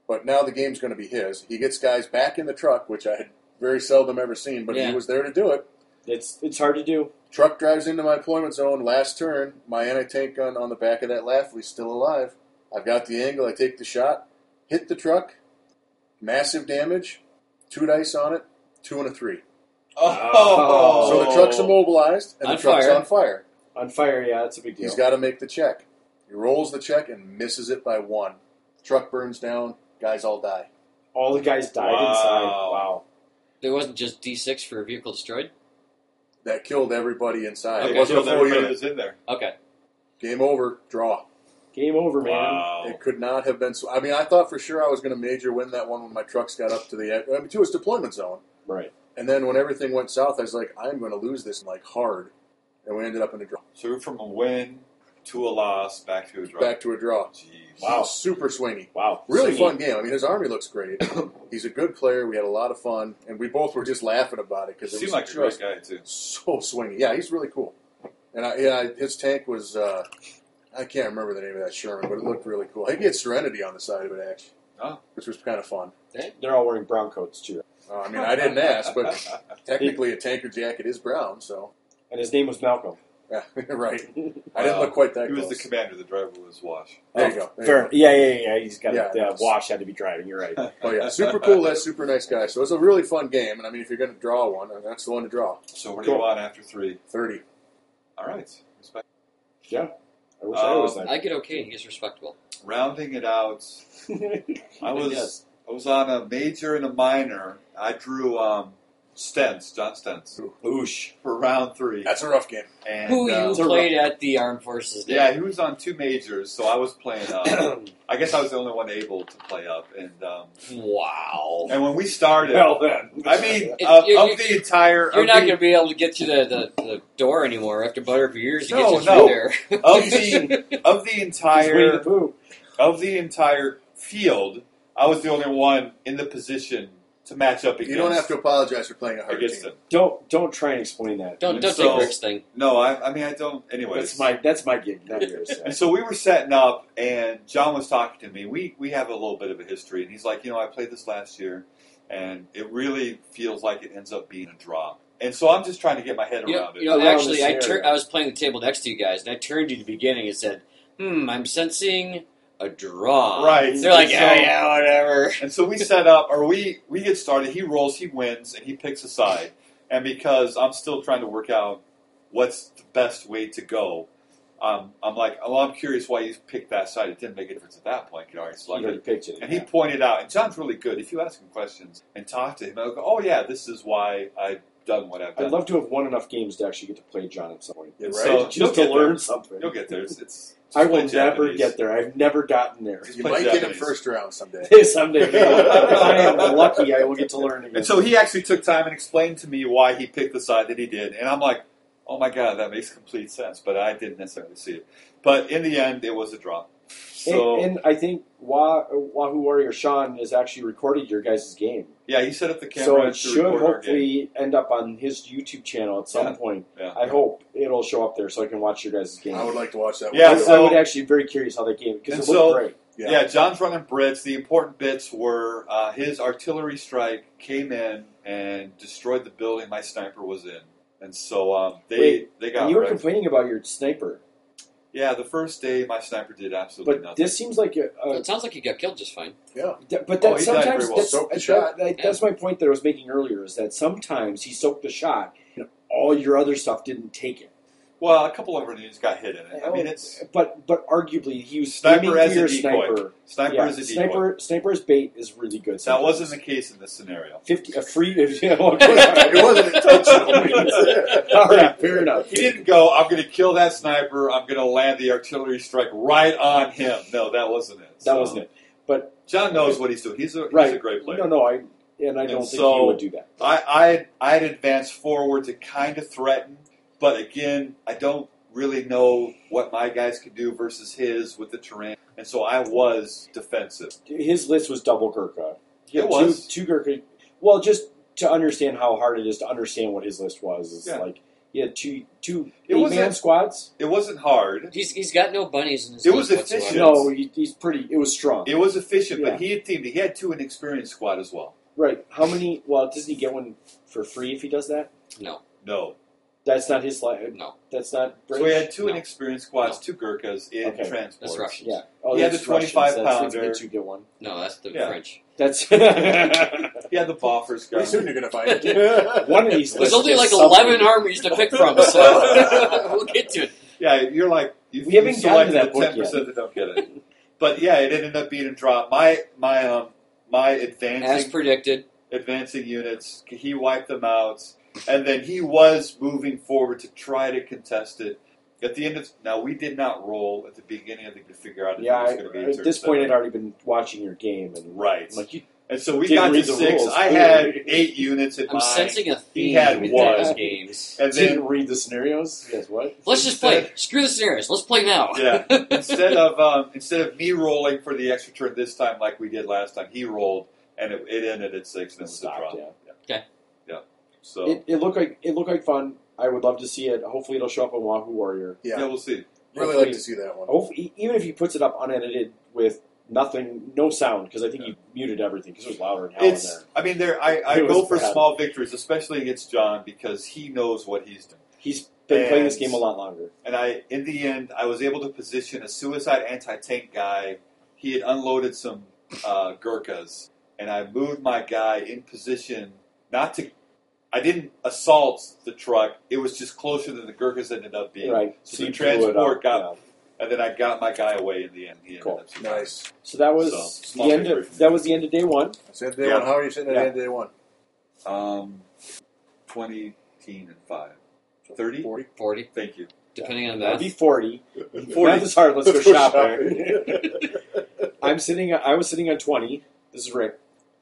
S3: but now the game's going to be his. He gets guys back in the truck, which I had very seldom ever seen, but
S1: Yeah.
S3: he was there to do it.
S2: It's it's hard to do.
S3: Truck drives into my deployment zone. Last turn, my anti-tank gun on the back of that Laughley's still alive. I've got the angle. I take the shot, hit the truck, massive damage, two dice on it, two and a three.
S4: Oh.
S3: So the truck's immobilized and
S1: On
S3: the truck's
S1: fire.
S3: on fire.
S2: On fire. Yeah, it's a big deal.
S3: He's got to make the check. He rolls the check and misses it by one. Truck burns down. Guys all die.
S2: All the guys died
S4: Wow.
S2: inside. Wow.
S1: there wasn't just D six for a vehicle destroyed.
S3: that killed everybody inside.
S4: Okay,
S3: it wasn't a
S4: so
S3: full
S4: everybody
S3: unit.
S4: that's in there.
S1: Okay.
S3: Game over. Draw.
S2: Game over, man.
S4: Wow.
S3: It could not have been. So, I mean, I thought for sure I was going to major win that one when my trucks got up to the e, I mean, to its deployment zone.
S2: Right.
S3: And then when everything went south, I was like, I'm going to lose this like hard. And we ended up in a draw.
S4: So we're from a win to a loss back to a draw.
S3: Back to a draw.
S4: Jeez.
S2: Wow.
S3: Super swingy.
S2: Wow.
S3: Really
S2: Swingy.
S3: fun game. I mean, his army looks great. He's a good player. We had a lot of fun, and we both were just laughing about it
S4: You
S3: because it
S4: seem
S3: was
S4: like a great
S3: just
S4: guy too.
S3: so swingy. Yeah, he's really cool. And I, yeah, his tank was uh, I can't remember the name of that Sherman, but it looked really cool. I think he had Serenity on the side of it actually,
S4: Oh.
S3: which was kind of fun.
S2: They're all wearing brown coats too.
S3: Uh, I mean, I didn't ask, but technically a tanker jacket is brown, so
S2: And his name was Malcolm.
S3: yeah, right. I didn't look quite that.
S4: He was
S3: close.
S4: the commander. The driver was Wash.
S3: There you go. There
S2: Oh, Fair.
S3: you
S2: Yeah, yeah, yeah. He's got
S3: Yeah,
S2: the
S3: that's-
S2: wash had to be driving. You're right.
S3: go. Oh yeah, super cool. That's super nice guy. So it's a really fun game, and I mean, if you're going to draw one, uh, that's the one to draw.
S4: So what do
S2: Cool.
S4: you want after three?
S3: Thirty.
S4: All right. Respect.
S2: yeah. I wish I was
S4: Um,
S2: that.
S1: I get okay. He gets respectable.
S4: Rounding it out. I was
S2: Yes.
S4: I was on a major and a minor. I drew um, Stents, John Stents,
S2: Oosh.
S4: for round three.
S3: That's a rough game.
S4: And,
S1: Who
S4: uh,
S1: you
S2: it's a
S1: played at the Armed Forces Day?
S4: Yeah, he was on two majors, so I was playing up. I guess I was the only one able to play up. And um,
S1: Wow.
S4: and when we started,
S2: Well then.
S4: I mean,
S1: It-
S4: of,
S1: you-
S4: of
S1: you-
S4: the entire
S1: You're
S4: of
S1: not
S4: the-
S1: going to be able to get to the, the, the door anymore. You have to butter for years to
S4: No,
S1: get you
S4: no.
S1: through there.
S4: of the
S2: He's Winnie
S4: of the
S2: the
S4: entire
S2: Pooh.
S4: of the entire field, I was the only one in the position to match up against.
S3: You don't have to apologize for playing a hard
S4: against
S3: team.
S4: him.
S2: Don't don't try and explain that.
S1: Don't, don't
S4: So-
S1: take Rick's thing.
S4: No, I, I mean I don't. Anyways,
S2: That's my that's my gig, not yours.
S4: And so we were setting up, and John was talking to me. We we have a little bit of a history, and he's like, you know, I played this last year, and it really feels like it ends up being a draw. And so I'm just trying to get my head
S1: You know,
S4: around it.
S1: you know,
S2: Around
S1: actually,
S2: the
S1: I, tur-
S2: scenario.
S1: I was playing the table next to you guys, and I turned to the beginning and said, hmm, I'm sensing a draw.
S4: Right.
S1: They're like,
S4: So-
S1: yeah, yeah, whatever.
S4: And so we set up, or we we get started. He rolls, he wins, and he picks a side. And because I'm still trying to work out what's the best way to go, um, I'm like, oh, I'm curious why you picked that side. It didn't make a difference at that point. You know, it's
S2: You
S4: like,
S2: already picked it.
S4: And he pointed out, and John's really good. If you ask him questions and talk to him, I'll go, oh, yeah, this is why I've done what I've done.
S2: I'd love to have won enough games to actually get to play John at some point.
S3: Yeah, right?
S4: So-
S2: just
S4: you'll
S2: to
S4: get
S2: learn
S4: there.
S2: something.
S4: You'll get there. It's, it's
S2: I will never
S4: just play Japanese.
S2: get there. I've never gotten there.
S3: you
S4: play
S3: might get him
S4: Japanese.
S3: first round someday.
S2: Someday, if I am lucky, I will get to learn again.
S4: And so he actually took time and explained to me why he picked the side that he did. And I'm like, oh my God, that makes complete sense. But I didn't necessarily see it. But in the end, it was a draw. So,
S2: and, and I think Wa- Wahoo Warrior Sean has actually recorded your guys' game,
S4: yeah, he set up the camera
S2: so
S4: to
S2: it should
S4: record our game.
S2: hopefully end up on his YouTube channel at some
S4: Yeah.
S2: point.
S4: Yeah.
S2: I hope it'll show up there so I can watch your guys' game.
S3: I would like to watch that.
S4: Yeah,
S2: I,
S3: one.
S4: so-
S2: I would actually be very curious how that game because
S4: And
S2: it looked
S4: so-
S2: great.
S3: Yeah.
S4: Yeah. John's running Brits. The important bits were uh, his artillery strike came in and destroyed the building my sniper was in, and so um, they
S2: Wait,
S4: they got
S2: And you were
S4: wrecked.
S2: complaining about your sniper,
S4: yeah. The first day my sniper did absolutely
S2: but
S4: nothing.
S2: this seems like a, a
S1: It sounds like he got killed just fine.
S2: Th- But
S4: Oh,
S2: that
S4: he died very
S2: sometimes
S4: well.
S2: that's,
S3: Soaked the
S2: that-
S3: shot.
S2: that- that's my point that I was making earlier is that sometimes he soaked the shot and all your other stuff didn't take it.
S4: well, a couple of renegades got hit in it.
S2: Oh,
S4: I mean, it's
S2: but but arguably he was
S4: sniper as a
S2: your
S4: decoy.
S2: sniper.
S4: Sniper
S2: Yeah,
S4: is a decoy.
S2: sniper sniper's bait is really good.
S4: That
S2: sometimes.
S4: wasn't the case in this scenario.
S2: fifty a free. yeah,
S3: it
S2: okay.
S3: wasn't intentional.
S2: all right, fair enough.
S4: He didn't go. I'm going to kill that sniper. I'm going to land the artillery strike right on him. No, that wasn't it.
S2: That wasn't it. But
S4: John knows what he's doing. He's a he's
S2: right,
S4: a great player.
S2: No, no, I and I don't think
S4: so-
S2: he would do that.
S4: I I had- I had advanced forward to kind of threaten, but again, I don't really know what my guys could do versus his with the terrain, and so I was defensive.
S2: His list was double Gurkha. He had
S4: It was.
S2: two, two Gurkha. Well, just to understand how hard it is to understand what his list was is
S4: Yeah.
S2: like he had two two
S4: It
S2: eight
S4: wasn't-
S2: man squads.
S4: It wasn't hard.
S1: He's, he's got no bunnies in his
S4: It
S1: list
S4: was
S1: whatsoever.
S4: efficient.
S2: No, he, he's pretty. It was strong,
S4: It was efficient,
S2: Yeah.
S4: but he had teamed. He had two inexperienced squad as well.
S2: right? How many? Well, doesn't he get one for free if he does that?
S1: No,
S4: No,
S2: That's not his line.
S1: no.
S2: That's not.
S4: so he
S2: British?
S4: had two
S1: No.
S4: inexperienced squads, two Gurkhas in
S2: Okay.
S4: transport.
S1: That's Russian.
S2: yeah. Oh,
S4: He had
S2: that's
S4: the 25
S2: Russians. That's-
S4: pounder.
S2: That's the two get one.
S1: No, that's the
S4: Yeah.
S1: French.
S2: That's
S4: He had the boffers
S3: Pretty
S4: guy.
S3: soon you're going to find it.
S2: one of these.
S1: There's
S2: lists
S1: only
S2: gets
S1: like
S2: something.
S1: 11 armies to pick from, so we'll get to it.
S4: Yeah, you're like you,
S2: We haven't
S4: you
S2: gotten to
S4: selected
S2: that
S4: the
S2: book
S4: ten percent that don't get it. But yeah, it ended up being a draw. My my um my advancing
S1: As predicted,
S4: advancing units. He wiped them out. and then he was moving forward to try to contest it. At the end of now, we did not roll at the beginning of the to figure out if
S2: Yeah,
S4: it was
S2: I,
S4: going to be a
S2: at
S4: turn
S2: this point, I'd
S4: seven.
S2: already been watching your game, and
S4: right.
S2: I'm like, you,
S4: And so we
S2: Didn't
S4: got to
S2: read the
S4: six.
S2: rules,
S4: I had
S2: clearly.
S4: eight units in
S1: I'm
S4: mind,
S1: sensing a theme
S4: had
S1: with
S4: one.
S1: those games.
S4: and then
S7: didn't read the scenarios. Yes, what?
S1: Let's just play. Screw the scenarios. Let's play now.
S4: Yeah. instead of um, instead of me rolling for the extra turn this time like we did last time, he rolled and it, it ended at six and it was
S2: Stopped,
S4: a draw.
S2: yeah.
S4: Yeah.
S1: Okay.
S4: Yeah. So
S2: it, it looked like it looked like fun. I would love to see it. Hopefully, it'll show up on Wahoo Warrior.
S4: yeah.
S3: Yeah.
S4: we'll see.
S3: Really
S2: Hopefully-
S3: like to see that one.
S2: Hopefully, even if he puts it up unedited with nothing, no sound, because I think he muted everything because it was louder than hell in
S4: It's
S2: there.
S4: I mean there I, I
S2: It
S4: go
S2: was
S4: for
S2: bad.
S4: small victories, especially against John because he knows what he's doing.
S2: He's been playing this
S4: And-
S2: game a lot longer.
S4: And I in the end I was able to position a suicide anti tank guy. He had unloaded some uh, Gurkhas and I moved my guy in position not to I didn't assault the truck. It was just closer than the Gurkhas ended up being.
S2: Right.
S4: So the
S2: you blew it up,
S4: transport got
S2: yeah.
S4: and then I got my guy away in the end. He ended
S2: Cool.
S4: up
S3: Nice.
S2: So that was
S4: So, small
S2: the end.
S4: victory.
S2: Of, that was the end of day one.
S3: So day
S4: Yeah.
S3: one. How are you sitting at
S2: Yeah.
S3: the end of day one?
S4: Um, twenty, teen, and five. Thirty.
S3: Forty.
S1: Forty,
S4: Thank you.
S1: depending on
S2: That'd
S1: that.
S2: be forty.
S4: 40.
S2: Math is hard. Let's go
S3: Let's go
S2: shopping. I'm sitting. I was sitting on twenty. This is Rick.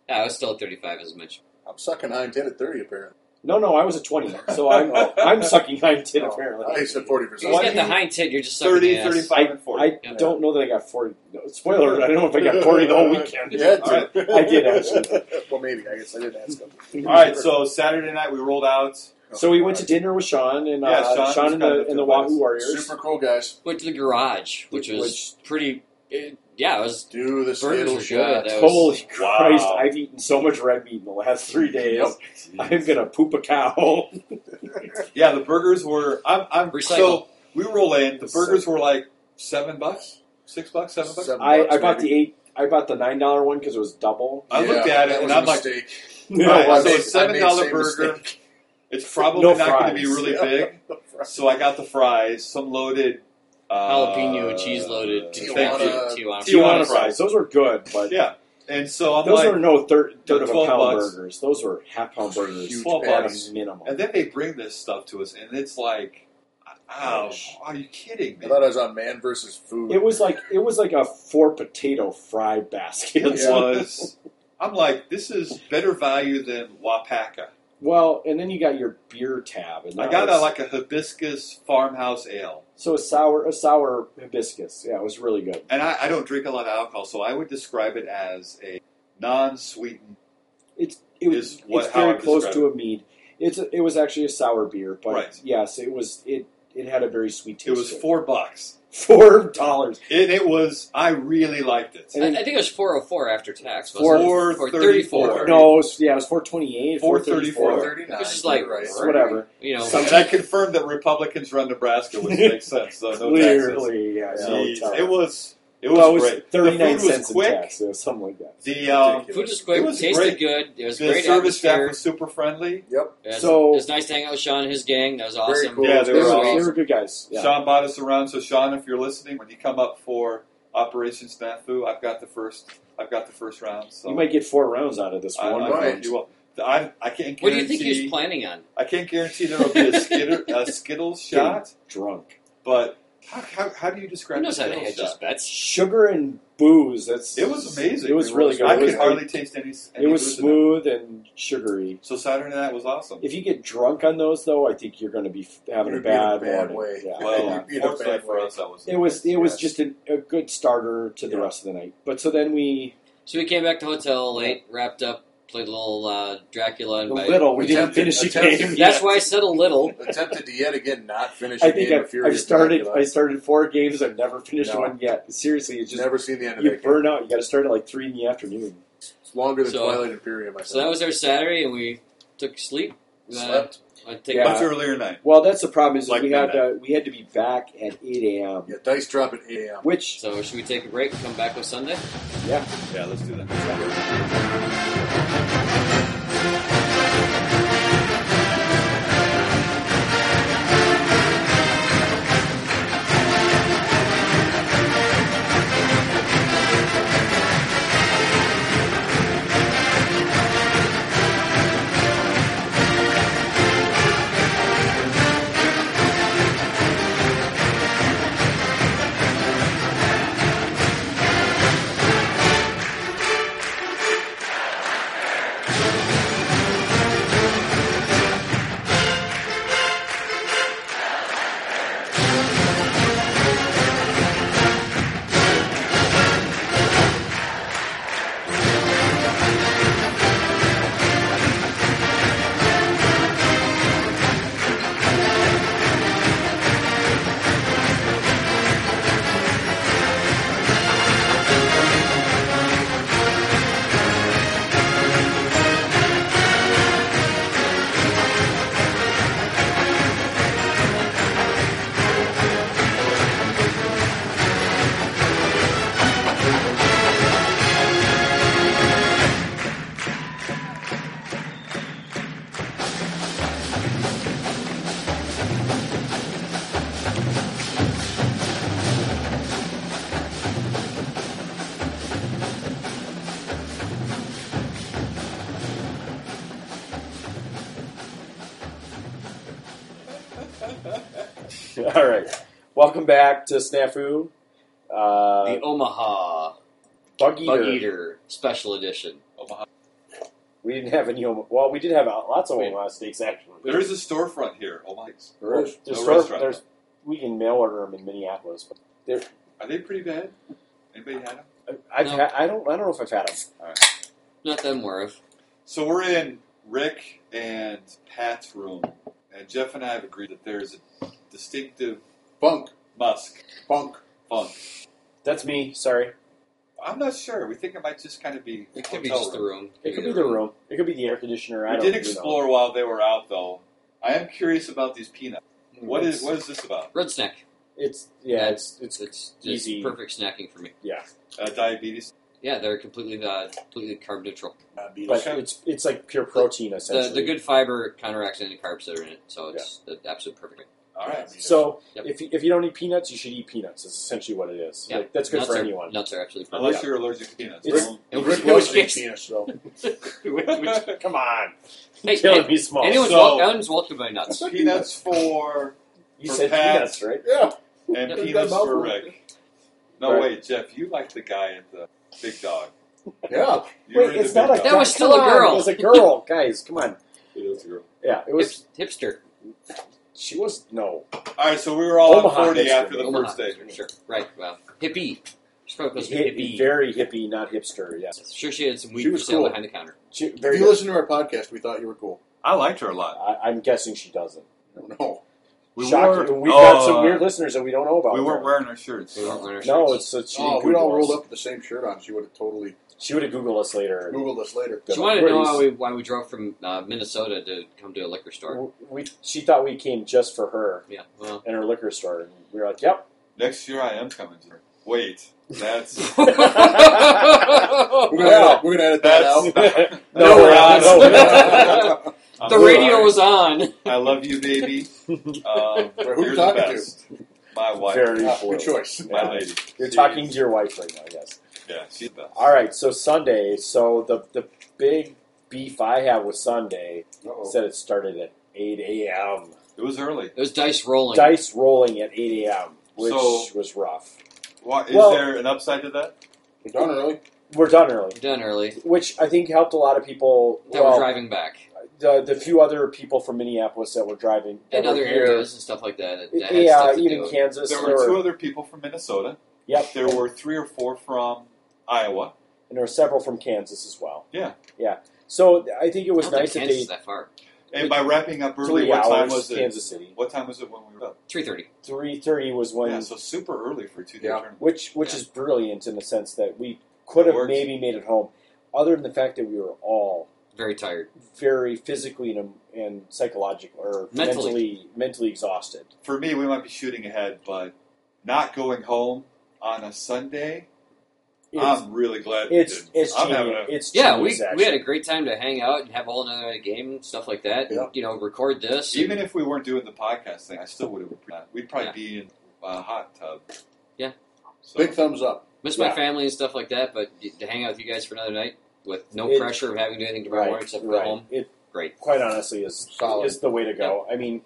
S1: Yeah, I was still at thirty-five as much.
S3: I'm sucking nine ten at thirty apparently.
S2: No, no, I was at twenty. So I'm I'm sucking nine ten apparently.
S4: Oh,
S3: I said forty percent.
S1: You just got the high tit. You're just sucking
S4: 30,
S1: ass.
S4: 35, and 40.
S2: I
S1: Yeah.
S2: don't know that I got forty. No, spoiler! alert, I don't know if I got forty the whole weekend.
S3: You had to.
S2: I did, actually.
S3: well, maybe. I guess I didn't ask him.
S4: All right, so Saturday night we rolled out.
S2: So we went to dinner with Sean and uh,
S4: Yeah, Sean was
S2: and
S4: kind
S2: the
S4: of
S2: and the
S4: the best.
S2: Wahoo Warriors.
S3: Super cool, guys.
S1: Went to the garage, which was pretty. It, yeah, it was.
S3: Do
S1: Burgers
S3: the Skittle
S1: were good.
S3: shot.
S1: That was,
S2: Holy Christ! I've eaten so much red meat in the last three days. I'm gonna poop a cow.
S4: Yeah, the burgers were. I'm. I'm
S1: Recycle.
S4: so we roll in. The burgers were like seven bucks, six bucks, seven bucks.
S3: Seven
S2: I,
S3: bucks,
S2: I bought
S3: maybe.
S2: the eight. I bought the nine dollar one because it was double.
S4: I
S3: Yeah,
S4: looked at it
S3: that
S4: and
S3: was a
S4: I'm like,
S3: mistake.
S4: all right,
S3: I
S4: so
S3: made-
S4: a seven
S3: I
S4: dollar
S3: made the same
S4: burger.
S3: mistake.
S4: It's probably
S2: No
S4: not going to be
S2: fries.
S4: really
S3: Yeah.
S4: big. So I got the fries, some loaded uh,
S1: Jalapeno and cheese loaded.
S4: Thank
S3: Tijuana.
S4: you.
S1: Tijuana.
S4: Tijuana
S2: Tijuana fries. Those were good, but
S4: Yeah, and so I'm
S2: those
S4: like,
S2: were no third, third of a
S4: 12
S2: pound
S4: bucks.
S2: burgers. Those were half pound burgers.
S3: Huge
S4: Twelve
S2: at a
S4: bucks.
S2: minimum.
S4: and then they bring this stuff to us, and it's like, ow, are you kidding
S3: I
S4: me?
S3: thought I was on Man versus Food.
S2: It was like it was like a four potato fry basket.
S4: It
S3: Yeah.
S4: was. I'm like, this is better value than Wapaka.
S2: Well, and then you got your beer tab, and
S4: I
S2: that
S4: got a,
S2: was-
S4: like a hibiscus farmhouse ale,
S2: so a sour a sour hibiscus. Yeah, it was really good.
S4: and I, I don't drink a lot of alcohol, so I would describe it as a non-sweetened.
S2: It's it was
S4: Is what-
S2: it's
S4: how
S2: very
S4: I
S2: close
S4: describe
S2: to a mead. It's a, it was actually a sour beer, but
S4: Right.
S2: yes, it was it it had a very sweet taste.
S4: It was
S2: to
S4: four bucks.
S2: four dollars.
S4: It, it was. I really liked it.
S1: I, I think it was four oh four after tax.
S2: Four-
S1: Wasn't it?
S4: 434.
S1: $434.
S2: No, it was, yeah, it was four twenty eight, four thirty
S4: 434.
S2: four.
S3: 439.
S1: It's just like
S3: right.
S2: Whatever.
S1: You know,
S4: and I confirmed that Republicans run Nebraska, which makes sense. So no taxes.
S2: Clearly, yeah. no
S4: Jeez,
S2: tax.
S4: it was it was,
S2: Well, it was
S4: great.
S2: thirty nine
S4: the food was
S2: cents
S4: quick.
S2: in tax, so something like that.
S4: The um,
S1: food was quick.
S4: It was
S1: tasted
S4: great.
S1: good. It was
S4: the
S1: great
S4: service staff
S1: atmosphere.
S4: was super friendly.
S3: Yep.
S1: It was,
S2: So-
S1: it was nice to hang out with Sean and his gang. That was
S3: Very
S1: awesome.
S3: cool.
S4: Yeah, they
S2: They
S4: were
S2: were,
S4: awesome.
S2: they were good guys. Yeah.
S4: Sean bought us around. So Sean, if you're listening, when you come up for Operation Snafu, I've got the first. I've got the first round. So
S2: you might get four rounds out of this
S4: I,
S2: one.
S4: I,
S3: Right.
S4: think you will. I, I can't guarantee.
S1: What do you think he was planning on?
S4: I can't guarantee there will be a, skitter, a Skittles shot,
S2: Drunk.
S4: but how, how, how do you describe
S1: Who knows
S4: the
S1: how to
S4: Skittles
S1: hedge his
S4: shot?
S1: bets?
S2: Sugar and booze. That's
S4: It was amazing.
S2: It was really good.
S4: I
S2: it
S4: could
S2: was,
S4: hardly taste any. any
S2: it was
S4: booze in it.
S2: smooth and sugary.
S4: So Saturday night was awesome.
S2: If you get drunk on those, though, I think you're going to be f- having
S3: You're
S2: a
S3: gonna be in
S2: bad,
S3: a bad
S2: morning.
S3: way.
S2: Yeah.
S4: Well,
S2: Yeah.
S3: You'd be in a bad
S4: fortunately for
S3: way.
S4: us, that was
S2: It was it was
S3: Yes.
S2: just an, a good starter to the
S3: Yeah.
S2: rest of the night. But so then we
S1: So we came back to hotel late, wrapped up, played a little uh, Dracula.
S2: a
S1: And by,
S2: little we didn't
S3: Attempted-
S2: finish the
S3: attempted-
S2: game.
S1: That's
S2: yet.
S1: why I said a little.
S3: Attempted to yet again not finish
S2: I
S3: a
S2: think
S3: game
S2: I've,
S3: of Fury.
S2: I've started.
S3: Dracula.
S2: I started four games. I've never finished
S3: No.
S2: one yet. Seriously, it's just
S3: never seen the end of
S2: you
S3: it.
S2: burn out. You got to start at like three in the afternoon.
S3: It's longer than
S1: So-
S3: Twilight Imperium. I
S1: So that was our Saturday, and we took sleep. Uh,
S3: slept.
S1: I take
S2: Yeah.
S4: much earlier night.
S2: Well, that's the problem is
S4: Like
S2: we had to, we had to be back at eight a.m.
S3: Yeah, dice drop at eight a.m.
S2: Which
S1: So should we take a break and come back on Sunday?
S2: yeah,
S4: Yeah, let's do that.
S2: All right. Welcome back to Snafu. Uh,
S1: the Omaha
S2: Bug Eater.
S1: Bug Eater Special Edition.
S4: Omaha.
S2: We didn't have any. Oma- Well, we did have lots of
S4: Wait.
S2: Omaha steaks actually.
S4: There is a storefront here. Oh, Omaha.
S2: There's,
S4: No
S2: there's,
S4: restaurant.
S2: there's, we can mail order them in Minneapolis. But
S4: Are they pretty bad? Anybody had them?
S2: I- I've
S1: No.
S2: had, I don't I don't know if I've had them.
S1: Not that I'm aware of.
S4: So we're in Rick and Pat's room, and Jeff and I have agreed that there's a distinctive
S3: Funk,
S4: musk
S3: funk.
S4: funk.
S2: That's me. Sorry.
S4: I'm not sure. We think it might just kind of be.
S1: It could be
S4: hotel
S1: just the
S4: room.
S1: room.
S2: It could be the room. It could be the air conditioner. I
S4: We
S2: don't
S4: did
S2: really know.
S4: explore while they were out, though. I am curious about these peanuts.
S2: Hmm,
S4: What is what is this about?
S1: Red snack.
S2: It's yeah. It's
S1: It's,
S2: it's
S1: it's
S2: Easy.
S1: perfect snacking for me.
S4: Uh, diabetes.
S1: Yeah, they're completely uh, completely carb neutral.
S2: but
S4: okay.
S2: it's it's like pure protein
S1: The,
S2: essentially.
S1: the good fiber counteracts any carbs that are in it, so it's the absolute perfect.
S4: All right.
S2: So
S1: Yep.
S2: if you, if you don't eat peanuts, you should eat peanuts. That's essentially what it is.
S1: Yeah.
S2: Like, that's good
S1: nuts
S2: for
S1: are,
S2: anyone.
S1: Nuts are absolutely perfect.
S4: Unless you're allergic to peanuts.
S2: It's-
S4: Well,
S1: In
S3: Rick
S1: which-
S3: loves
S1: in
S3: to eat
S1: which case-
S3: peanuts, though.
S2: Come on,
S1: Hey,
S2: killing
S1: hey,
S2: me small.
S1: anyone's,
S4: So-
S1: wel- anyone's welcome by nuts.
S4: peanuts for
S2: you
S4: for
S2: said
S4: Pat.
S2: peanuts, right?
S3: Yeah.
S4: and
S1: Yeah,
S4: peanuts
S3: that
S4: for
S3: mouthful.
S4: Rick. No,
S2: Right.
S4: wait, Jeff, you like the guy at the big dog.
S3: Yeah.
S4: You
S2: Wait,
S4: were the
S2: it's
S4: big
S2: not a
S4: dog.
S1: That was still
S2: come
S1: a
S2: on,
S1: girl.
S2: It was a girl, guys. Come on.
S4: It is a girl.
S2: Yeah, it was.
S1: Hip- hipster.
S2: She was no.
S4: All right, so we were all
S2: Omaha
S4: on 40
S2: hipster,
S4: after the
S1: Omaha.
S4: first day.
S1: Sure. Right. Well, hippie. She's probably supposed to
S2: Hip-
S1: be hippie.
S2: very hippie, not hipster. Yes,
S1: Sure, she had some weed
S3: She
S1: for
S3: was
S1: sale
S3: cool.
S1: behind the counter.
S2: she,
S3: If
S2: very.
S3: you listen to our podcast, we thought you were cool.
S4: I liked her a lot.
S2: I, I'm guessing she doesn't.
S3: No.
S4: We
S2: Shocker.
S4: were-
S2: We've got
S4: oh,
S2: some
S4: uh,
S2: weird listeners that we don't know about.
S4: We weren't wearing our shirts.
S1: We weren't wearing our
S2: No,
S1: shirts.
S2: it's it's. She
S3: Oh,
S2: didn't
S3: we'd all
S2: Google
S3: rolled
S2: us.
S3: up with the same shirt on. She would have totally
S2: She would have Googled us later.
S3: Googled us later.
S2: Good
S1: She wanted to
S2: luck.
S1: know why we, why we drove from uh, Minnesota to come to a liquor store.
S2: We, she thought we came just for her
S1: Yeah. Well.
S2: and her liquor store, and we were like, "Yep,
S4: Next year I am coming to Wait, that's.
S3: We're
S1: the
S3: gonna,
S2: Well,
S3: we're gonna edit that
S4: That's
S3: out.
S2: no,
S4: No,
S2: we're
S4: we're
S2: not.
S4: not.
S2: No.
S4: I'm
S1: radio
S4: sorry.
S1: was on.
S4: I love you, baby. Um,
S3: Who are
S4: you're
S3: you
S4: the
S3: talking to?
S4: best. My wife.
S2: Very
S3: Ah,
S2: poorly.
S3: good choice.
S4: my
S2: Yeah.
S4: lady.
S2: You're
S4: She
S2: talking to
S4: is-
S2: your wife right now. Yes.
S4: Yeah, she's the best.
S2: All right. So Sunday. So the the big beef I have with Sunday
S4: Oh.
S3: Uh-oh.
S2: said it started at eight a.m.
S4: It was early.
S1: It was dice rolling.
S2: Dice rolling at eight a.m., which
S4: So-
S2: was rough.
S4: Why, is
S2: Well-
S4: there an upside to that?
S3: We're done early.
S2: We're done early,
S1: Done early.
S2: which I think helped a lot of people.
S1: That
S2: well,
S1: were driving back.
S2: the the few other people from Minneapolis that were driving that
S1: And
S2: were
S1: other
S2: here,
S1: areas and stuff like that. that had
S2: yeah,
S1: stuff to
S2: even
S1: do.
S2: Kansas.
S4: There
S2: there
S4: were two
S2: were-
S4: other people from Minnesota.
S2: Yep.
S4: There were three or four from Iowa.
S2: and there were several from Kansas as well.
S4: Yeah.
S2: yeah. So I think it
S1: I
S2: was
S1: don't think
S2: nice that
S1: Kansas
S2: they
S1: is that far.
S4: And by wrapping up early,
S2: three
S4: what
S2: hours
S4: time was it?
S2: Kansas City.
S4: What time was it when we were up?
S1: Three thirty.
S2: Three thirty was when,
S4: Yeah, so super early for a two-day
S3: Yeah.
S4: tournament.
S2: which which
S1: Yeah.
S2: is brilliant in the sense that we could
S4: It
S2: have
S4: works.
S2: maybe made it home, other than the fact that we were all
S1: Very tired.
S2: very physically and, and psychologically or
S1: Mentally.
S2: mentally mentally exhausted.
S4: For me, we might be shooting ahead, but not going home on a Sunday.
S2: It's
S4: I'm really glad we
S2: it's
S4: did.
S2: it's
S4: I'm having
S2: genius.
S4: a,
S2: It's
S1: Yeah, we,
S2: genius action.
S1: we had a great time to hang out and have all another night of game and stuff like that.
S3: Yeah.
S1: And, you know, record this.
S4: even if we weren't doing the podcast thing, I still would have. We'd probably
S1: Yeah.
S4: be in a hot tub.
S1: Yeah.
S4: So,
S3: Big thumbs up.
S1: miss
S2: yeah.
S1: my family and stuff like that, but to hang out with you guys for another night with no
S2: It-
S1: pressure of having to do anything tomorrow morning except for go
S2: right.
S1: home.
S2: It
S1: Great.
S2: quite honestly is
S3: Solid.
S2: is the way to go. I mean,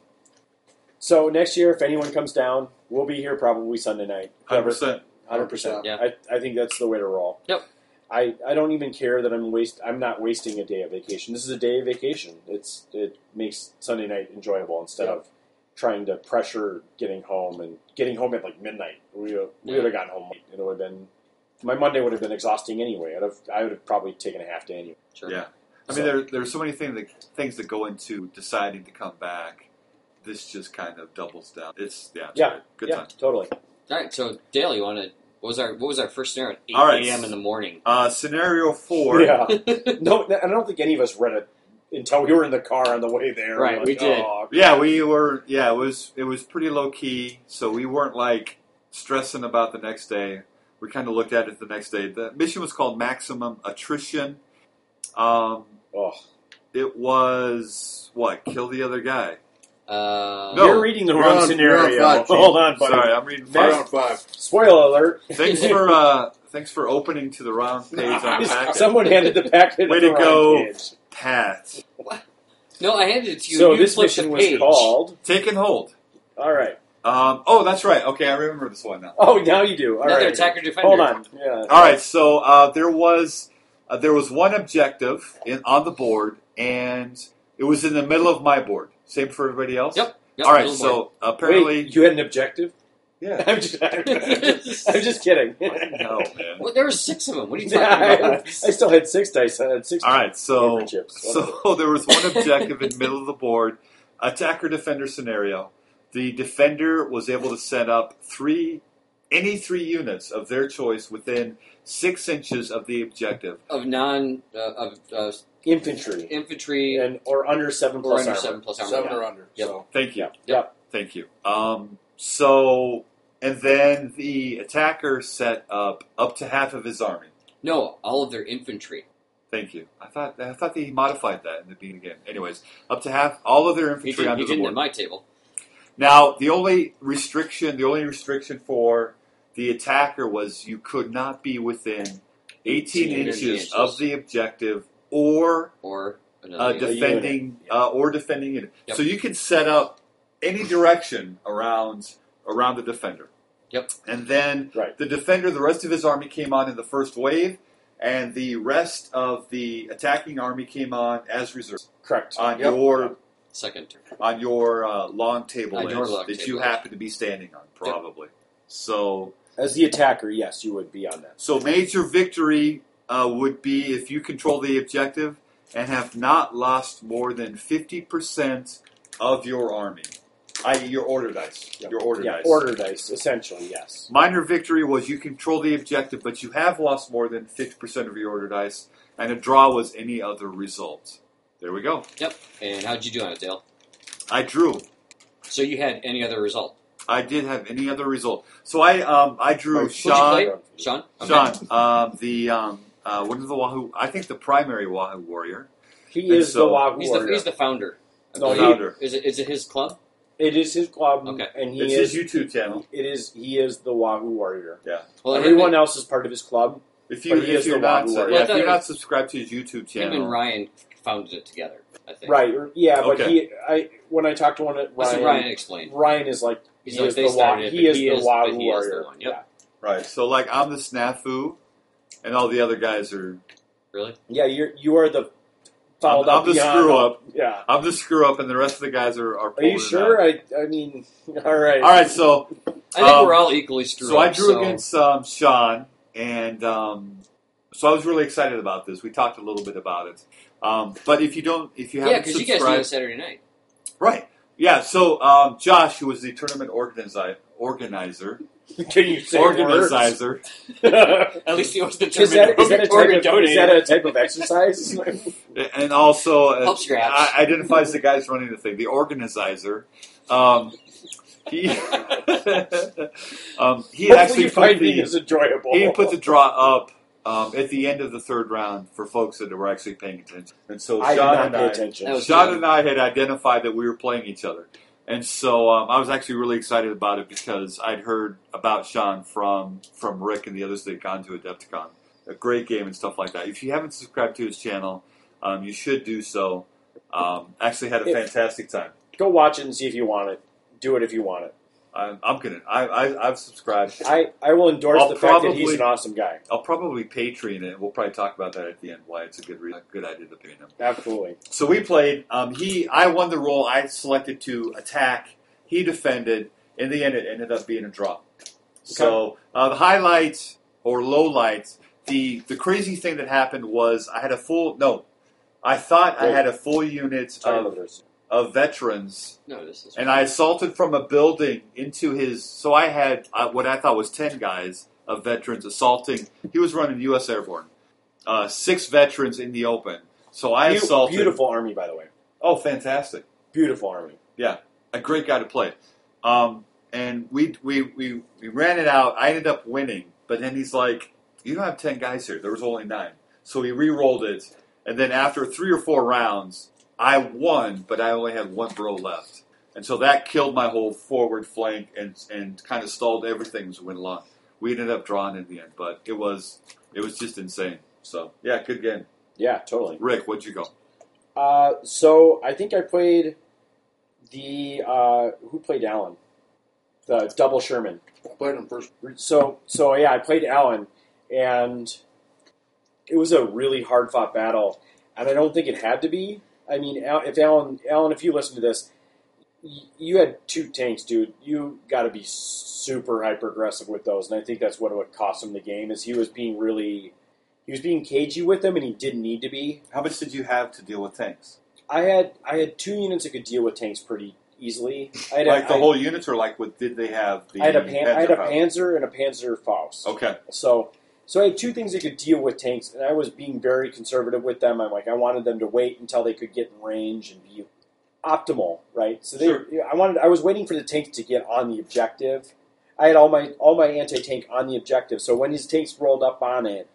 S2: so next year if anyone comes down, we'll be here probably Sunday night.
S4: hundred
S2: Whoever-
S4: percent.
S2: 100%.
S1: Yeah.
S2: I, I think that's the way to roll.
S1: Yep.
S2: I, I don't even care that I'm waste I'm not wasting a day of vacation. This is a day of vacation. It's it makes Sunday night enjoyable instead of trying to pressure getting home and getting home at like midnight. We uh, we
S1: Yeah.
S2: would have gotten home late. It would have been my Monday would have been exhausting anyway. I'd have I would have probably taken a half day anyway.
S1: Sure.
S4: Yeah. I
S2: So-
S4: mean, there, there are so many things that, things that go into deciding to come back. This just kind of doubles down. It's yeah, it's
S2: Yeah.
S4: great. good
S2: yeah,
S4: time.
S2: totally.
S1: All right, so Dale, you wanna what was our what was our first scenario at eight
S4: All right.
S1: AM in the morning? Uh,
S4: Uh, scenario four.
S2: Yeah. No, no, I don't think any of us read it until we were in the car on the way there.
S1: Right,
S2: We're
S1: we
S2: like,
S1: did.
S2: "Oh."
S4: Yeah, we were. Yeah, it was it was pretty low key, so we weren't like stressing about the next day. We kind of looked at it the next day. The mission was called Maximum Attrition. Um,
S2: Oh.
S4: it was what kill the other guy.
S1: Uh,
S4: No.
S2: You're reading the
S3: We're
S2: wrong
S3: on-
S2: scenario.
S3: we're on five, Gene.
S2: Hold on, buddy.
S4: Sorry, I'm reading.
S3: Five
S4: First.
S3: on five.
S2: Spoiler alert.
S4: Thanks for uh, thanks for opening to the round page on the packet.
S2: Someone handed the packet.
S4: Way
S2: to
S4: to go.
S2: Page.
S4: Pat.
S1: No, I handed it to you.
S2: So
S1: you
S2: this
S1: flipped
S2: mission
S1: the
S2: was
S1: page.
S2: called
S4: Take and hold.
S2: All right.
S4: Um, oh, that's right. Okay, I remember this one now.
S2: Oh, now you do. All right.
S1: Another attacker defender.
S2: Hold on. Yeah.
S4: All right, so uh, there was uh, there was one objective in, on the board, and it was in the middle of my board. Same for everybody else.
S1: Yep. Yep,
S4: All right,
S1: little
S4: so apparently,
S2: Wait, you had an objective?
S4: yeah.
S2: I'm just, I'm just kidding.
S4: No, man.
S1: boy. Well, there were six of them. What are you talking
S2: I,
S1: about?
S2: I still had six dice. I had six.
S4: All right, so
S2: paper chips.
S4: so there was one objective in the middle of the board, attacker defender scenario. The defender was able to set up three any three units of their choice within six inches of the objective.
S1: Of non uh, of uh,
S2: infantry
S1: infantry
S2: and or under seven
S1: or
S2: plus
S1: under
S2: armor.
S1: seven plus armor.
S3: Seven or under.
S1: Yep.
S3: So
S4: Thank you.
S2: Yeah. Yep.
S4: Thank you. Um, so, and then the attacker set up up to half of his army.
S1: No, all of their infantry.
S4: Thank you. I thought I thought they modified that in the beginning again. Anyways, up to half all of their
S1: You
S4: infantry
S1: didn't,
S4: onto
S1: you
S4: the
S1: didn't
S4: board.
S1: at my table.
S4: Now, the only restriction, the only restriction for the attacker was you could not be within 18
S1: 18
S4: inches,
S1: inches.
S4: of the objective or
S1: Or another.
S4: uh,
S1: unit.
S2: def-
S4: defending uh, or defending unit.
S1: Yep.
S4: So you can set up any direction around around the defender.
S1: Yep.
S4: And then
S2: Right.
S4: the defender, the rest of his army came on in the first wave, and the rest of the attacking army came on as reserves
S2: Correct.
S4: on
S2: Yep.
S4: your
S1: Second turn.
S4: on your uh, long table
S1: On
S4: edge
S1: your long
S4: that
S1: table
S4: you
S1: edge.
S4: happen to be standing on, probably. So,
S2: As the attacker, yes, you would be on that.
S4: so major victory uh, would be if you control the objective and have not lost more than fifty percent of your army, i.e., your order dice.
S2: Yep.
S4: Your order
S2: yeah,
S4: dice.
S2: order dice, essentially, yes.
S4: Minor victory was you control the objective, but you have lost more than fifty percent of your order dice, and a draw was any other result. There we go.
S1: Yep. And how'd you do on it, Dale?
S4: I drew.
S1: So you had any other result?
S4: I did have any other result. So I um, I drew
S2: Who'd you
S4: Sean.
S1: play? Sean? Okay.
S4: Sean, um, the um, uh, one of the Wahoo, I think the primary Wahoo warrior,
S2: He
S4: And
S2: is the
S4: so-
S2: Wahoo
S1: He's the,
S2: warrior.
S1: he's the founder. I
S2: No,
S1: believe.
S2: he-
S4: founder.
S1: Is it, is it his club?
S2: it is his club,
S1: Okay.
S2: and he
S4: It's
S2: is.
S4: his YouTube channel.
S2: It is he is the Wahoo warrior.
S1: Well, it-
S2: Everyone else is part of his club.
S4: If you
S2: But he
S4: if
S2: is the
S4: you're not
S2: Wahoo warrior.
S4: yeah,
S1: Well, I
S4: if
S1: thought
S4: you're
S1: it was-
S4: not subscribed to his YouTube
S1: him and
S4: channel,
S1: Ryan founded it together, I think.
S2: Right. or- Yeah, but
S4: Okay.
S2: he I when I talked to one of
S1: That's what
S2: Ryan,
S1: Ryan explained.
S2: Ryan is like
S1: He's
S2: he
S1: like,
S2: is
S1: they
S2: the Wahoo.
S1: started it,
S2: He
S1: but
S2: is
S1: he
S2: the
S1: is- but
S2: Wahoo
S1: he is the
S2: warrior.
S1: one, yep.
S4: right? So like I'm the snafu, and all the other guys are
S1: Really?
S2: Yeah, yeah you're you are the
S4: I'm,
S2: fouled
S4: I'm
S2: up
S4: the
S2: beyond-
S4: screw up.
S2: Yeah.
S4: I'm the screw up, and the rest of the guys are are.
S2: Are you
S4: pulling it
S2: sure?
S4: out.
S2: I I mean, all right.
S4: All right, so
S1: I think
S4: Um,
S1: we're all equally screwed
S4: so I
S1: up,
S4: drew against um, Sean, and um, so I was really excited about this. We talked a little bit about it, um, but if you don't, if you
S1: Yeah,
S4: haven't
S1: because you
S4: subscribed,
S1: guys met on Saturday night.
S4: Right. Yeah. So um, Josh, who was the tournament organizer, organizer,
S2: Can you say words?
S4: organizer,
S1: At least he was the
S2: Is that, is, that a type of,
S1: Organ-
S2: is that a type of exercise?
S4: and also uh,
S1: Helps your abs.
S4: i- identifies the guys running the thing, the organizer. Um, he, um, he
S2: Hopefully
S4: had actually
S2: you find
S4: put
S2: me
S4: the,
S2: as enjoyable.
S4: he had put the draw up um, at the end of the third round for folks that were actually paying attention. And so
S2: I did
S4: Sean
S2: not
S4: and
S2: pay
S4: I,
S2: attention.
S1: That was-
S4: Sean and I had identified that we were playing each other. And so um, I was actually really excited about it because I'd heard about Sean from from Rick and the others that had gone to Adepticon. A great game and stuff like that. If you haven't subscribed to his channel, um, you should do so. Um, actually had a
S2: If-
S4: fantastic time.
S2: Go watch it and see if you want it. Do it if you want it.
S4: I'm, I'm gonna. I, I, I've subscribed.
S2: I, I will endorse
S4: I'll
S2: the fact that he's
S4: probably-
S2: an awesome guy.
S4: I'll probably Patreon it. We'll probably talk about that at the end. Why it's a good re- a good idea to pay him.
S2: Absolutely.
S4: So we played. Um, he, I won the role. I selected to attack. He defended. In the end, it ended up being a draw. So uh, the highlights or lowlights. The the crazy thing that happened was I had a full no. I thought I
S2: Wait.
S4: had a full unit
S2: Sorry about
S4: of,
S2: this.
S4: of veterans
S1: No, this is.
S4: and I assaulted from a building into his. So I had uh, what I thought was ten guys of veterans assaulting. He was running U.S. Airborne. Uh, six veterans in the open. So I
S2: Beau-
S4: assaulted.
S2: Beautiful army, by the way.
S4: Oh, fantastic!
S2: Beautiful army.
S4: A great guy to play. Um, and we, we we we ran it out. I ended up winning, but then he's like, "You don't have ten guys here. There was only nine. So he re-rolled it, and then after three or four rounds, I won, but I only had one bro left, and so that killed my whole forward flank and and kind of stalled everything as we went along. We ended up drawing in the end, but it was it was just insane. So yeah, good game,
S2: Yeah, totally.
S4: Rick. What'd you go?
S2: Uh, so I think I played the uh, who played Alan? the double Sherman.
S3: I played him first.
S2: So so yeah, I played Alan, and it was a really hard fought battle, and I don't think it had to be. I mean, Al- if Alan Alan, if you listen to this, y- you had two tanks, dude. You got to be super hyper aggressive with those, and I think that's what what cost him the game. Is he was being really he was being cagey with them, and he didn't need to be.
S4: How much did you have to deal with tanks?
S2: I had I had two units that could deal with tanks pretty easily. I had
S4: Like
S2: a,
S4: the
S2: I-
S4: whole units, or like what did they have? The
S2: I had a pan, I had a
S4: Panzer
S2: Panzer and a Panzer Faust.
S4: power? Okay,
S2: So, so I had two things that could deal with tanks, and I was being very conservative with them. I'm like, I wanted them to wait until they could get in range and be optimal, right? So they,
S4: Sure.
S2: I wanted, I was waiting for the tanks to get on the objective. I had all my all my anti tank on the objective, so when his tanks rolled up on it,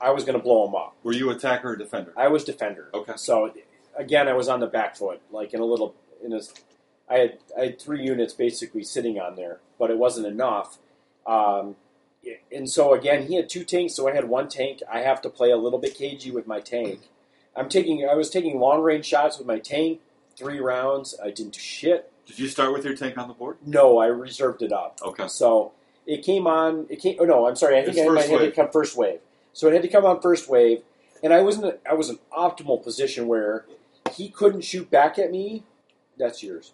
S2: I was going to blow them up.
S4: were you attacker or defender?
S2: I was defender.
S4: Okay.
S2: So again, I was on the back foot, like in a little in a. I had I had three units basically sitting on there, but it wasn't enough. Um, and so again, he had two tanks, so I had one tank. I have to play a little bit cagey with my tank. I'm taking I was taking long range shots with my tank, three rounds. I didn't do shit.
S4: Did you start with your tank on the board?
S2: No, I reserved it up.
S4: Okay.
S2: So it came on. It came. Oh no, I'm sorry. I think
S4: It's
S2: I might
S4: first
S2: have to
S4: wave.
S2: come first wave. So it had to come on first wave, and I wasn't. I was an optimal position where he couldn't shoot back at me. That's yours.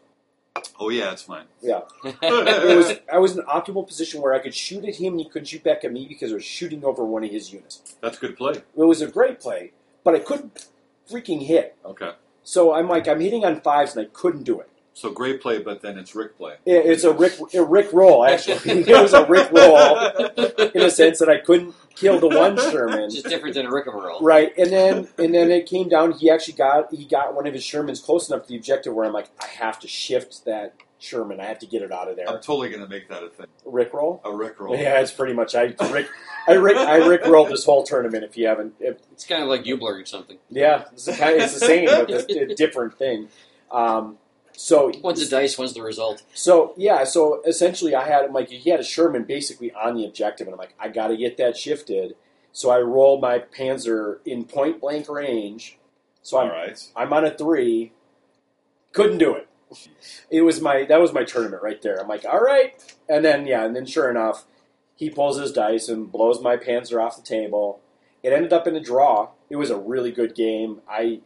S4: Oh yeah, it's mine.
S2: Yeah. It was.
S4: that
S2: I was in an optimal position where I could shoot at him and he couldn't shoot back at me because I was shooting over one of his units.
S4: That's good play.
S2: It was a great play, but I couldn't freaking hit.
S4: Okay,
S2: So I'm like, I'm hitting on fives and I couldn't do it.
S4: so great play, but then it's Rick play.
S2: It- It's a Rick, a Rick roll actually. it was a Rick roll in a sense that I couldn't kill the one Sherman.
S1: It's just different than a rigmarole.
S2: Right, and then and then it came down. He actually got he got one of his Shermans close enough to the objective where I'm like, I have to shift that Sherman. I have to get it out of there.
S4: I'm totally gonna make that a thing.
S2: Rick roll.
S4: A Rick roll.
S2: Yeah, it's pretty much I Rick I Rick I Rick rolled this whole tournament. If you haven't, if,
S1: It's kind of like you blurring something.
S2: yeah, it's, the kind- it's the same, but it's a different thing. Um, so
S1: One's the dice, one's the result.
S2: So yeah, so essentially, I had like he had a Sherman basically on the objective, and I'm like, I got to get that shifted. So I roll my Panzer in point blank range. So
S4: All
S2: I'm
S4: right.
S2: I'm on a three. Couldn't do it. It was my that was my tournament right there. I'm like, all right, and then yeah, and then sure enough, he pulls his dice and blows my Panzer off the table. It ended up in a draw. It was a really good game. I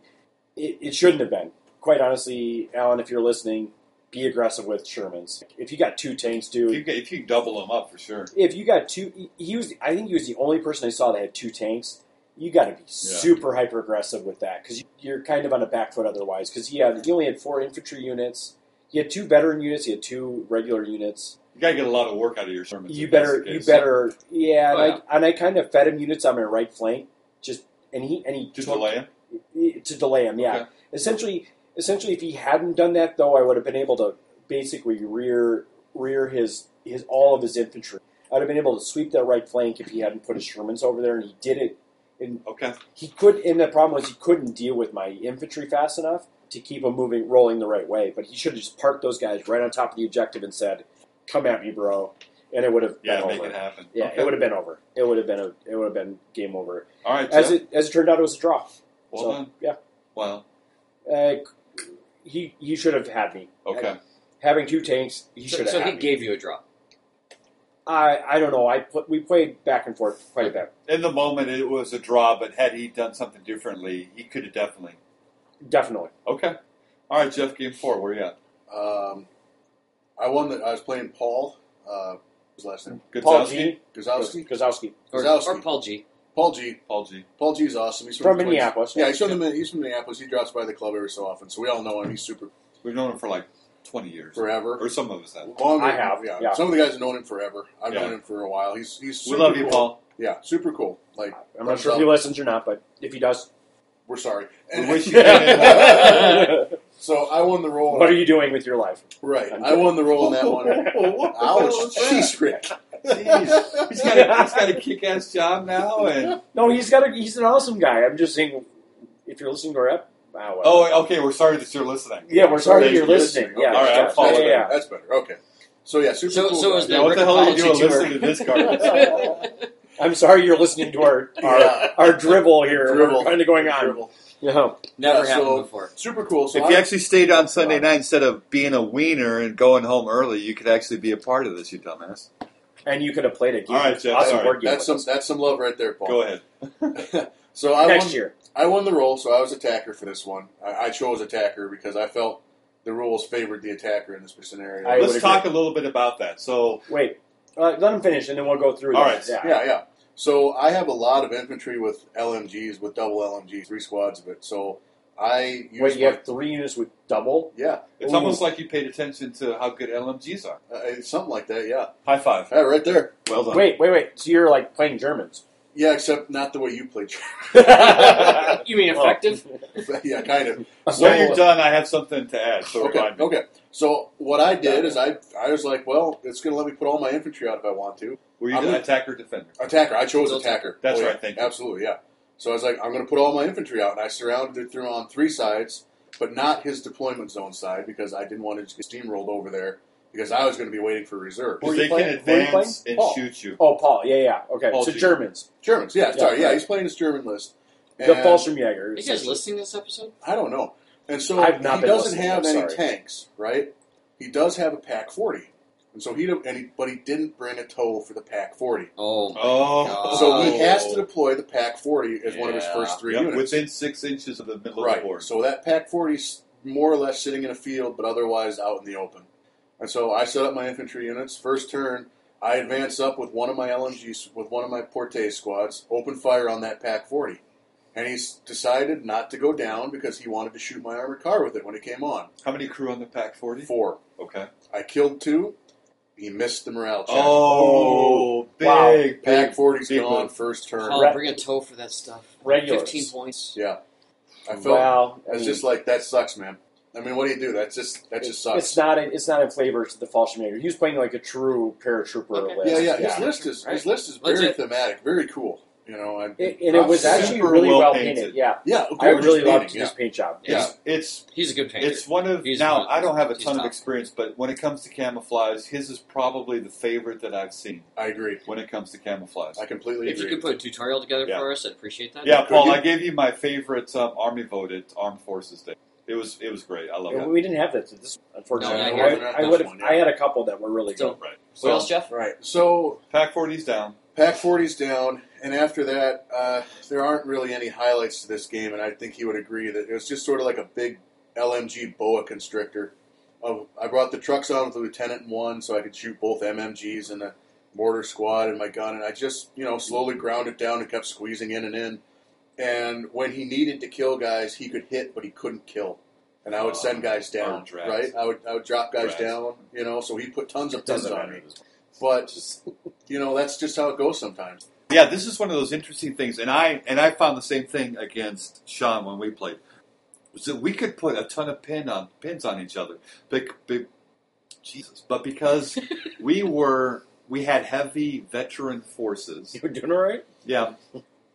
S2: it, it shouldn't have been. Quite honestly, Alan, if you're listening, be aggressive with Sherman's. If you got two tanks,
S4: If you,
S2: dude.
S4: can- if you can double them up for sure.
S2: If you got two, he- he was. I think he was the only person I saw that had two tanks. You got to be super hyper aggressive with that because you're kind of on a back foot otherwise. Because he had he only had four infantry units. He had two veteran units. He had two regular units.
S4: You gotta get a lot of work out of your sermons.
S2: You
S4: if that's
S2: better,
S4: the
S2: you
S4: case.
S2: better, yeah. And,
S1: Oh, yeah.
S2: I, and I kind of fed him units on my right flank, just and he and he
S4: Just
S2: took-
S4: delay 'em?
S2: to delay him. Yeah,
S4: Okay.
S2: essentially, essentially, if he hadn't done that, though, I would have been able to basically rear rear his his all of his infantry. I'd have been able to sweep that right flank if he hadn't put his Shermans over there, and he did it. And
S4: Okay.
S2: he could. And the problem was he couldn't deal with my infantry fast enough to keep him moving, rolling the right way. But he should have just parked those guys right on top of the objective and said, "Come at me, bro," and it would have
S4: Yeah,
S2: been
S4: make
S2: over.
S4: it happen.
S2: Yeah,
S4: Okay.
S2: it would have been over. It would have been a, it would have been game over.
S4: All right,
S2: As
S4: Jeff.
S2: it as it turned out, it was a draw.
S4: well
S2: so,
S4: done.
S2: yeah.
S4: Well,
S2: Uh, he he should have had me.
S4: okay.
S2: Having two tanks, he
S1: So,
S2: should have.
S1: so
S2: had
S1: he
S2: me.
S1: gave you a draw.
S2: I I don't know. I put, we played back and forth quite a bit.
S4: In the moment, it was a draw, but had he done something differently, he could have definitely.
S2: Definitely.
S4: Okay. All right, Jeff. Game four. Where you at?
S3: Um, I won that. I was playing Paul. Uh, his last name
S2: Paul
S4: Gutowski?
S2: G.
S3: Gazowski.
S2: Gozowski.
S1: Or,
S3: Kozlowski.
S1: or Paul G.
S3: Paul G.
S4: Paul G.
S3: Paul G. is awesome. He's
S2: From
S3: the Twins.
S2: Minneapolis.
S3: Yeah, he's from the Min- he's from Minneapolis. He drops by the club every so often, so we all know him. He's super
S4: We've known him for like twenty years,
S3: forever.
S4: or some of us have.
S3: Longer,
S2: I have, yeah.
S3: Some of the guys have known him forever. I've
S4: Yeah.
S3: known him for a while. He's he's
S4: We
S3: super
S4: love you,
S3: cool.
S4: Paul.
S3: Yeah, super cool. Like
S2: I'm not sure if he listens or not, but if he does,
S3: we're sorry.
S4: We
S3: And
S4: wish you.
S2: what
S3: so I won the role.
S2: are you doing with your life?
S3: right,
S2: I'm
S3: I won the role in that one. Ouch! Jeez, Rick.
S4: Jeez. He's got a, he's got a kick-ass job now, and
S2: No, he's got a he's an awesome guy. I'm just saying, if you're listening to our ep, ah, well.
S4: oh, okay. We're sorry that you're listening.
S2: yeah, we're sorry
S3: Thanks
S2: you're
S3: for
S2: listening. Yeah,
S3: Okay. All right,
S2: yeah,
S4: I'm following.
S2: yeah,
S3: That's,
S2: yeah,
S3: better.
S2: yeah.
S3: That's better. Okay. So yeah, super
S1: So-
S3: cool.
S1: so
S3: guy.
S1: is
S4: Yeah, what the hell are you doing listening to this garbage?
S2: I'm sorry you're listening to our our,
S3: Yeah. uh,
S2: our dribble here.
S3: Dribble.
S2: Kind of going on.
S3: Dribble.
S2: Yeah.
S1: Never
S3: Yeah,
S1: happened
S3: so-
S1: before.
S3: Super cool. So
S4: If
S3: I-
S4: you actually stayed on Sunday night instead of being a wiener and going home early, you could actually be a part of this, you dumbass.
S7: And you could have played a game.
S4: All right, Jeff,
S7: awesome
S4: sorry.
S7: board game.
S3: that's
S7: with
S3: some that's some love right there, Paul.
S4: Go ahead.
S3: So
S7: us.
S3: I
S7: Next
S3: won,
S7: year.
S3: I won the role, so I was attacker for this one. I, I chose attacker because I felt the rules favored the attacker in this scenario.
S2: I
S4: Let's
S2: would
S4: talk a little bit about that. So,
S7: Wait, uh, let him finish, and then we'll go through.
S4: All
S7: this.
S4: right.
S7: Yeah.
S3: yeah, yeah. So I have a lot of infantry with LMGs, with double LMGs, three squads of it. So I use
S7: Wait, you
S3: my-
S7: have three units with double.
S3: yeah,
S4: it's
S7: Ooh.
S4: almost like you paid attention to how good LMGs are.
S3: uh, it's something like that. Yeah,
S4: High five.
S3: All right, right there.
S4: Well done.
S7: Wait, wait, wait. So you're like playing Germans.
S3: Yeah, except not the way you play.
S1: You mean
S7: Well,
S1: effective?
S3: yeah, kind of.
S4: when
S7: So-
S4: you're done, I have something to add. So
S3: Okay,
S4: remind me.
S3: okay. So what I did is I I was like, well, it's going to let me put all my infantry out if I want to.
S4: Were you
S3: I'm
S4: the
S3: gonna-
S4: attacker or defender?
S3: Attacker. I chose
S1: Still
S3: attacker.
S4: That's
S3: Oh, yeah.
S4: right, thank you.
S3: Absolutely, yeah. So I was like, I'm going to put all my infantry out, and I surrounded it through on three sides, but not his deployment zone side because I didn't want to just get steamrolled over there because I was going to be waiting for reserve.
S7: Who are you
S4: they
S7: playing?
S4: can
S7: Who are you
S4: advance and
S7: playing? Paul.
S4: shoot you.
S7: Oh, Paul. Yeah, yeah. Okay,
S4: Paul
S7: so
S4: Jr.
S7: Germans,
S3: Germans, yeah,
S7: Yeah,
S3: sorry, yeah,
S7: right.
S3: he's playing his German list.
S7: the
S3: And-
S7: Fallschirmjäger.
S1: Are you guys listening to this episode?
S3: I don't know. And so
S7: I've not
S3: he
S7: been
S3: doesn't
S7: listening,
S3: have
S7: I'm
S3: any
S7: sorry.
S3: tanks, right? He does have a Pac 40. And so he, don't- and he but he didn't bring a total for the Pac 40.
S1: Oh, my
S4: Oh,
S3: So he
S1: Oh.
S3: has to deploy the Pac 40 as one of his
S1: Yeah.
S3: first three
S4: Yep,
S3: units.
S4: within six inches of the middle of
S3: right.
S4: the board.
S3: So that Pac 40 is more or less sitting in a field, but otherwise out in the open. And so I set up my infantry units. First turn, I advance up with one of my LMGs, with one of my Porte squads, open fire on that Pac 40. And he's decided not to go down because he wanted to shoot my armored car with it when it came on.
S4: How many crew on the pack? Forty.
S3: Four.
S4: Okay.
S3: I killed two. He missed the morale check.
S4: Oh, big
S7: Wow.
S3: Pac
S4: big
S3: 40's
S4: big
S3: gone
S4: move.
S3: first turn.
S1: Paul,
S7: Re-
S1: bring a toe for that stuff.
S7: regulars.
S1: Fifteen points.
S3: Yeah, I felt
S7: Well, I
S3: it's
S7: mean,
S3: just like that sucks, man. I mean, what do you do? That's just that just sucks.
S7: It's not in, it's not in flavor to the Fallschirmjäger. He was playing like a true paratrooper
S1: Okay.
S7: list.
S3: yeah, yeah,
S7: yeah.
S3: His list is
S1: Right.
S3: his list is very
S1: Legit.
S3: thematic, very cool. You know, and
S7: It- and it was
S3: Super
S7: actually really
S4: well
S7: well
S4: painted.
S7: painted. Yeah,
S3: yeah,
S7: I
S3: gorgeous
S7: really loved
S3: painting,
S7: his paint job.
S1: Yeah.
S4: It's, it's
S1: He's a good painter.
S4: it's one of
S1: He's
S4: now.
S1: one.
S4: I don't have a
S1: He's
S4: ton of
S1: top.
S4: experience, but when it comes to camouflage, his is probably the favorite that I've seen.
S3: yeah. I agree.
S4: When it comes to camouflage,
S3: I completely
S1: If you
S3: agree.
S1: could put a tutorial together
S4: Yeah.
S1: for us, I'd appreciate that.
S4: yeah, Paul,
S3: you-
S4: I gave you my favorite um, army vote at Armed Forces Day. It was it was great. I love
S7: And
S4: it.
S7: We didn't have that. This unfortunately,
S1: No, I
S7: I,
S1: wasn't
S3: at
S7: I
S3: this
S7: would have.
S3: one, yeah.
S7: I had a couple that were really
S1: So-
S7: good.
S4: Right.
S1: What
S4: So
S1: else, Jeff?
S3: right. So
S4: pack 40's down.
S3: Pac 40's down, and after that, uh, there aren't really any highlights to this game, and I think he would agree that it was just sort of like a big LMG boa constrictor. Of I brought the trucks on with the lieutenant in one, so I could shoot both MMGs and the mortar squad and my gun, and I just you know slowly ground it down and kept squeezing in and in. And when he needed to kill guys, he could hit, but he couldn't kill. And I would send guys down,
S4: Or drag.
S3: right? I would I would drop guys
S4: Drag.
S3: down, you know. So he put tons of pins
S4: Doesn't
S3: on
S4: matter.
S3: me, but you know that's just how it goes sometimes.
S4: Yeah, this is one of those interesting things, and I and I found the same thing against Sean when we played. Was that we could put a ton of pin on pins on each other, but, but Jesus, but because we were we had heavy veteran forces.
S7: You were doing all right.
S4: Yeah,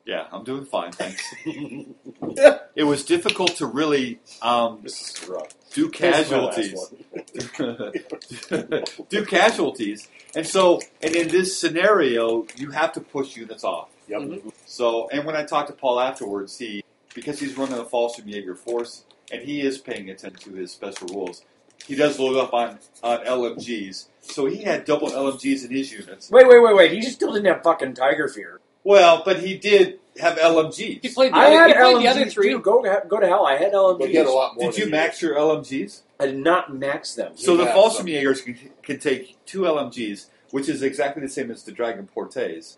S4: yeah, I'm doing fine, thanks. it was difficult to really um,
S7: This is rough.
S4: do
S7: This is my last
S4: casualties.
S7: one.
S4: do casualties. And so, and in this scenario, you have to push units off.
S3: Yep.
S1: Mm-hmm.
S4: So, and when I talked to Paul afterwards, he, because he's running a Fallschirmjäger force, and he is paying attention to his special rules, he does load up on, on LMGs. So he had double LMGs in his units.
S7: Wait, wait, wait, wait. He still didn't have fucking tiger fear.
S4: Well, but he did have LMGs.
S1: He played the
S7: I
S1: other,
S7: had
S1: he played the
S7: LMGs
S1: other three.
S7: Too. Go to he- go to hell. I had LMGs.
S3: But he had a lot more.
S4: did
S3: than
S4: you
S3: he
S4: max your LMGs?
S7: I did not max them.
S4: So the
S3: Yeah, so-
S4: Fallschirmjägers can, can take two LMGs, which is exactly the same as the Dragon Portes.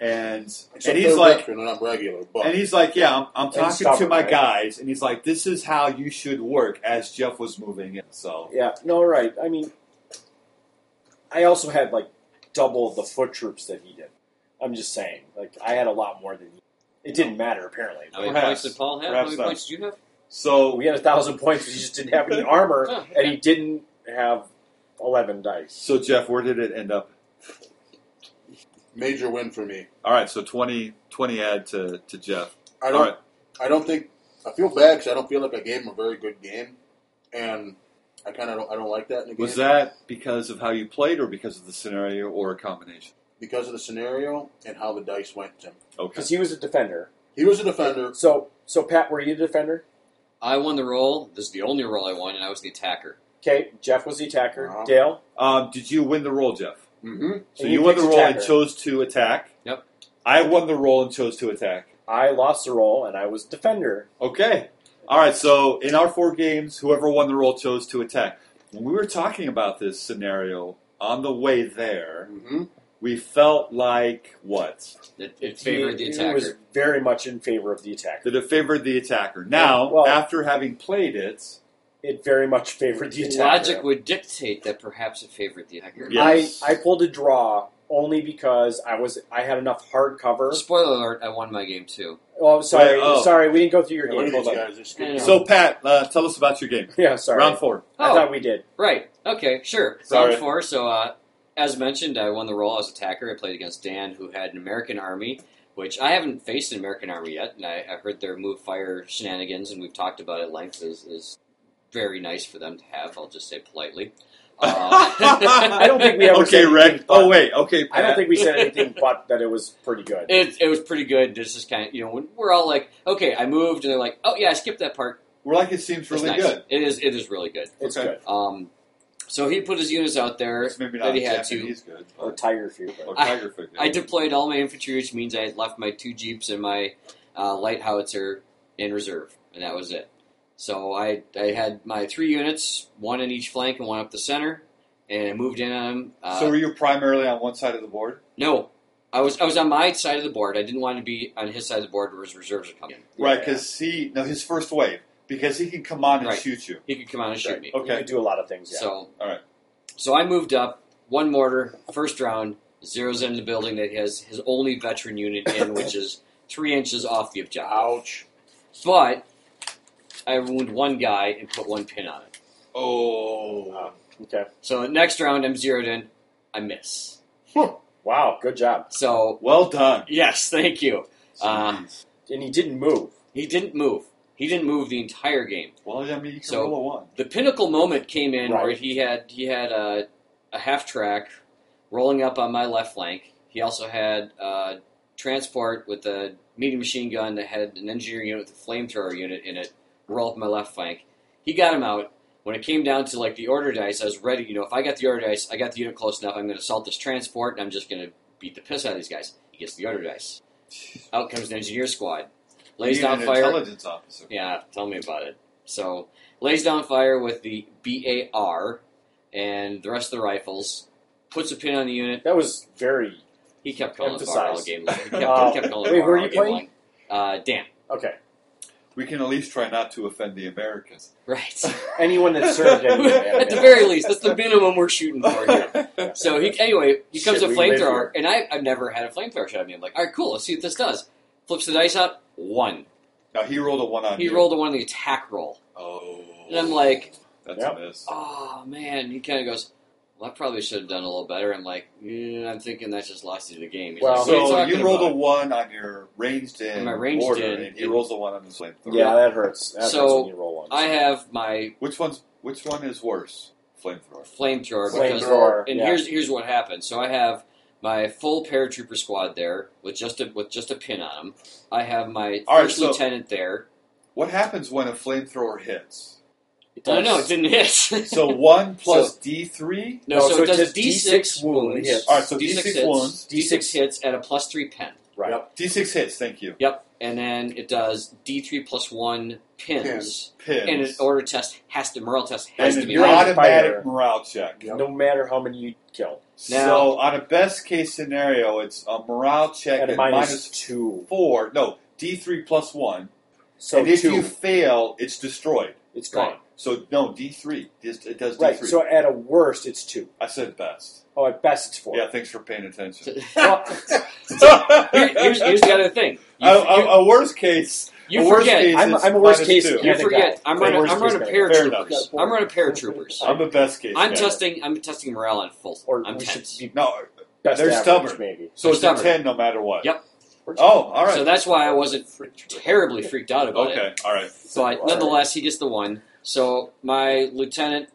S4: And
S3: Except
S4: and he's
S3: they're
S4: like,
S3: veteran and I'm regular, but
S4: and he's like, yeah, I'm, I'm talking to
S7: stubborn,
S4: my
S7: right?
S4: guys, and he's like, this is how you should work. As Jeff was moving in, so
S7: Yeah, no, right. I mean, I also had like double the foot troops that he did. I'm just saying, like I had a lot more than he. It didn't matter apparently.
S1: How many
S4: Perhaps.
S1: points did Paul have? How
S4: Perhaps
S1: many
S4: not.
S1: points did you have?
S4: so
S7: We had a thousand points. We just didn't have any armor,
S1: Oh, okay.
S7: and he didn't have eleven dice.
S4: so Jeff, where did it end up?
S3: major win for me.
S4: All right, so 20, 20 add to to Jeff.
S3: I
S4: All
S3: don't.
S4: right,
S3: I don't think. I feel bad because I don't feel like I gave him a very good game, and I kind of don't. I don't like that in a game.
S4: was that because of how you played, or because of the scenario, or a combination?
S3: because of the scenario and how the dice went, Tim?
S4: Okay,
S7: Because he was a defender,
S3: He was a defender.
S7: so So Pat, were you the defender?
S1: I won the role. This is the only role I won, and I was the attacker.
S7: Okay, Jeff was the attacker.
S3: Wow.
S7: Dale,
S4: Um, did you win the role, Jeff?
S1: Mm-hmm.
S4: So
S7: And
S4: you
S7: you
S4: won the
S7: picked
S4: role and
S7: attacker.
S4: chose to attack.
S1: Yep.
S4: I won the role and chose to attack.
S7: I lost the role and I was defender.
S4: Okay. All right. So in our four games, whoever won the role chose to attack. When we were talking about this scenario on the way there,
S3: Mm-hmm.
S4: we felt like what?
S1: It, it favored the
S7: He- he
S1: attacker.
S7: was very much in favor of the attacker.
S4: That it favored the attacker. Now,
S7: Well-
S4: after having played it,
S7: It very much favored the attacker.
S1: Logic would dictate that perhaps it favored the attacker.
S4: Yeah. Yes.
S7: I, I pulled a draw only because I was I had enough hard cover.
S1: Spoiler alert, I won my game too.
S7: Oh, sorry,
S4: Wait, oh.
S7: sorry, we didn't go through your
S3: Look
S7: game.
S3: at these
S7: Hold on.
S3: guys. They're scared.
S1: Yeah.
S4: so Pat, uh, tell us about your game.
S7: Yeah, sorry.
S4: Round four.
S7: I
S1: Oh.
S7: thought we did.
S1: Right. Okay. Sure.
S4: Sorry.
S1: Round four. So, uh, as mentioned, I won the role as attacker. I played against Dan, who had an American Army, which I haven't faced an American Army yet, and I, I heard their move fire shenanigans, and we've talked about it at length. is is very nice for them to have. I'll just say politely. Uh,
S7: I don't think we ever
S4: okay,
S7: said
S4: Rick.
S7: anything, but-
S4: Oh wait. Okay, Pat.
S7: I don't think we said anything but that it was pretty good.
S1: It, it was pretty good. This is kind of you know when we're all like, okay, I moved, and they're like, oh yeah, I skipped that part.
S4: We're like it seems really
S1: nice.
S4: good.
S1: It is. It is really good.
S7: it's
S4: okay.
S7: good.
S1: Um, so he put his units out there
S4: It's maybe
S1: that
S4: not
S1: he had to.
S4: Japanese good.
S7: Or
S4: But,
S7: tiger fear. but-
S4: or tiger figure.
S1: I deployed all my infantry, which means I had left my two jeeps and my uh, light howitzer in reserve, and that was it. So I I had my three units, one in each flank and one up the center, and I moved in on them. Uh,
S4: so were you primarily on one side of the board?
S1: no, I was I was on my side of the board. I didn't want to be on his side of the board where his reserves are coming. in.
S4: Right,
S7: Yeah.
S4: because he no his first wave because he can come on and
S1: Right.
S4: shoot you.
S1: He could come out and shoot
S7: Right.
S1: me.
S7: You
S4: Okay.
S7: could do a lot of things. Yeah.
S1: So,
S4: All right.
S1: So I moved up one mortar, first round, zeroes into the building that has his only veteran unit in, which is three inches off the objective.
S3: Ouch.
S1: But I wound one guy and put one pin on it.
S4: Oh,
S7: okay.
S1: So the next round, I'm zeroed in. I miss.
S7: Wow. Good job.
S1: So
S4: well done.
S1: yes, thank you. Uh,
S4: Jeez.
S7: And he didn't move.
S1: He didn't move. He didn't move the entire game.
S4: well, I mean, you can
S1: so-
S4: roll a one.
S1: The pinnacle moment came in where
S7: Right.
S1: he had he had a, a half track rolling up on my left flank. He also had uh, transport with a medium machine gun that had an engineering unit with a flamethrower unit in it roll up my left flank. He got him out. When it came down to like the order dice, I was ready. You know, if I got the order dice, I got the unit close enough. I'm going to assault this transport and I'm just going to beat the piss out of these guys. He gets the order dice. Out comes an engineer squad, lays
S4: you
S1: down
S4: need
S1: fire.
S4: An intelligence officer.
S1: Yeah, tell me about it. So, lays down fire with the BAR and the rest of the rifles, puts a pin on the unit.
S7: That was very
S1: He kept calling it BAR all
S7: Emphasize.
S1: game long. He kept,
S7: Uh,
S1: he kept calling it
S7: wait,
S1: BAR
S7: who are
S1: all
S7: you
S1: game
S7: playing?
S1: long. Uh, Dan.
S7: okay.
S4: We can at least try not to offend the Americans.
S1: Right.
S7: Anyone that served anyway.
S1: At the very least, that's the minimum we're shooting for here. So he anyway, he comes a
S7: Shit, we live
S1: flamethrower,
S7: here.
S1: and I, I've never had a flamethrower shot at me. I'm like, all right, cool, let's see what this does. Flips the dice out, one.
S4: now he rolled a one on.
S1: He
S4: you.
S1: rolled a one on the attack roll.
S4: Oh,
S1: And I'm like-
S4: that's
S7: Yep.
S4: a miss.
S1: oh man he kind of goes well i probably should have done a little better i'm like "Yeah, i'm thinking that just lost you the game He's
S7: Well,
S1: like, "What are
S4: so
S1: talking
S4: you rolled
S1: about?"
S4: a one on your ranged in
S1: On my ranged
S4: order,
S1: in,
S4: and he
S1: it-
S4: rolls a one on his flamethrower.
S7: Yeah, that hurts. That
S1: So,
S7: hurts when you roll one.
S1: i have my
S4: Which one's which one is worse? Flamethrower.
S1: flamethrower because
S7: flamethrower.
S1: and
S7: yeah.
S1: here's here's what happened so i have my full paratrooper squad there with just a with just a pin on him i have my
S4: All right,
S1: first
S4: so-
S1: lieutenant there
S4: What happens when a flamethrower hits?
S1: no no it didn't hit
S4: So one plus D three.
S1: no,
S7: No,
S1: so,
S7: so
S1: it does
S7: just
S1: d6
S7: D6 wounds.
S1: wounds
S7: Hits.
S4: All right, so
S1: d6,
S4: D6
S1: hits,
S4: wounds.
S1: d6 hits at a plus 3 pen
S7: right.
S4: D six hits. Thank you.
S1: yep and then it does d3 plus 1 pins.
S3: Pins.
S4: Pins.
S1: and an order test has to morale test has
S4: and
S1: to
S4: an
S1: be
S7: you're
S1: high.
S7: on-
S4: automatic
S7: fire.
S4: morale check.
S3: Yep.
S7: No matter how many you kill,
S4: so on a best case scenario, it's a morale check
S7: at
S4: at,
S7: a minus,
S4: minus
S7: two,
S4: four. No, D three plus one.
S7: so
S4: and if
S7: two,
S4: you fail, it's destroyed.
S7: it's gone.
S1: Right.
S7: Right.
S4: So no, D three. It does D three.
S7: So at a worst, it's two.
S4: I said best.
S7: Oh, at best, it's four.
S4: Yeah, thanks for paying attention.
S1: Well, here- here's, here's the other thing. You,
S4: a, a- a worst case.
S1: you, you
S4: a Oh, worst
S1: forget.
S4: case
S7: I'm-
S4: is
S7: I'm a worst
S4: minus
S7: case
S4: two.
S1: you
S7: Yeah, the
S1: forget.
S7: guy.
S1: I'm
S7: The
S1: running.
S7: worst
S1: I'm running
S7: case guy.
S4: Fair
S1: paratroopers.
S4: enough.
S1: I'm running paratroopers.
S4: I'm a best case.
S1: I'm
S4: guy.
S1: testing. I'm testing morale on full.
S7: Or
S1: I'm
S7: we
S1: tense.
S7: should be
S4: No,
S7: best
S4: They're
S7: average,
S4: stubborn.
S7: maybe.
S4: so it's a
S1: stubborn.
S4: ten no matter what.
S1: Yep.
S4: Oh, all right.
S1: So that's why I wasn't terribly freaked out about it.
S4: okay, all right.
S1: But nonetheless, he gets the one. So my lieutenant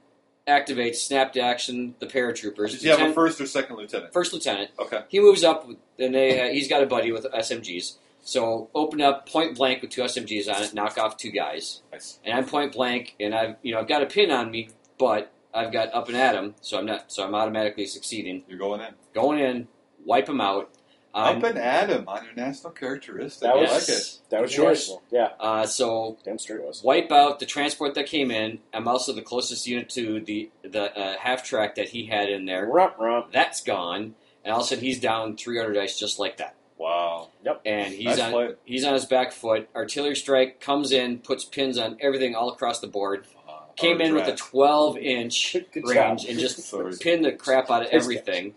S1: activates snap to action the paratroopers.
S4: Did you have a
S1: Lieutenant-
S4: first or second lieutenant?
S1: first lieutenant.
S4: Okay.
S1: He moves up, with- and they uh, he's got a buddy with SMGs. So open up point blank with two SMGs on it, knock off two guys,
S7: Nice.
S1: and I'm point blank, and I've you know I've got a pin on me, but I've got up and at 'em, so I'm not so I'm automatically succeeding.
S7: You're going in.
S1: Going in, wipe them out. Um,
S7: Up and Adam on your national characteristic.
S2: That
S7: I
S2: was-
S7: like it.
S1: yes.
S2: That was
S3: Good choice.
S2: national. Yeah,
S1: Uh, so
S2: damn straight it was.
S1: wipe out the transport that came in. I'm also the closest unit to the the uh, half track that he had in there.
S2: Rump rump.
S1: That's gone, and all of a sudden he's down 300 dice just like that.
S7: Wow.
S1: And he's
S7: Nice
S1: on
S7: play.
S1: he's on his back foot. Artillery strike comes in, puts pins on everything all across the board.
S7: Wow.
S4: Oh,
S1: Came in with a
S7: Draft.
S1: 12 inch
S2: Good
S1: range
S2: job.
S1: and just
S7: Sorry.
S1: pinned the crap out of everything.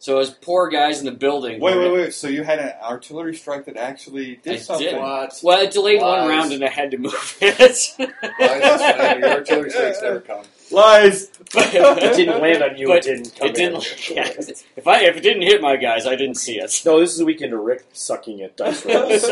S1: So his poor guys in the building.
S7: Wait,
S1: were-
S7: wait, wait. So you had an artillery strike that actually
S1: I
S7: did
S1: did.
S7: something.
S3: What?
S1: Well, it delayed one
S3: Lies.
S1: round and I had to move it.
S3: Lies. Your artillery strikes never come.
S7: Lies.
S2: It didn't land on you.
S1: But
S2: it didn't. Come
S1: It didn't.
S2: in.
S1: yeah. If I if it didn't hit my guys, I didn't see it.
S2: No, this is a weekend of Rick sucking at dice rolls.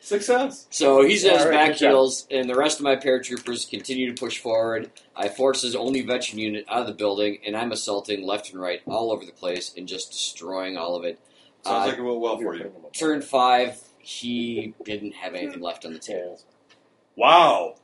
S7: Success.
S1: So he's at his
S2: All right,
S1: back
S2: good job.
S1: heels, and the rest of my paratroopers continue to push forward. I force his only veteran unit out of the building, and I'm assaulting left and right all over the place and just destroying all of it.
S7: Sounds
S1: Uh,
S7: like it went well
S2: We were
S7: for you.
S2: putting them up.
S1: Turn five, he didn't have anything left on the table.
S7: Wow.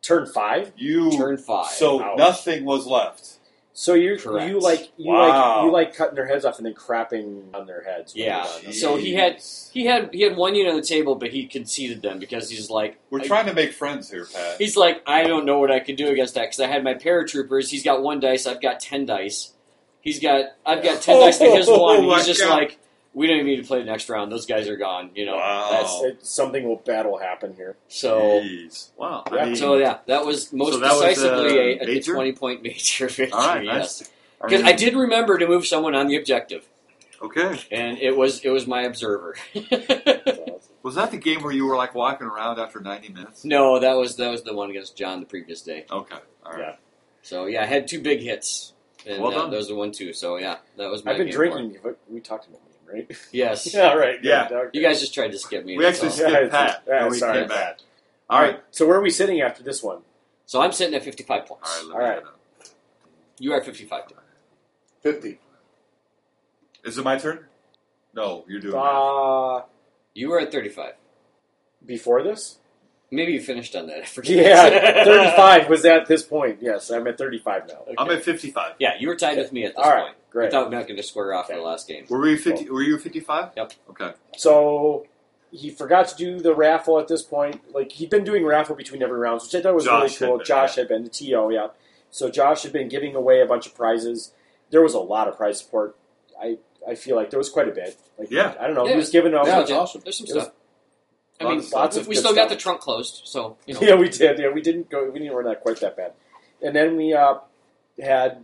S2: Turn five.
S7: You.
S1: Turn five.
S7: So
S2: Ouch.
S7: nothing was left.
S2: So you
S1: Correct.
S2: you like you
S7: Wow.
S2: like you like cutting their heads off and then crapping on their heads. when
S1: Yeah.
S2: they're done.
S1: Uh, So he had-
S7: Jeez.
S1: he had he had one unit on the table, but he conceded them because he's like
S7: We're
S1: I-
S7: trying to make friends here, Pat.
S1: He's like, I don't know what I can do against that because I had my paratroopers. He's got one dice. I've got ten dice. He's got I've got ten dice to his
S7: Oh,
S1: one.
S7: my
S1: He's just
S7: God.
S1: like, we don't even need to play the next round. Those guys are gone. You know.
S7: Wow.
S1: That's
S4: oh.
S2: It- something will bad will happen here.
S1: so.
S4: Jeez. Wow.
S2: Yeah.
S4: I mean,
S1: So yeah, that was most
S4: So that was,
S1: decisively
S4: uh,
S1: a, a
S4: major?
S1: twenty point major victory.
S4: all right.
S1: yes,
S4: Nice.
S1: because
S4: mean,
S1: I did remember to move someone on the objective,
S4: Okay.
S1: and it was it was my observer.
S4: Was that the game where you were like walking around after 90 minutes?
S1: no, that was that was the one against John the previous day.
S4: Okay. All right.
S1: So yeah, I had two big hits, and
S4: Well
S1: uh,
S4: done.
S1: that was the one too. So yeah, that was my.
S2: I've been
S1: game for it.
S2: drinking. but We talked about me, right?
S1: Yes.
S2: all right. good.
S4: Yeah.
S2: Okay.
S1: You guys just tried to skip me.
S4: We
S1: that's
S4: actually
S1: all.
S4: skipped
S2: Yeah,
S4: Pat.
S2: yeah,
S4: and we
S2: sorry.
S4: came back.
S2: All
S4: All right.
S2: So where are we sitting after this one?
S1: So I'm sitting at 55 points.
S4: All right. Let me
S2: All right.
S4: get up.
S1: You are at 55.
S3: Fifty.
S7: Is it my turn? No, you're doing it.
S2: Uh,
S1: You were at 35.
S2: before this?
S1: Maybe you finished on that. I forget.
S2: Yeah, thirty-five was at this point. Yes, I'm at thirty-five now.
S4: I'm at 55.
S1: Yeah, you were tied with me at this
S2: All right,
S1: point.
S2: great.
S1: Without not going to square off in the
S2: Okay.
S1: last game.
S4: Were we 50? Were you 55?
S1: Yep.
S4: Okay.
S2: So he forgot to do the raffle at this point. Like he'd been doing raffle between every round, which I thought was
S7: Josh
S2: really
S7: had
S2: cool.
S7: been,
S2: Josh had been the TO, yeah. So Josh had been giving away a bunch of prizes. There was a lot of prize support. I I feel like there was quite a bit. Like
S7: Yeah.
S2: I don't know,
S1: Yeah.
S2: he was giving out.
S3: Yeah,
S2: Yeah,
S3: it's awesome.
S1: There's some
S2: It was
S1: stuff. I mean,
S4: of
S2: stuff.
S1: we-
S2: Lots
S1: we
S2: of
S1: still
S2: good
S1: got
S2: stuff.
S1: the trunk closed, so, you know.
S2: we did. Yeah, we didn't go. We didn't run that quite that bad. And then we uh, had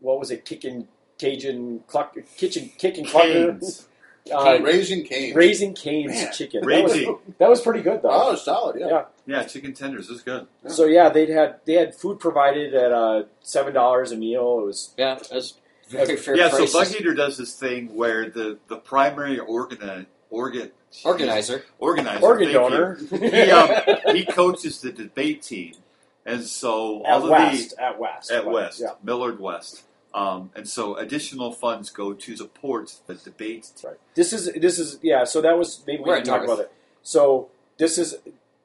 S2: what was it? Kicking Cajun cluck, kitchen kicking clucker,
S7: Canes.
S2: uh,
S3: Raising Cane's.
S2: raising canes
S3: Man,
S2: chicken. That was,
S7: Raising.
S2: that was pretty good though.
S3: Oh, solid. Yeah.
S2: Yeah.
S4: Yeah, chicken tenders. That's good.
S2: So yeah, they would had they had food provided at uh, seven dollars a meal. It was
S1: Yeah, that's very fair
S7: Yeah,
S1: prices.
S7: so
S4: Bug Eater does this thing where the, the primary organi- organ
S1: Organizer.
S4: organizer
S2: organ
S4: thank you.
S2: donor
S4: He, um, he coaches the debate team, and so
S2: at
S4: all of
S2: West
S4: the
S2: at West
S4: at West
S2: Yeah,
S4: Millard West, um, and so additional funds go to support the debate team.
S2: this is this is yeah. So that was maybe we
S1: We're
S2: can
S1: at
S2: talk
S1: Dartmouth.
S2: about it. So this is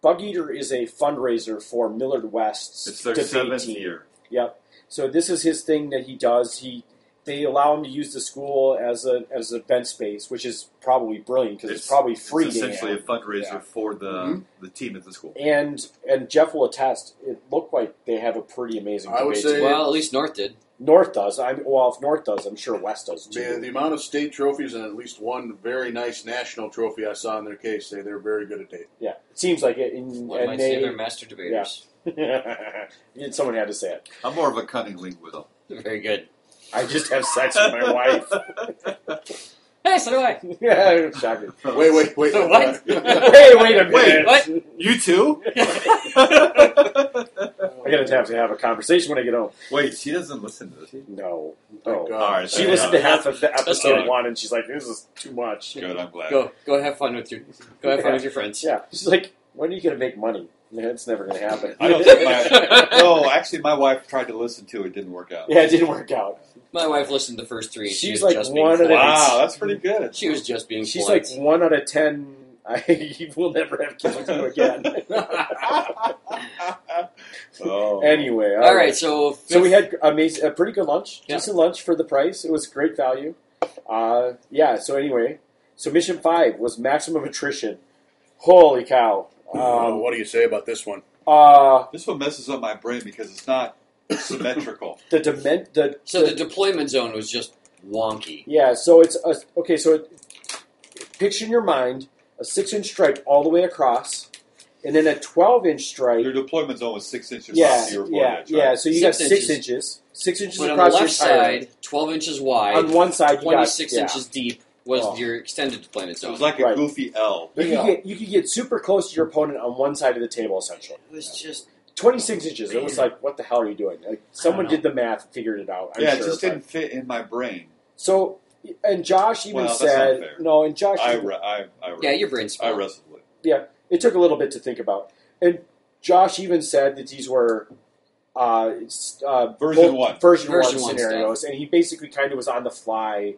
S2: Bug Eater is a fundraiser for Millard West's
S4: It's their
S2: debate
S4: seventh
S2: team.
S4: year.
S2: Yep. So this is his thing that he does. He they allow him to use the school as a as an event space, which is probably brilliant because it's, probably free.
S4: It's
S2: to
S4: essentially a
S2: him.
S4: fundraiser
S2: Yeah. Mm-hmm.
S4: for the
S3: Mhm.
S4: the team at the school.
S2: and and Jeff will attest. It looked like they have a pretty amazing.
S3: I would
S2: debate
S3: say
S2: team.
S1: Well, at least North did.
S2: North does. I'm well. If North does, I'm sure West does too.
S3: Man, the amount of state trophies and at least one very nice national trophy I saw in their case say they're very good at dating.
S2: yeah, it seems like it. And,
S1: One might
S2: and
S1: say they're
S2: they,
S1: master debaters.
S2: Yeah, someone had to say it.
S4: I'm more of a cunning linguist. though.
S1: Very good.
S2: I just have sex with my wife.
S1: Hey, so do I.
S2: Yeah, shocking.
S3: Wait, wait, wait.
S1: What?
S2: Hey, wait a minute.
S4: Wait,
S1: what?
S4: You too?
S2: I'm gonna have to have a conversation when I get home.
S7: Wait, she doesn't listen to this.
S2: No,
S4: Oh,
S3: Thank
S2: no.
S3: God.
S7: All right,
S2: She
S7: so-
S2: listened to half of the episode
S1: good.
S2: one, and she's like, "This is too much."
S7: Good, I'm glad.
S1: Go, go have fun with your, go have fun with your friends.
S2: Yeah, she's like, "When are you gonna make money?" That's never gonna happen.
S7: I don't think my no. Actually, my wife tried to listen to it. Didn't work out.
S2: yeah, it didn't work out.
S1: My wife listened to the first three. And she
S2: She's
S1: was
S2: like
S1: just
S2: one
S1: being
S2: of the-
S1: polite.
S7: Wow, that's pretty good.
S1: She was just being
S2: She's
S1: polite.
S2: like one out of ten I you will never have kids with you again.
S4: Oh,
S2: anyway,
S1: All right, so
S2: So we had amazing, a pretty good lunch,
S1: Yeah.
S2: decent lunch for the price. It was great value. Uh, yeah. So anyway, so mission five was maximum attrition. Holy cow!
S3: Uh,
S2: Um,
S3: what do you say about this one?
S2: uh,
S4: this one messes up my brain because it's not symmetrical.
S2: the dement the,
S1: so the deployment zone was just wonky.
S2: yeah. So it's a, okay. So it, picture in your mind a six inch stripe all the way across, and then a twelve inch stripe.
S4: Your deployment zone was six inches.
S2: yeah,
S4: from your board
S2: yeah,
S4: edge, right?
S2: yeah. So you got
S1: Six
S2: six
S1: inches.
S2: inches, six inches
S1: But on the
S2: across
S1: left
S2: your entire-
S1: side, 12 inches wide,
S2: On one side, you got-
S1: 26
S2: yeah.
S1: inches deep was
S2: Oh.
S1: your extended deployment
S4: So it
S1: zone.
S4: was like a
S2: Right.
S4: goofy L.
S2: You
S3: Yeah.
S2: could get you could get super close to your opponent on one side of the table, essentially.
S1: it was just
S2: 26 inches. It was like, what the hell are you doing? Like, someone
S1: I don't know.
S2: did the math and figured it out. I'm
S4: yeah,
S2: sure,
S4: it just
S2: but-
S4: didn't fit in my brain.
S2: So, and Josh even
S4: Well, that's not
S2: said,
S4: fair.
S2: no, and Josh,
S4: I, re- I, I, re-
S1: yeah, your brain's
S4: I
S1: small.
S4: wrestled with. it.
S2: it took a little bit to think about. And Josh even said that these were uh, s- uh,
S4: Version
S2: both-
S4: one.
S2: version,
S1: Version
S2: one
S1: one
S2: scenarios, and he basically kind of was on the fly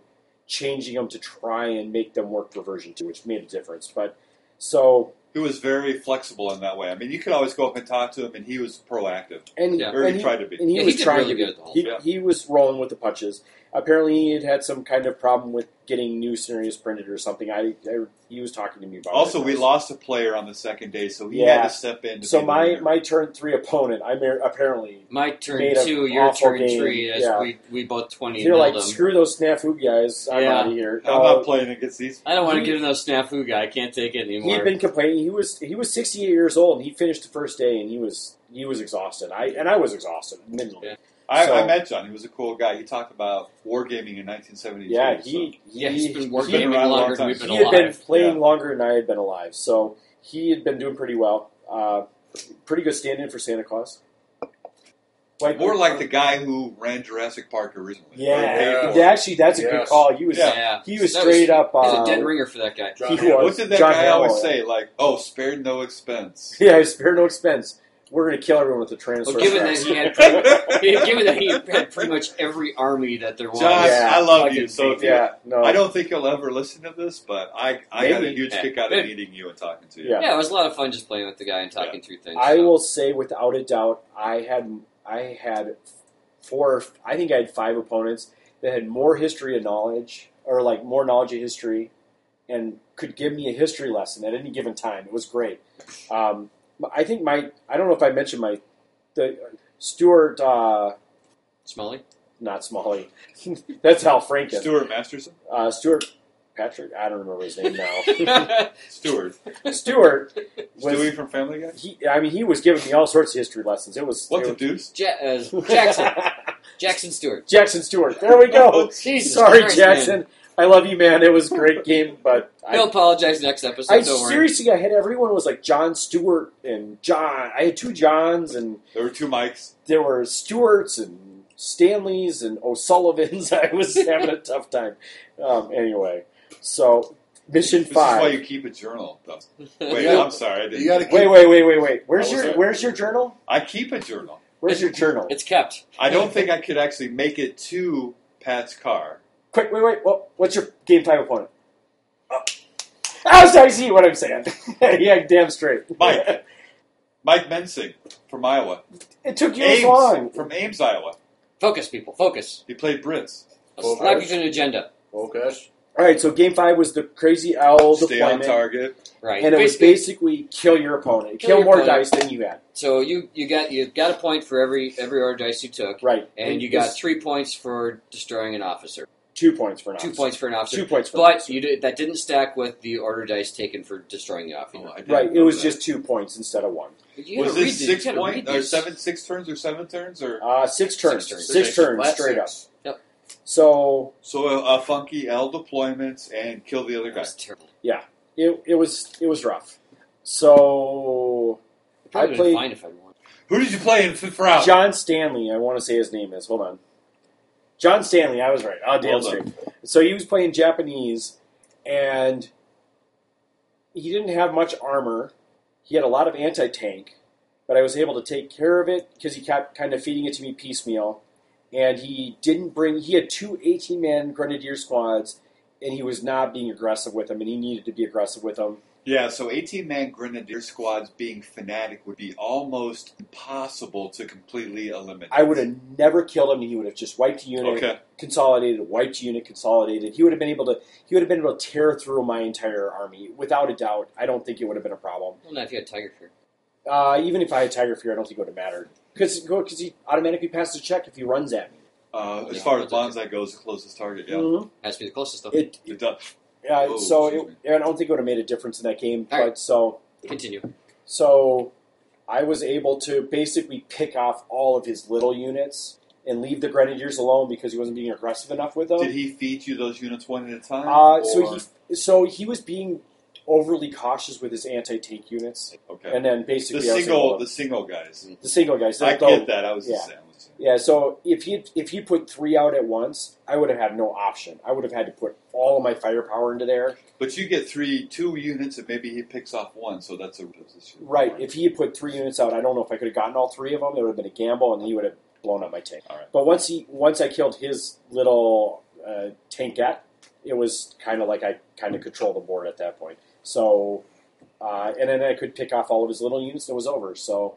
S2: changing them to try and make them work for version two, which made a difference. But so,
S4: It was very flexible in that way. I mean, you could always go up and talk to him, and he was proactive.
S2: and,
S1: Yeah.
S4: Or
S2: and
S4: he
S2: he
S4: tried to be.
S2: and he
S1: Yeah, he
S2: was
S1: did
S2: trying
S1: really
S2: to be,
S1: good at the whole
S2: he,
S4: thing.
S2: he was rolling with the punches. Apparently, he had had some kind of problem with getting new scenarios printed or something. I, I he was talking to me about.
S4: Also,
S2: it.
S4: we lost a player on the second day, so he
S2: Yeah.
S4: had to step in. To
S2: So
S4: be the
S2: my
S4: winner.
S2: my turn three opponent, I mer- apparently
S1: My turn
S2: Made a
S1: two, your
S2: awful
S1: turn
S2: game,
S1: three. As
S2: yeah.
S1: we, we both 20
S2: you're
S1: and
S2: like
S1: nailed him.
S2: screw those snafu guys. I'm
S1: Yeah.
S2: out of here. Uh,
S4: I'm
S2: No,
S4: not playing against these.
S1: I don't want to get another snafu guy. I can't take it anymore.
S2: He'd been complaining. He was he was 68 years old, and he finished the first day, and he was he was exhausted. I and I was exhausted mentally.
S1: Yeah.
S4: I,
S2: So-
S4: I met John. He was a cool guy. He talked about wargaming in 1972.
S2: Yeah,
S4: so-
S2: he, he
S1: yeah, he's been
S4: been
S1: working
S4: around a long
S1: longer than
S4: time.
S1: we've been
S2: he had
S1: alive.
S2: been playing
S4: Yeah.
S2: longer than I had been alive, so he had been doing pretty well. Uh, pretty good stand-in for Santa Claus. Like
S4: more like the guy who ran Jurassic Park originally.
S2: yeah,
S3: Yeah.
S2: yeah, actually, that's a good
S3: Yes.
S2: call. He was
S1: yeah.
S2: he was
S1: That
S2: straight up.
S1: He's
S2: Uh,
S1: a dead ringer for that guy.
S3: John
S2: he
S3: Hamm.
S2: was-
S4: What did that
S2: John
S4: guy
S2: Hamill.
S4: always say? Like, oh, spared no expense.
S2: Yeah, spare no expense. We're gonna kill everyone with the transfer.
S1: Well, given that
S2: tax.
S1: he had, given that he had pretty much every army that there was,
S4: John,
S2: Yeah.
S4: I love
S1: Fucking
S4: you. So if you,
S2: yeah, no,
S4: I don't think you'll ever listen to this, but I, I got a
S2: Oh. Maybe.
S4: huge
S1: Yeah.
S4: kick out of
S1: Maybe.
S4: meeting you and talking to you.
S2: Yeah.
S1: yeah, it was a lot of fun just playing with the guy and talking through things.
S2: I
S1: so.
S2: will say without a doubt, I had I had four. I think I had five opponents that had more history and knowledge, or like more knowledge of history, and could give me a history lesson at any given time. It was great. Um, I think my I don't know if I mentioned my the Stuart uh,
S1: Smalley,
S2: not Smalley. That's Hal Franken.
S4: Stuart Masterson?
S2: Uh, Stuart Patrick. I don't remember his name now.
S1: yeah,
S4: Stuart.
S2: Stuart was.
S4: Stewie from Family Guy?
S2: he, I mean, he was giving me all sorts of history lessons. It was
S4: What
S2: it
S4: the
S2: was-
S4: deuce?
S1: uh, Jackson, Jackson Stewart.
S2: Jackson Stewart. There we go.
S1: Jesus
S2: Sorry,
S1: Christ,
S2: Jackson. I love you, man. It was a great game, but
S1: man. He'll
S2: I,
S1: apologize next episode.
S2: I
S1: don't worry.
S2: seriously, I had everyone was like John Stewart and John. I had two Johns, and
S4: There were two mics.
S2: there were Stewarts and Stanleys and O'Sullivans. I was having a tough time. Um, anyway, so mission
S4: This is why
S2: five.
S4: you keep a journal. Though. Wait,
S3: Yeah.
S4: I'm sorry. I, didn't.
S3: You got to keep.
S2: Wait, wait, wait, wait, wait. Where's
S4: was
S2: your
S4: there.
S2: Where's your journal?
S4: I keep a journal.
S2: Where's your journal?
S1: it's kept.
S4: I don't think I could actually make it to Pat's car.
S2: Quick, wait, wait. What, what's your game five opponent? Oh. Oh, so I see what I'm saying. yeah, damn straight.
S4: Mike. Mike Mensing from Iowa.
S2: It took you this
S4: Ames
S2: long.
S4: from Ames, Iowa.
S1: Focus, people. Focus.
S4: He played Brits.
S1: I'll
S3: Focus.
S1: slap you to an agenda.
S3: Focus.
S2: All right, so game five was the crazy owl
S4: Stay on
S2: deployment,
S4: target.
S1: Right.
S2: and it was
S1: Basically,
S2: basically kill your opponent,
S1: Kill
S2: kill,
S1: your
S2: more
S1: opponent.
S2: dice than you had.
S1: so you you got you got a point for every every order dice you took,
S2: Right,
S1: and you got
S2: this-
S1: three points for destroying an officer.
S2: two points for an
S1: Two
S2: officer.
S1: points for an officer.
S2: Two points for an
S1: But
S2: officer.
S1: you did, that didn't stack with the order dice taken for destroying the officer.
S4: Oh, I didn't
S2: Right, it
S4: know
S2: was
S4: that.
S2: just two points instead of one.
S1: You
S4: Was
S1: gotta read
S4: this
S1: these-
S4: six
S1: you gotta
S4: point
S1: read
S4: or
S1: these.
S4: seven six turns or seven turns or
S2: Uh, six turns,
S1: Six turns.
S2: six turns,
S3: Six. Flat
S2: straight
S3: six.
S2: up.
S1: Yep.
S2: So
S4: so a, a funky uh, L deployments and kill the other
S1: That
S4: guy.
S1: was terrible.
S2: it, it was it was rough. So
S1: Probably
S2: I
S1: been
S2: played-
S1: fine if I won.
S4: Who did you play in fifth round?
S2: John Stanley, I want to say his name is. Hold on, John Stanley. I was right. Oh, damn
S4: Well
S2: straight.
S4: done.
S2: So he was playing Japanese, and he didn't have much armor. He had a lot of anti tank, but I was able to take care of it because he kept kind of feeding it to me piecemeal. And he didn't bring, he had two 18 man grenadier squads, and he was not being aggressive with them, and he needed to be aggressive with them.
S4: Yeah, so 18 man grenadier squads being fanatic would be almost impossible to completely eliminate.
S2: I would have never killed him. He would have just wiped a unit,
S4: Okay.
S2: consolidated, wiped a unit, consolidated. He would have been able to. He would have been able to tear through my entire army without a doubt. I don't think it would have been a problem.
S1: Well, not if you had Tiger Fear.
S2: Uh, even if I had Tiger Fear, I don't think it would have mattered because he automatically passes a check if he runs at me.
S4: Uh, as
S1: Yeah.
S4: far as bonsai goes, the closest target. Yeah.
S2: Mhm.
S1: Has to be the closest though.
S2: It,
S4: It does.
S2: uh,
S4: Whoa,
S2: so
S4: excuse
S2: it, I don't think it would have made a difference in that game.
S1: All
S2: but
S1: right.
S2: so
S1: Continue.
S2: so I was able to basically pick off all of his little units and leave the Grenadiers alone because he wasn't being aggressive enough with them.
S4: Did he feed you those units one at a time?
S2: Uh, so
S4: or-
S2: he so he was being overly cautious with his anti-tank units,
S4: Okay.
S2: and then
S4: the
S2: basically I was
S4: single,
S2: able to-
S4: the single guys.
S2: the, single guys.
S4: I
S2: the-
S4: get that. I was
S2: yeah.
S4: just saying. I was just saying.
S2: Yeah, so if he if he put three out at once, I would have had no option. I would have had to put all of my firepower into there.
S4: But you get three, two units, and maybe he picks off one, so that's a position.
S2: Right. If he had put three units out, I don't know if I could have gotten all three of them. It would have been a gamble, and he would have blown up my tank.
S4: All right.
S2: But once he once I killed his little uh, tankette, it was kind of like I kind of controlled the board at that point. So, uh, and then I could pick off all of his little units, and it was over. So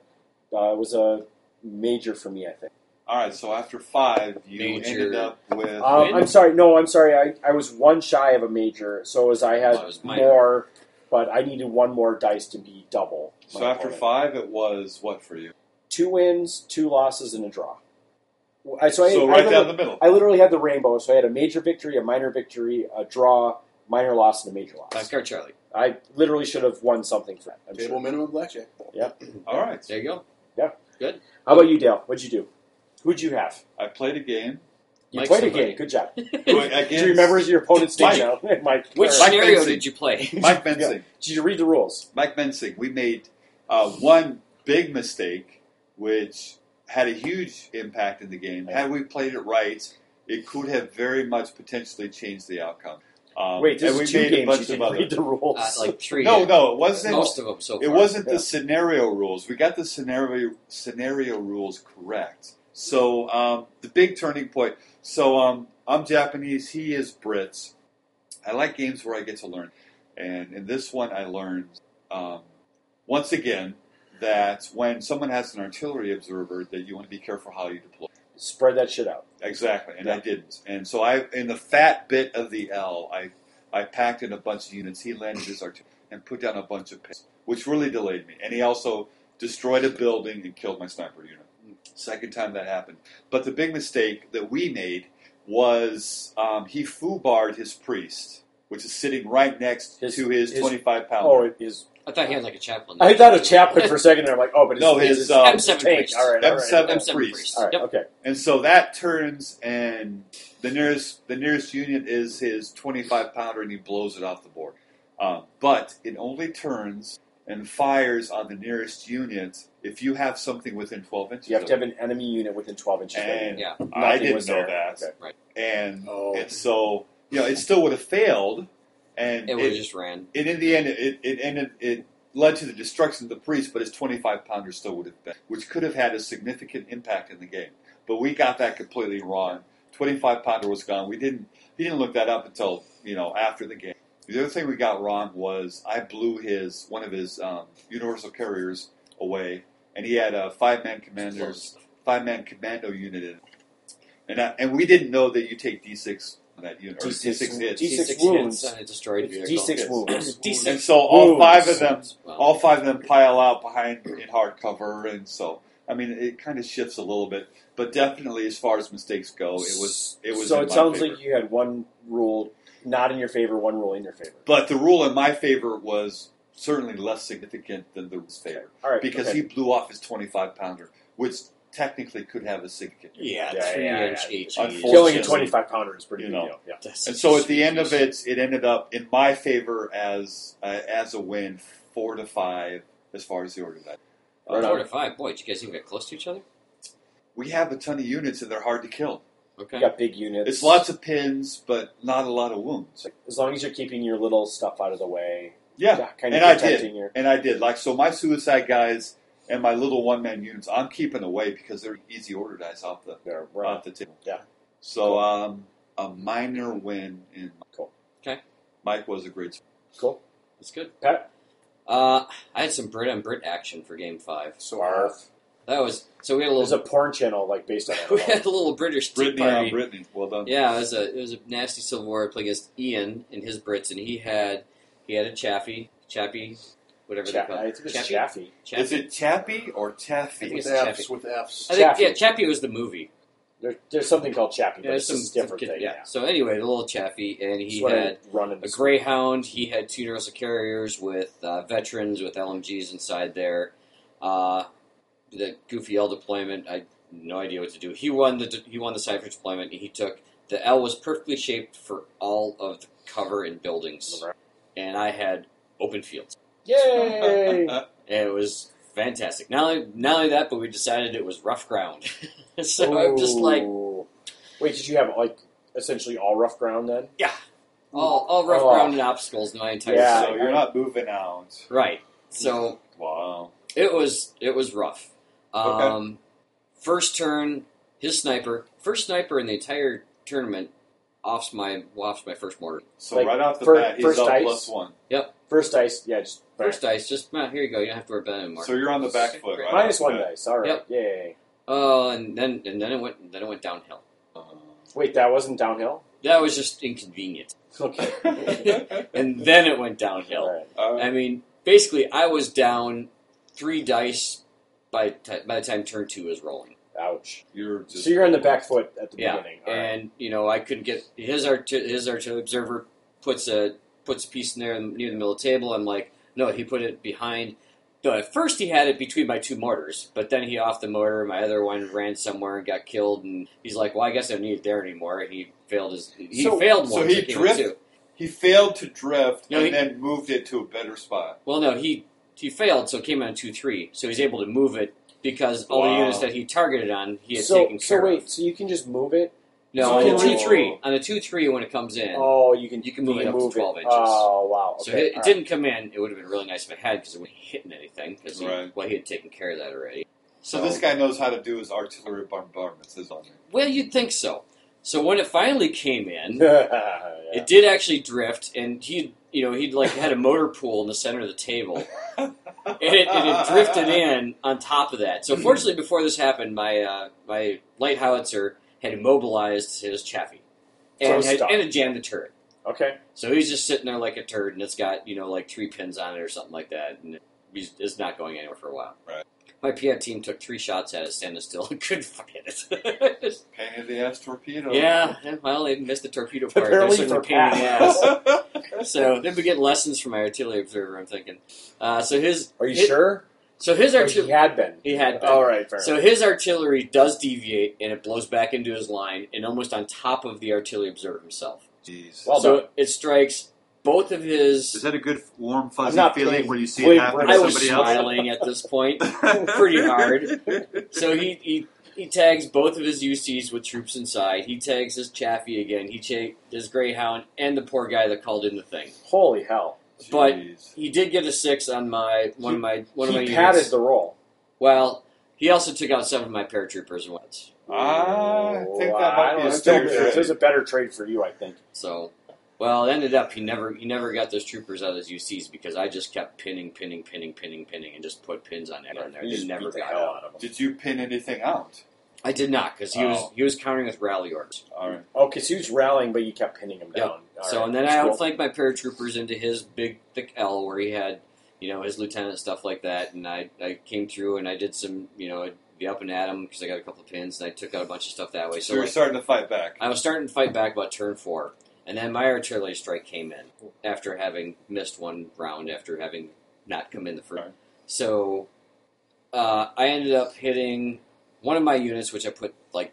S2: uh, it was a major for me, I think.
S4: All right. So after five, you
S1: Major-
S4: ended up with.
S2: Um, I'm sorry. No, I'm sorry. I, I was one shy of a major, so as I had
S1: Well, it was minor.
S2: more, but I needed one more dice to be double. my
S4: so after
S2: opponent.
S4: five, it was what for you?
S2: two wins, two losses, and a draw. Well, I, so I,
S4: so
S2: I
S4: right down
S2: literally,
S4: the middle.
S2: I literally had the rainbow. So I had a major victory, a minor victory, a draw, minor loss, and a major
S1: Five
S2: loss.
S1: card Charlie.
S2: I literally should have won something for that. I'm
S3: Table
S2: sure.
S3: minimum blackjack.
S4: All right.
S1: There you go.
S2: How about you, Dale? What'd you do? Who'd you have?
S4: I played a game.
S2: You
S1: Mike
S2: played
S1: somebody.
S2: a game. Good job. Did
S4: Against
S2: you remember your opponent's name
S4: Mike.
S2: now? Mike.
S1: Which
S2: Or-
S4: Mike
S1: scenario
S4: Benson.
S1: did you play?
S4: Mike Bensing.
S2: Did you read the rules?
S4: Mike Bensing, we made uh, one big mistake, which had a huge impact in the game. Had we played it right, it could have very much potentially changed the outcome. Um,
S2: Wait, this
S4: and we
S2: is two
S4: made a
S2: games. You
S4: bunch of
S2: didn't
S4: other.
S2: read the rules.
S1: Uh, like three.
S4: no,
S1: and
S4: no, it wasn't.
S1: Most of them so far.
S4: It wasn't
S2: Yeah.
S4: the scenario rules. We got the scenario scenario rules correct. So um, the big turning point. So um, I'm Japanese. He is Brits. I like games where I get to learn, and in this one I learned um, once again that when someone has an artillery observer, that you want to be careful how you deploy.
S2: Spread that shit out.
S4: Exactly, and I
S2: Yeah.
S4: didn't. And so I, in the fat bit of the L, I, I packed in a bunch of units. He landed his artillery and put down a bunch of pins, which really delayed me. And he also destroyed a building and killed my sniper unit. Second time that happened. But the big mistake that we made was um, he foobarred his priest, which is sitting right next
S2: His-
S4: to his,
S2: his-
S4: 25 pounder.
S2: Oh, it is.
S1: I thought he had like a chaplain.
S2: I thought of Chaplin for a second, and I'm like, oh, but it's,
S4: No,
S2: it's, it's-
S4: his, uh,
S2: it's
S1: M7
S2: tank.
S1: priest.
S2: All right, all right.
S4: M7
S2: yeah.
S1: M7
S4: priest.
S1: priest.
S2: All right,
S1: Yep.
S2: okay.
S4: And so that turns, and the nearest the nearest unit is his 25 pounder, and he blows it off the board. Um, but it only turns and fires on the nearest unit if you have something within 12 inches.
S2: You have
S4: of
S2: to have an enemy unit within 12 inches.
S4: And
S1: Yeah.
S4: I
S2: Nothing
S4: didn't
S2: was
S4: know
S2: there.
S4: that,
S2: Okay.
S4: and
S3: Oh.
S4: and so you know it still would have failed,
S1: It
S4: and it,
S1: would have just ran.
S4: and in the end it, it ended it led to the destruction of the priest, but his 25 pounder still would have been, which could have had a significant impact in the game. But we got that completely wrong. 25 pounder was gone. We didn't he didn't look that up until you know after the game. The other thing we got wrong was I blew his one of his um, universal carriers away, and he had a five man commander's five man commando unit in, it. and I, and we didn't know that you take d6 on that unit or
S2: D6
S4: d6, hits.
S2: D6
S1: hits
S2: wounds.
S1: and it destroyed
S2: It's
S1: vehicle.
S2: D6 wounds.
S1: D6
S4: And so all
S2: Wounds.
S4: five of them
S1: Wow.
S4: all five of them pile out behind in hardcover, and so I mean it kind of shifts a little bit, but definitely as far as mistakes go, Oh, it was it was.
S2: so
S4: in
S2: it
S4: my
S2: sounds
S4: favor.
S2: like you had one rule not in your favor, one rule in your favor.
S4: But the rule in my favor was certainly less significant than the rule's favor
S2: All right,
S4: because
S2: okay.
S4: he blew off his twenty-five pounder, which technically could have a significant.
S1: Yeah,
S2: Yeah,
S1: three E.
S2: yeah, yeah.
S1: inch HE.
S4: Unfortunately.
S2: killing a
S4: Fortunately,
S2: 25 pounder is pretty
S4: you
S2: big
S4: know.
S2: deal. Yeah.
S4: And so at the end of it, it ended up in my favor as uh, as a win, four to five as far as the order that.
S1: Four
S2: Right on.
S1: to five. Boy, did you guys even get close to each other?
S4: We have a ton of units and they're hard to kill.
S1: Okay.
S2: You got big units.
S4: It's lots of pins, but not a lot of wounds.
S2: As long as you're keeping your little stuff out of the way.
S4: Yeah,
S2: Kind
S4: and I
S2: of protecting your.
S4: and I did like so. My suicide guys and my little one man units, I'm keeping away because they're easy order dice off the
S2: Yeah, right.
S4: off the table.
S2: Yeah.
S4: So um, a minor win in
S2: Cool.
S1: Okay.
S4: Mike was a great.
S2: Cool.
S1: It's good.
S2: Pat?
S1: Uh, I had some Brit on Brit action for Game Five.
S3: So
S2: Barf.
S1: That was so we had a
S7: There's
S1: little
S7: a porn channel like based on
S1: we
S7: that.
S1: had a little British tea
S4: Brittany
S1: party.
S4: on Brittany. Well done.
S1: Yeah, it was a it was a nasty civil war. I played against Ian and his Brits, and he had he had a Chaffee, Chappie, whatever
S7: Cha-
S1: they call
S7: I
S1: it.
S7: think it's
S1: Chappie?
S7: Chaffee.
S1: Chaffee?
S4: Is it Chappy or Taffy?
S1: It's
S3: With
S1: Chappie.
S3: F's, with F's.
S1: I think,
S7: Chaffee.
S1: yeah, Chappie was the movie.
S7: There, there's something called Chappie,
S1: Yeah,
S7: but it's
S1: some-
S7: just a different
S1: some kid-
S7: thing.
S1: yeah. So anyway, the little Chaffee, and he
S7: It's what I
S1: had
S7: run into
S1: a Greyhound. He had two Neurosa carriers with uh, veterans with LMGs inside there. Uh, the Goofy L deployment, I had no idea what to do. He won the he won the Cypher deployment, and he took the L was perfectly shaped for all of the cover and buildings, and I had open fields.
S7: Yay!
S1: And it was fantastic. Not only, not only that, but we decided it was rough ground, so I'm just like
S7: Ooh. wait, did you have like essentially all rough ground then?
S1: all all rough
S7: Oh.
S1: ground and obstacles in my entire
S7: Yeah.
S1: site.
S4: So you're not moving out.
S1: Right. So
S4: Wow.
S1: It was it was rough. Um,
S4: Okay.
S1: First turn, his sniper, first sniper in the entire tournament, offs my offs my first mortar.
S4: So
S7: Like,
S4: right off the
S7: fir-
S4: bat, he's
S7: first
S4: up
S7: dice?
S4: plus one.
S7: First dice, yeah, just
S1: First dice, just "Ah, here you go. You don't have to wear bad anymore.
S4: So you're on the back
S1: Sick,
S4: foot.
S1: great.
S4: Right
S7: minus
S4: off
S7: one
S4: the bat.
S7: dice. All right,
S1: Yep.
S7: yay!
S1: Oh, and then and then it went then it went downhill.
S7: Wait, that wasn't downhill.
S1: That was just inconvenient.
S7: Okay,
S1: And then it went downhill.
S7: all right.
S4: All
S1: I
S4: right.
S1: mean, basically, I was down three dice by ti by the time turn two was rolling.
S7: Ouch.
S4: You're just
S7: So you're on the back foot at the
S1: Yeah,
S7: beginning. All right.
S1: and you know I couldn't get his art. His artillery observer puts a puts a piece in there near the middle of the table. I'm like, no, he put it behind. No, at first he had it between my two mortars, but then he off the mortar. My other one ran somewhere and got killed, and he's like, "Well, I guess I don't need it there anymore." And he failed his. He
S7: So-
S1: failed
S4: so
S1: one.
S4: he drift-
S1: Too.
S4: He failed to drift
S1: No,
S4: and
S1: he-
S4: then moved it to a better spot.
S1: Well, no, he he failed, so it came on two three. So he's able to move it because all the
S4: Wow.
S1: units that he targeted on, he had
S7: so
S1: taken
S7: so
S1: care
S7: wait,
S1: of.
S7: so you can just move it.
S1: No,
S4: so
S1: on
S4: he
S1: the
S4: can-
S1: two three, on the two three when it comes in.
S7: Oh, you can
S1: You can move it up to 12 inches.
S7: Oh wow. Okay.
S1: so it, it
S7: all right.
S1: didn't come in. It would have been really nice if it had because it wouldn't have hitting anything because he,
S4: Right.
S1: well, he had taken care of that already.
S4: So this guy knows how to do his artillery bombardments. Is on there.
S1: Well, you'd think so. So when it finally came in,
S7: Yeah.
S1: it did actually drift, and he, you know, he'd like had a motor pool in the center of the table, and it, and it drifted in on top of that. So fortunately, before this happened, my uh, my light howitzer had immobilized his chaffee,
S7: So
S1: and
S7: it's
S1: had,
S7: stuck.
S1: and had jammed the turret.
S7: okay.
S1: So he's just sitting there like a turd, and it's got you know like three pins on it or something like that, and he's it's not going anywhere for a while.
S4: Right.
S1: My PF team took three shots at it, standing still, and couldn't fucking hit it.
S4: Pain in the ass torpedo.
S1: yeah, well, they missed the torpedo part.
S7: Apparently
S1: They're certainly
S7: for
S1: pain in the ass.
S4: Yes.
S1: So then we get lessons from our artillery observer. I'm thinking. Uh, so his
S7: Are you
S1: his-
S7: sure?
S1: So his
S7: Or he
S1: artillery.
S7: had been.
S1: He had been.
S7: Oh, All right. Fair
S1: So his artillery does deviate, and it blows back into his line, and almost on top of the artillery observer himself.
S4: Jeez.
S7: Well
S1: so
S7: done.
S1: it strikes both of his.
S8: Is that a good warm
S7: I'm
S8: fuzzy
S7: not
S8: feeling
S7: playing
S8: where you see
S7: Blade
S8: it happen
S7: Runner.
S8: to
S1: I was
S8: somebody else?
S1: smiling at this point pretty hard. So he, he he tags both of his UCs with troops inside. He tags his Chaffee again. He tags his Greyhound and the poor guy that called in the thing.
S7: Holy hell!
S1: But-
S4: Jeez.
S1: He did get a six on my one of my one of my
S7: he
S1: units.
S7: padded the roll.
S1: well, he also took out seven of my paratroopers and once.
S4: I think that
S7: Wow,
S4: might be
S7: I don't
S4: a
S7: know.
S4: still
S7: There's- There's a better trade for you, I think.
S1: So, well, it ended up he never he never got those troopers out of his UCs because I just kept pinning, pinning, pinning, pinning, pinning, and just put pins on everyone there.
S7: You
S1: They
S7: just
S1: never
S7: beat the
S1: got
S7: hell
S1: out.
S7: out of them.
S4: Did you pin anything out?
S1: I did not because he was
S4: Oh.
S1: he was countering with rally orders.
S4: All right.
S2: Oh,
S7: Okay, so he was rallying, but you kept pinning him
S1: Yep.
S7: down. All
S1: so
S7: right,
S1: and then
S7: that's
S1: I
S7: cool.
S1: outflanked my paratroopers into his big thick L where he had, you know, his lieutenant stuff like that, and I I came through and I did some, you know, I'd be up and at him because I got a couple of pins and I took out a bunch of stuff that way.
S4: So
S1: So
S4: you're
S1: like,
S4: starting to fight back.
S1: I was starting to fight back about turn four, and then my artillery strike came in after having missed one round after having not come in the first.
S4: Right.
S1: So uh, I ended up hitting one of my units, which I put like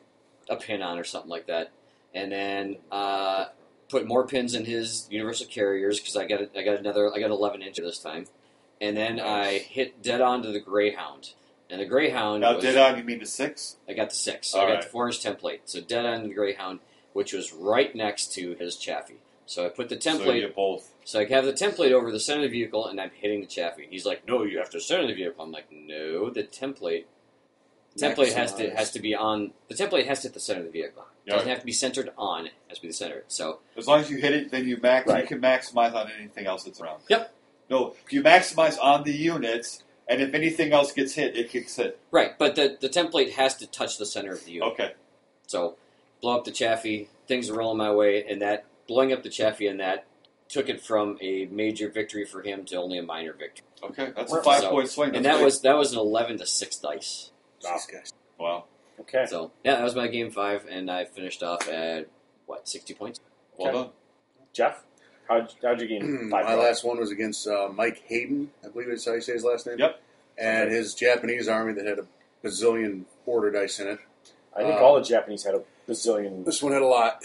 S1: a pin on or something like that, and then uh, put more pins in his universal carriers because I got a, I got another I got eleven inch this time, and then I hit dead on to the Greyhound, and the Greyhound
S4: Now,
S1: was,
S4: did I? You mean to six?
S1: I got the six. So I
S4: All
S1: got
S4: right.
S1: the four inch template. So dead on the Greyhound, which was right next to his Chaffee. So I put the
S4: So
S1: template.
S4: you both.
S1: So I have the template over the center of the vehicle, and I'm hitting the Chaffee. He's like, "No, you have to center the vehicle." I'm like, "No, the template." Template has to
S3: Maximize.
S1: has to be on the template has to hit the center of the vehicle. It
S4: Yeah.
S1: doesn't have to be centered on. It has to be the center. So
S4: As long as you hit it, then you max.
S7: Right.
S4: You can maximize on anything else that's around. No, you maximize on the units, and if anything else gets hit, it gets hit.
S1: Right, but the, the template has to touch the center of the unit.
S4: Okay.
S1: So blow up the Chaffee, things are rolling my way, and that blowing up the Chaffee and that took it from a major victory for him to only a minor victory.
S4: Okay. That's a five point swing.
S1: And
S4: That's
S1: that
S4: big.
S1: was that was an eleven to six dice.
S3: Jeez,
S4: wow.
S2: Okay.
S1: So yeah, that was my game five, and I finished off at what sixty points.
S4: Well
S2: Okay.
S4: done.
S2: Jeff, how'd, how'd you
S3: guys.
S2: gain five
S3: Hmm, My
S2: points?
S3: last one was against uh, Mike Hayden, I believe that's how you say his last name.
S4: Yep.
S3: And his Japanese army that had a bazillion border dice in it.
S2: I think
S3: uh,
S2: all the Japanese had a bazillion.
S3: This one had a lot.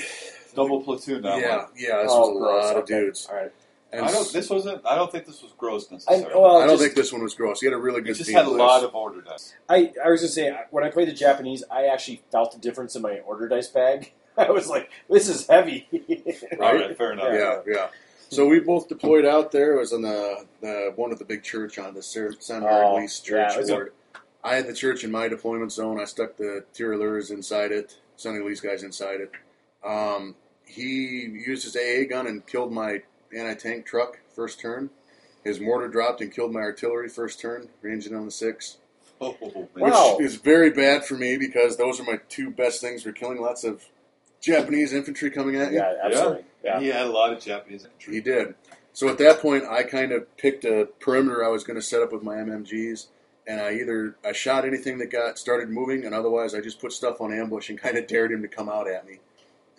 S4: Double platoon that
S3: yeah,
S4: one.
S3: yeah, this
S2: Oh,
S3: was a
S2: gross,
S3: lot of
S2: okay.
S3: dudes.
S2: All right.
S3: And
S4: I don't. This wasn't. I don't think this was gross
S2: I,
S4: necessarily.
S2: well,
S3: I don't
S2: Oh, just-
S3: think this one was gross. He had a really
S4: you
S3: good
S4: just
S3: team
S4: had a
S3: list.
S4: lot of order dice.
S2: I, I was gonna say when I played the Japanese, I actually felt the difference in my order dice bag. I was like, "This is heavy."
S3: Right?
S4: All right. Fair enough.
S3: yeah, yeah. So we both deployed out there. It was on the, the one at the big church on the San San
S2: Oh,
S3: Mary's Church
S2: yeah, it was a-
S3: ward. I had the church in my deployment zone. I stuck the Tirolers inside it, Sonny Lee's guys inside it. Um, he used his AA gun and killed my anti tank truck first turn. His mortar dropped and killed my artillery first turn, ranging on the six.
S4: Oh, oh, oh, man.
S3: Which
S2: Wow.
S3: is very bad for me because those are my two best things. We're killing lots of Japanese infantry coming at you.
S2: yeah, absolutely. Yeah.
S4: He had a lot of Japanese
S3: He
S4: entry.
S3: did. So at that point, I kind of picked a perimeter I was going to set up with my MMGs, and I either I shot anything that got started moving, and otherwise I just put stuff on ambush and kind of dared him to come out at me.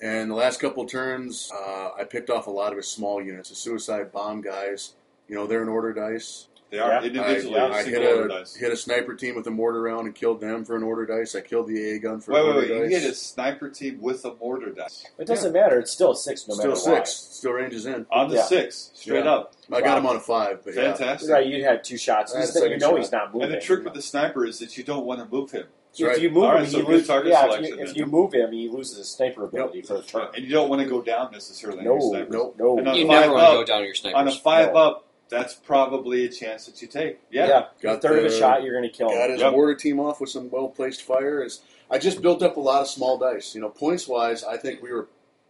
S3: And the last couple turns, uh, I picked off a lot of his small units, the suicide bomb guys. You know, they're an order dice.
S4: They are
S2: Yeah.
S4: individually
S2: I-
S3: I hit
S4: single order
S3: a,
S4: dice.
S3: hit a sniper team with a mortar round and killed them for an order dice. I killed the AA gun for
S4: Wait,
S3: an
S4: wait,
S3: order
S4: wait! You
S3: dice.
S4: hit a sniper team with a mortar dice
S2: It doesn't matter. It's still a six, no
S3: still
S2: matter
S3: six. Still ranges in.
S4: on the
S2: Yeah.
S4: six, straight
S3: Yeah.
S4: up.
S3: I got
S2: Wow.
S3: him on a five, but yeah.
S4: Fantastic.
S2: why. Right, you had two shots.
S3: I had a
S2: He's- you
S3: second
S2: know
S3: shot.
S2: he's not moving.
S4: And the trick with the sniper is that you don't want to move him,
S3: That's
S2: if
S3: right.
S2: you move
S4: All
S2: him,
S4: right,
S2: he
S4: so good
S2: loses.
S4: target
S2: Yeah, if
S4: selection
S2: you, if
S4: then.
S2: you move him, he loses his sniper ability for the turn.
S4: and you don't want to go down necessarily. in your
S2: No,
S4: snipers.
S2: no,
S4: And on
S2: no.
S1: you
S4: five
S1: never want to go
S4: up-
S1: down to your snipers.
S4: On a five
S2: No.
S4: up, that's probably a chance that you take. Yeah,
S3: Got
S2: a third of a
S3: the-
S2: shot, you're going to kill
S3: Got
S2: him.
S3: his
S4: Yep.
S3: mortar team off with some well placed fire. Is I just built up a lot of small dice. You know, points wise, I think we were.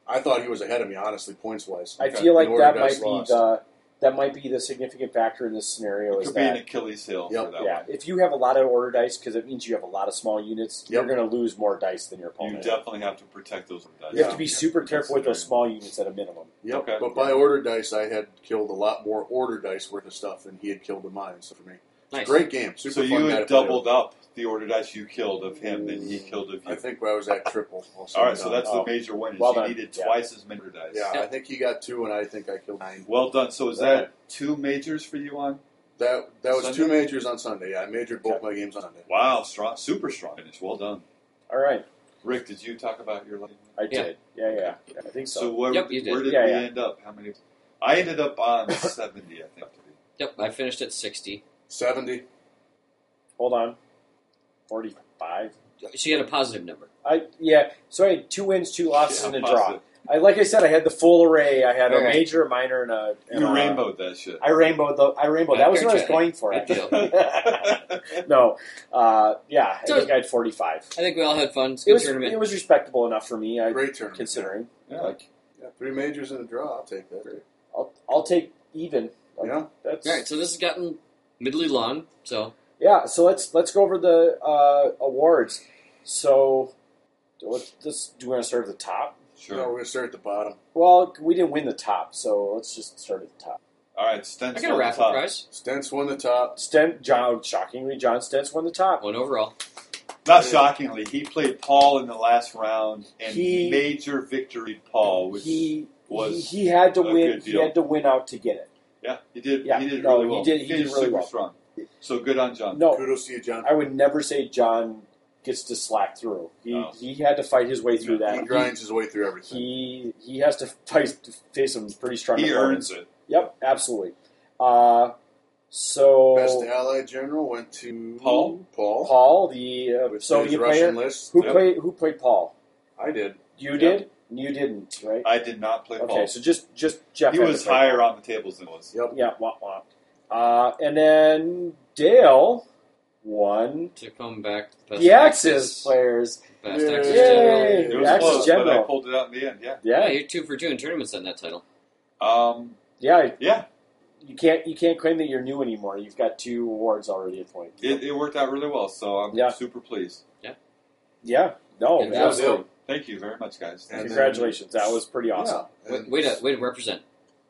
S3: I thought he was ahead of me, honestly, points wise.
S2: I feel like
S3: The order
S2: that
S3: dice
S2: might
S3: lost.
S2: be the that might be the significant factor in this scenario.
S4: it
S2: Is
S4: could be an
S2: that
S4: Achilles heel
S3: Yep.
S4: for that
S2: yeah, if you have a lot of order dice, because it means you have a lot of small units,
S3: Yep.
S2: you're going to lose more dice than your
S4: one. You
S2: opponent.
S4: definitely have to protect those dice.
S2: You have to be super careful with those
S4: Considering-
S2: small units at a minimum.
S3: Yep.
S4: Okay.
S3: But by order dice, I had killed a lot more order dice worth of stuff than he had killed of mine. So for me,
S1: nice.
S3: great game, super
S4: So
S3: fun
S4: you
S3: guy to
S4: had
S3: play
S4: doubled up the order dice you killed of him than
S2: Mm.
S4: he killed of
S3: with. I
S4: you.
S3: think I was at triple. Also.
S4: All right, so that's the
S2: Oh.
S4: major win. Is
S2: Well
S4: you
S2: done.
S4: needed
S2: Yeah.
S4: twice as many order dice.
S3: yeah. I think he got two, and I think I killed nine.
S4: Well done. So is that two majors for you on?
S3: That that was
S4: Sunday?
S3: two majors on Sunday. Yeah, I majored both my games on Sunday.
S4: Wow, strong, super strong finish. Well done,
S2: All right,
S4: Rick. Did you talk about your? life?
S2: I
S1: Yeah.
S2: did. Yeah, yeah, yeah, I think so.
S4: So where,
S1: Yep, you did.
S4: where did
S2: Yeah,
S4: we
S2: yeah.
S4: end up? How many? I ended up on seventy, I think.
S1: Yep, I finished at sixty.
S3: Seventy.
S2: Hold on, forty-five.
S1: She had a positive number.
S2: I yeah. So I had two wins, two losses,
S4: Yeah,
S2: and a draw.
S4: positive.
S2: I like I said, I had the full array. I had
S1: Okay.
S2: a major, a minor, and a and uh,
S4: You
S2: a-
S4: rainbowed that shit.
S2: I rainbowed the I rainbowed. That was what I was going for.
S1: Good deal.
S2: Actually. no, uh, yeah, I
S1: So-
S2: think I had forty-five.
S1: I think we all had fun. It's a
S2: It
S1: good
S2: was
S1: tournament.
S2: it was respectable enough for me. I
S3: Great tournament.
S2: considering
S4: Yeah.
S2: like
S3: Yeah, three majors and a draw. I'll take that.
S2: I'll I'll take even. Like,
S3: Yeah.
S2: That's
S1: all right, so this has gotten middly long. So
S2: Yeah, so let's let's go over the uh, awards. So, let's, let's do we want to start at the top?
S3: No, we're
S4: Sure.
S3: going to start at the bottom.
S2: Well, we didn't win the top, so let's just start at the top.
S4: All right, Stents
S1: I got a
S4: on
S1: raffle
S4: top.
S1: prize.
S3: Stents won the top.
S2: Stent, John, shockingly, John Stentz won the top.
S1: One overall.
S4: Not shockingly, he played Paul in the last round, and
S2: He-
S4: major victory Paul, which
S2: He he,
S4: was
S2: he had to
S4: a
S2: win.
S4: good
S2: He
S4: deal.
S2: had to win out to get it.
S4: yeah, he did.
S2: Yeah,
S4: he did
S2: no,
S4: really
S2: he
S4: well.
S2: did- he did
S4: finished
S2: really
S4: super
S2: well.
S4: strong. So good on John.
S2: No,
S3: Kudos to you, John.
S2: I would never say John gets to slack through. He
S4: No.
S2: he had to fight his way through
S3: He
S2: that.
S3: grinds his way through everything.
S2: He he has to fight face some pretty strong.
S4: He
S2: opponents.
S4: earns it.
S2: Yep, absolutely. Uh, so
S3: Best ally general went to
S4: Paul?
S3: Paul.
S2: Oh. Paul, the uh,
S3: with
S2: Soviet
S3: his
S2: player,
S3: Russian list.
S2: who
S4: Yep.
S2: played who played Paul.
S3: I did.
S2: You
S4: Yep.
S2: did, and you didn't, right?
S4: I did not play
S2: okay,
S4: Paul.
S2: so just just Jeff.
S4: he
S2: had to
S4: was
S2: play
S4: higher on the tables than was.
S3: Yep.
S2: Paul. Yeah, wah, wah. Uh, and then Dale won
S1: To come back, best
S2: the Axis
S1: Axis-
S2: players.
S1: Best
S3: Yay.
S1: Axis
S2: Yay.
S1: General.
S4: It
S2: The
S4: was
S2: Axis
S4: close, but I
S2: General.
S4: pulled it out in the end. Yeah.
S1: Yeah,
S2: Yeah,
S1: you're two for two in tournaments on that title.
S4: Um,
S2: yeah,
S4: yeah.
S2: you can't you can't claim that you're new anymore. You've got two awards already at point.
S4: It, it worked out really well, so I'm
S2: Yeah.
S4: super pleased.
S2: Yeah. No.
S1: And
S2: man,
S1: that was
S2: absolutely.
S4: Thank you very much, guys.
S3: And then-
S2: Congratulations. That was pretty awesome.
S1: Way, way to way to represent.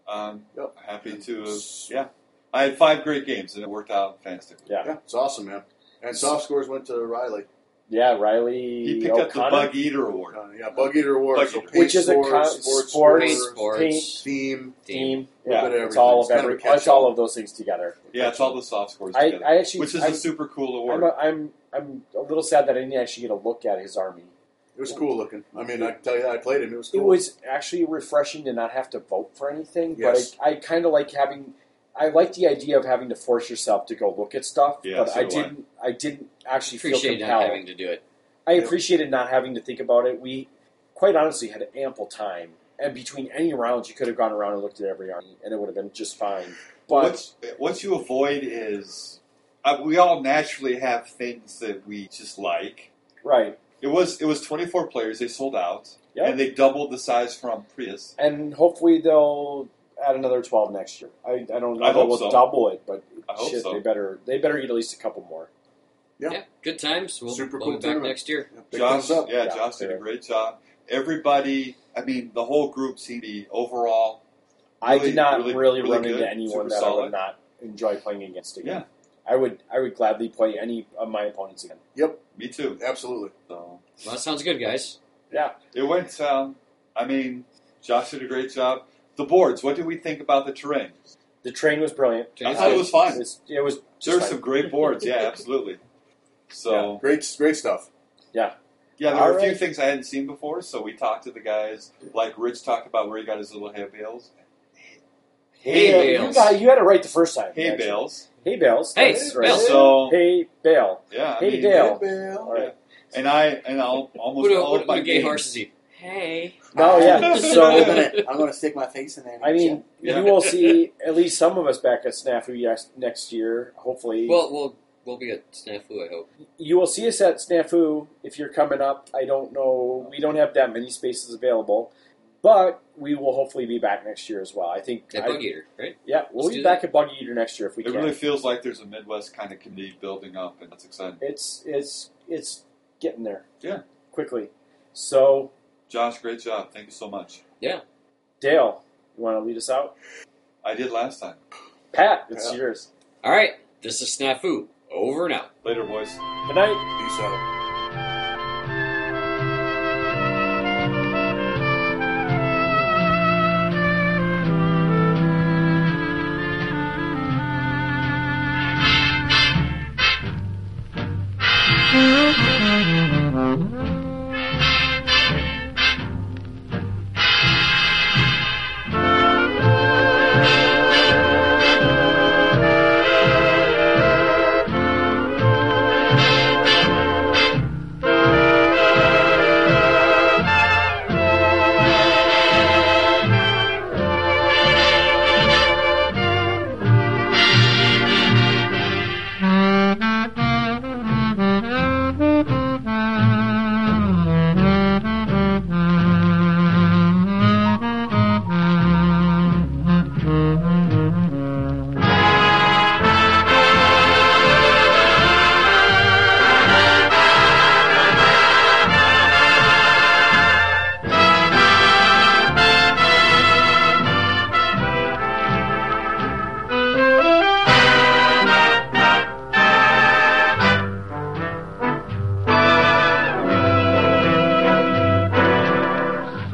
S4: Um,
S3: Yep.
S4: Happy to have. Yeah. I had five great games, and it worked out fantastically.
S2: Yeah.
S3: Yeah, it's awesome, man. And soft scores went to Riley.
S2: Yeah. Riley
S4: He picked up the
S2: O'Connor.
S4: Bug Eater Award.
S3: Uh, yeah, Bug Eater Awards,
S4: Bug
S3: so
S4: Eater.
S3: paint
S2: Which is a
S3: scores,
S2: con-
S3: sports,
S2: sports,
S1: Paint,
S3: scores,
S1: sports,
S3: theme.
S1: theme.
S2: Team. Yeah.
S3: bit of
S2: It's all of
S3: everything. It's kind of
S2: every.
S3: a catch-all.
S2: It's all of those things together.
S4: Yeah, it's all the soft scores
S2: I,
S4: together,
S2: I actually.
S4: which is
S2: I,
S4: a super cool
S2: I'm,
S4: award.
S2: a, I'm I'm a little sad that I didn't actually get a look at his army.
S3: It was cool looking. I mean, I can tell you that I played him. It was cool.
S2: It was actually refreshing to not have to vote for anything,
S3: Yes.
S2: but I, I kind of like having. I like the idea of having to force yourself to go look at stuff,
S4: Yeah,
S2: but
S4: so
S2: I
S4: do I.
S2: didn't. I. didn't actually
S1: Appreciate not
S2: feel compelled.
S1: having to do it.
S2: I
S3: Yeah.
S2: appreciated not having to think about it. We, quite honestly, had ample time, and between any rounds, you could have gone around and looked at every army, and it would have been just fine. But
S4: what's, what you avoid is uh, we all naturally have things that we just like.
S2: right,
S4: It was it was 24 players. They sold out,
S2: Yeah.
S4: and they doubled the size from Prius.
S2: and hopefully they'll add another twelve next year. I, I don't know.
S4: I
S2: if they
S4: hope
S2: will
S4: so.
S2: double it, but
S4: I hope
S2: shit,
S4: so.
S2: they better they better get at least a couple more.
S3: Yeah.
S1: Yeah, good times. We'll,
S3: Super
S1: we'll
S3: cool
S1: be back
S3: tournament.
S1: next year.
S3: Yeah, picked
S4: Josh,
S3: things up.
S4: yeah,
S2: Yeah,
S4: Josh did a
S2: fair.
S4: great job. Everybody, I mean, the whole group seemed to be overall.
S2: I
S4: Really-
S2: did not
S4: really-
S2: really,
S4: really
S2: run
S4: good,
S2: into anyone
S4: super
S2: that I
S4: solid.
S2: would not enjoy playing against again.
S4: Yeah,
S2: I would I would gladly play any of my opponents again.
S4: me too.
S3: Absolutely.
S4: So
S1: Well, that sounds good, guys.
S4: it went. Um, I mean, Josh did a great job. The boards. What did we think about the terrain?
S2: The train was brilliant.
S4: I thought it was fine.
S2: It's- it was
S4: There
S2: just
S4: were
S2: fine.
S4: some great boards. Yeah, absolutely. So.
S3: Great, great stuff.
S4: Yeah, there were a
S2: All
S4: few
S2: right.
S4: things I hadn't seen before, so we talked to the guys. Like Rich talked about where he got his little hay bales.
S1: Hay
S2: Yeah,
S1: bales.
S2: You, got, you had it right the first time.
S4: Hay
S2: actually.
S4: bales.
S2: Hey, Bales.
S1: Hey,
S2: That's
S1: Bales.
S2: right.
S4: So
S2: Hey, Bale.
S4: yeah, I
S2: Hey,
S4: mean,
S2: Dale. Yeah.
S3: Bill.
S2: All right.
S4: and I and I'll, almost
S1: What a,
S4: all
S1: what,
S4: of my
S1: what a gay
S4: games,
S1: horse is he? Hey.
S2: No, yeah.
S3: I'm
S2: So,
S3: gonna, I'm gonna stick my face in there.
S2: I mean,
S4: Yeah.
S2: you will see at least some of us back at Snafu yes- next year, hopefully.
S1: Well, we'll we'll be at snafu. I hope.
S2: you will see us at Snafu if you're coming up. I don't know. We don't have that many spaces available, but we will hopefully be back next year as well. I think.
S1: That
S2: I-
S1: bug eater, right?
S2: yeah, we'll
S1: Let's
S2: be
S1: do
S2: back at Buggy Eater next year if we
S4: It
S2: can.
S4: really feels like there's a Midwest kind of community building up, and that's exciting.
S2: it's it's it's getting there.
S4: Yeah.
S2: Quickly. So,
S4: Josh, great job. Thank you so much.
S2: Dale, you want to lead us out?
S4: I did last time.
S2: Pat, it's
S3: Yeah.
S2: yours.
S1: All right. This is snafu. Over and out.
S4: Later, boys.
S2: Good night.
S3: Peace out.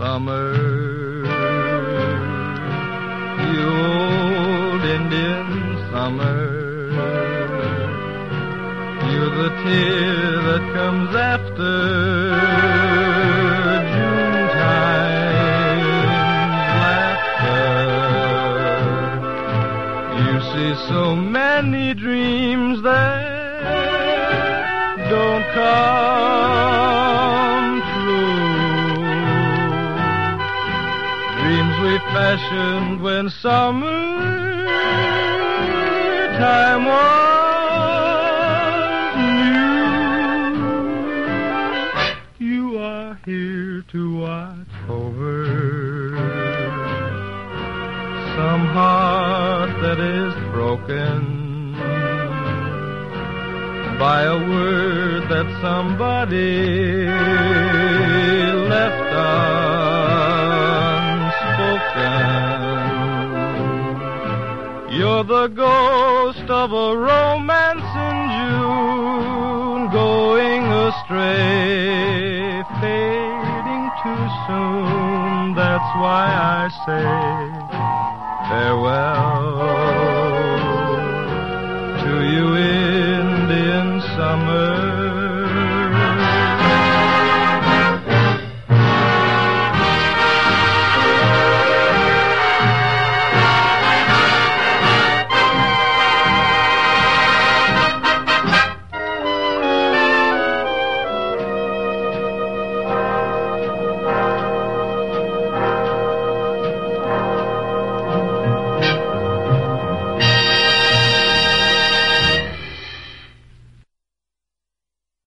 S5: Summer, the old Indian summer. You're the tear that comes after Junetime's laughter. You see so many dreams that don't come true. Dreams we fashioned when summer time was new. You are here to watch over some heart that is broken by a word that somebody left unspoken. You're the ghost of a romance in June, going astray, fading too soon. That's why I say farewell to you, Indian summer.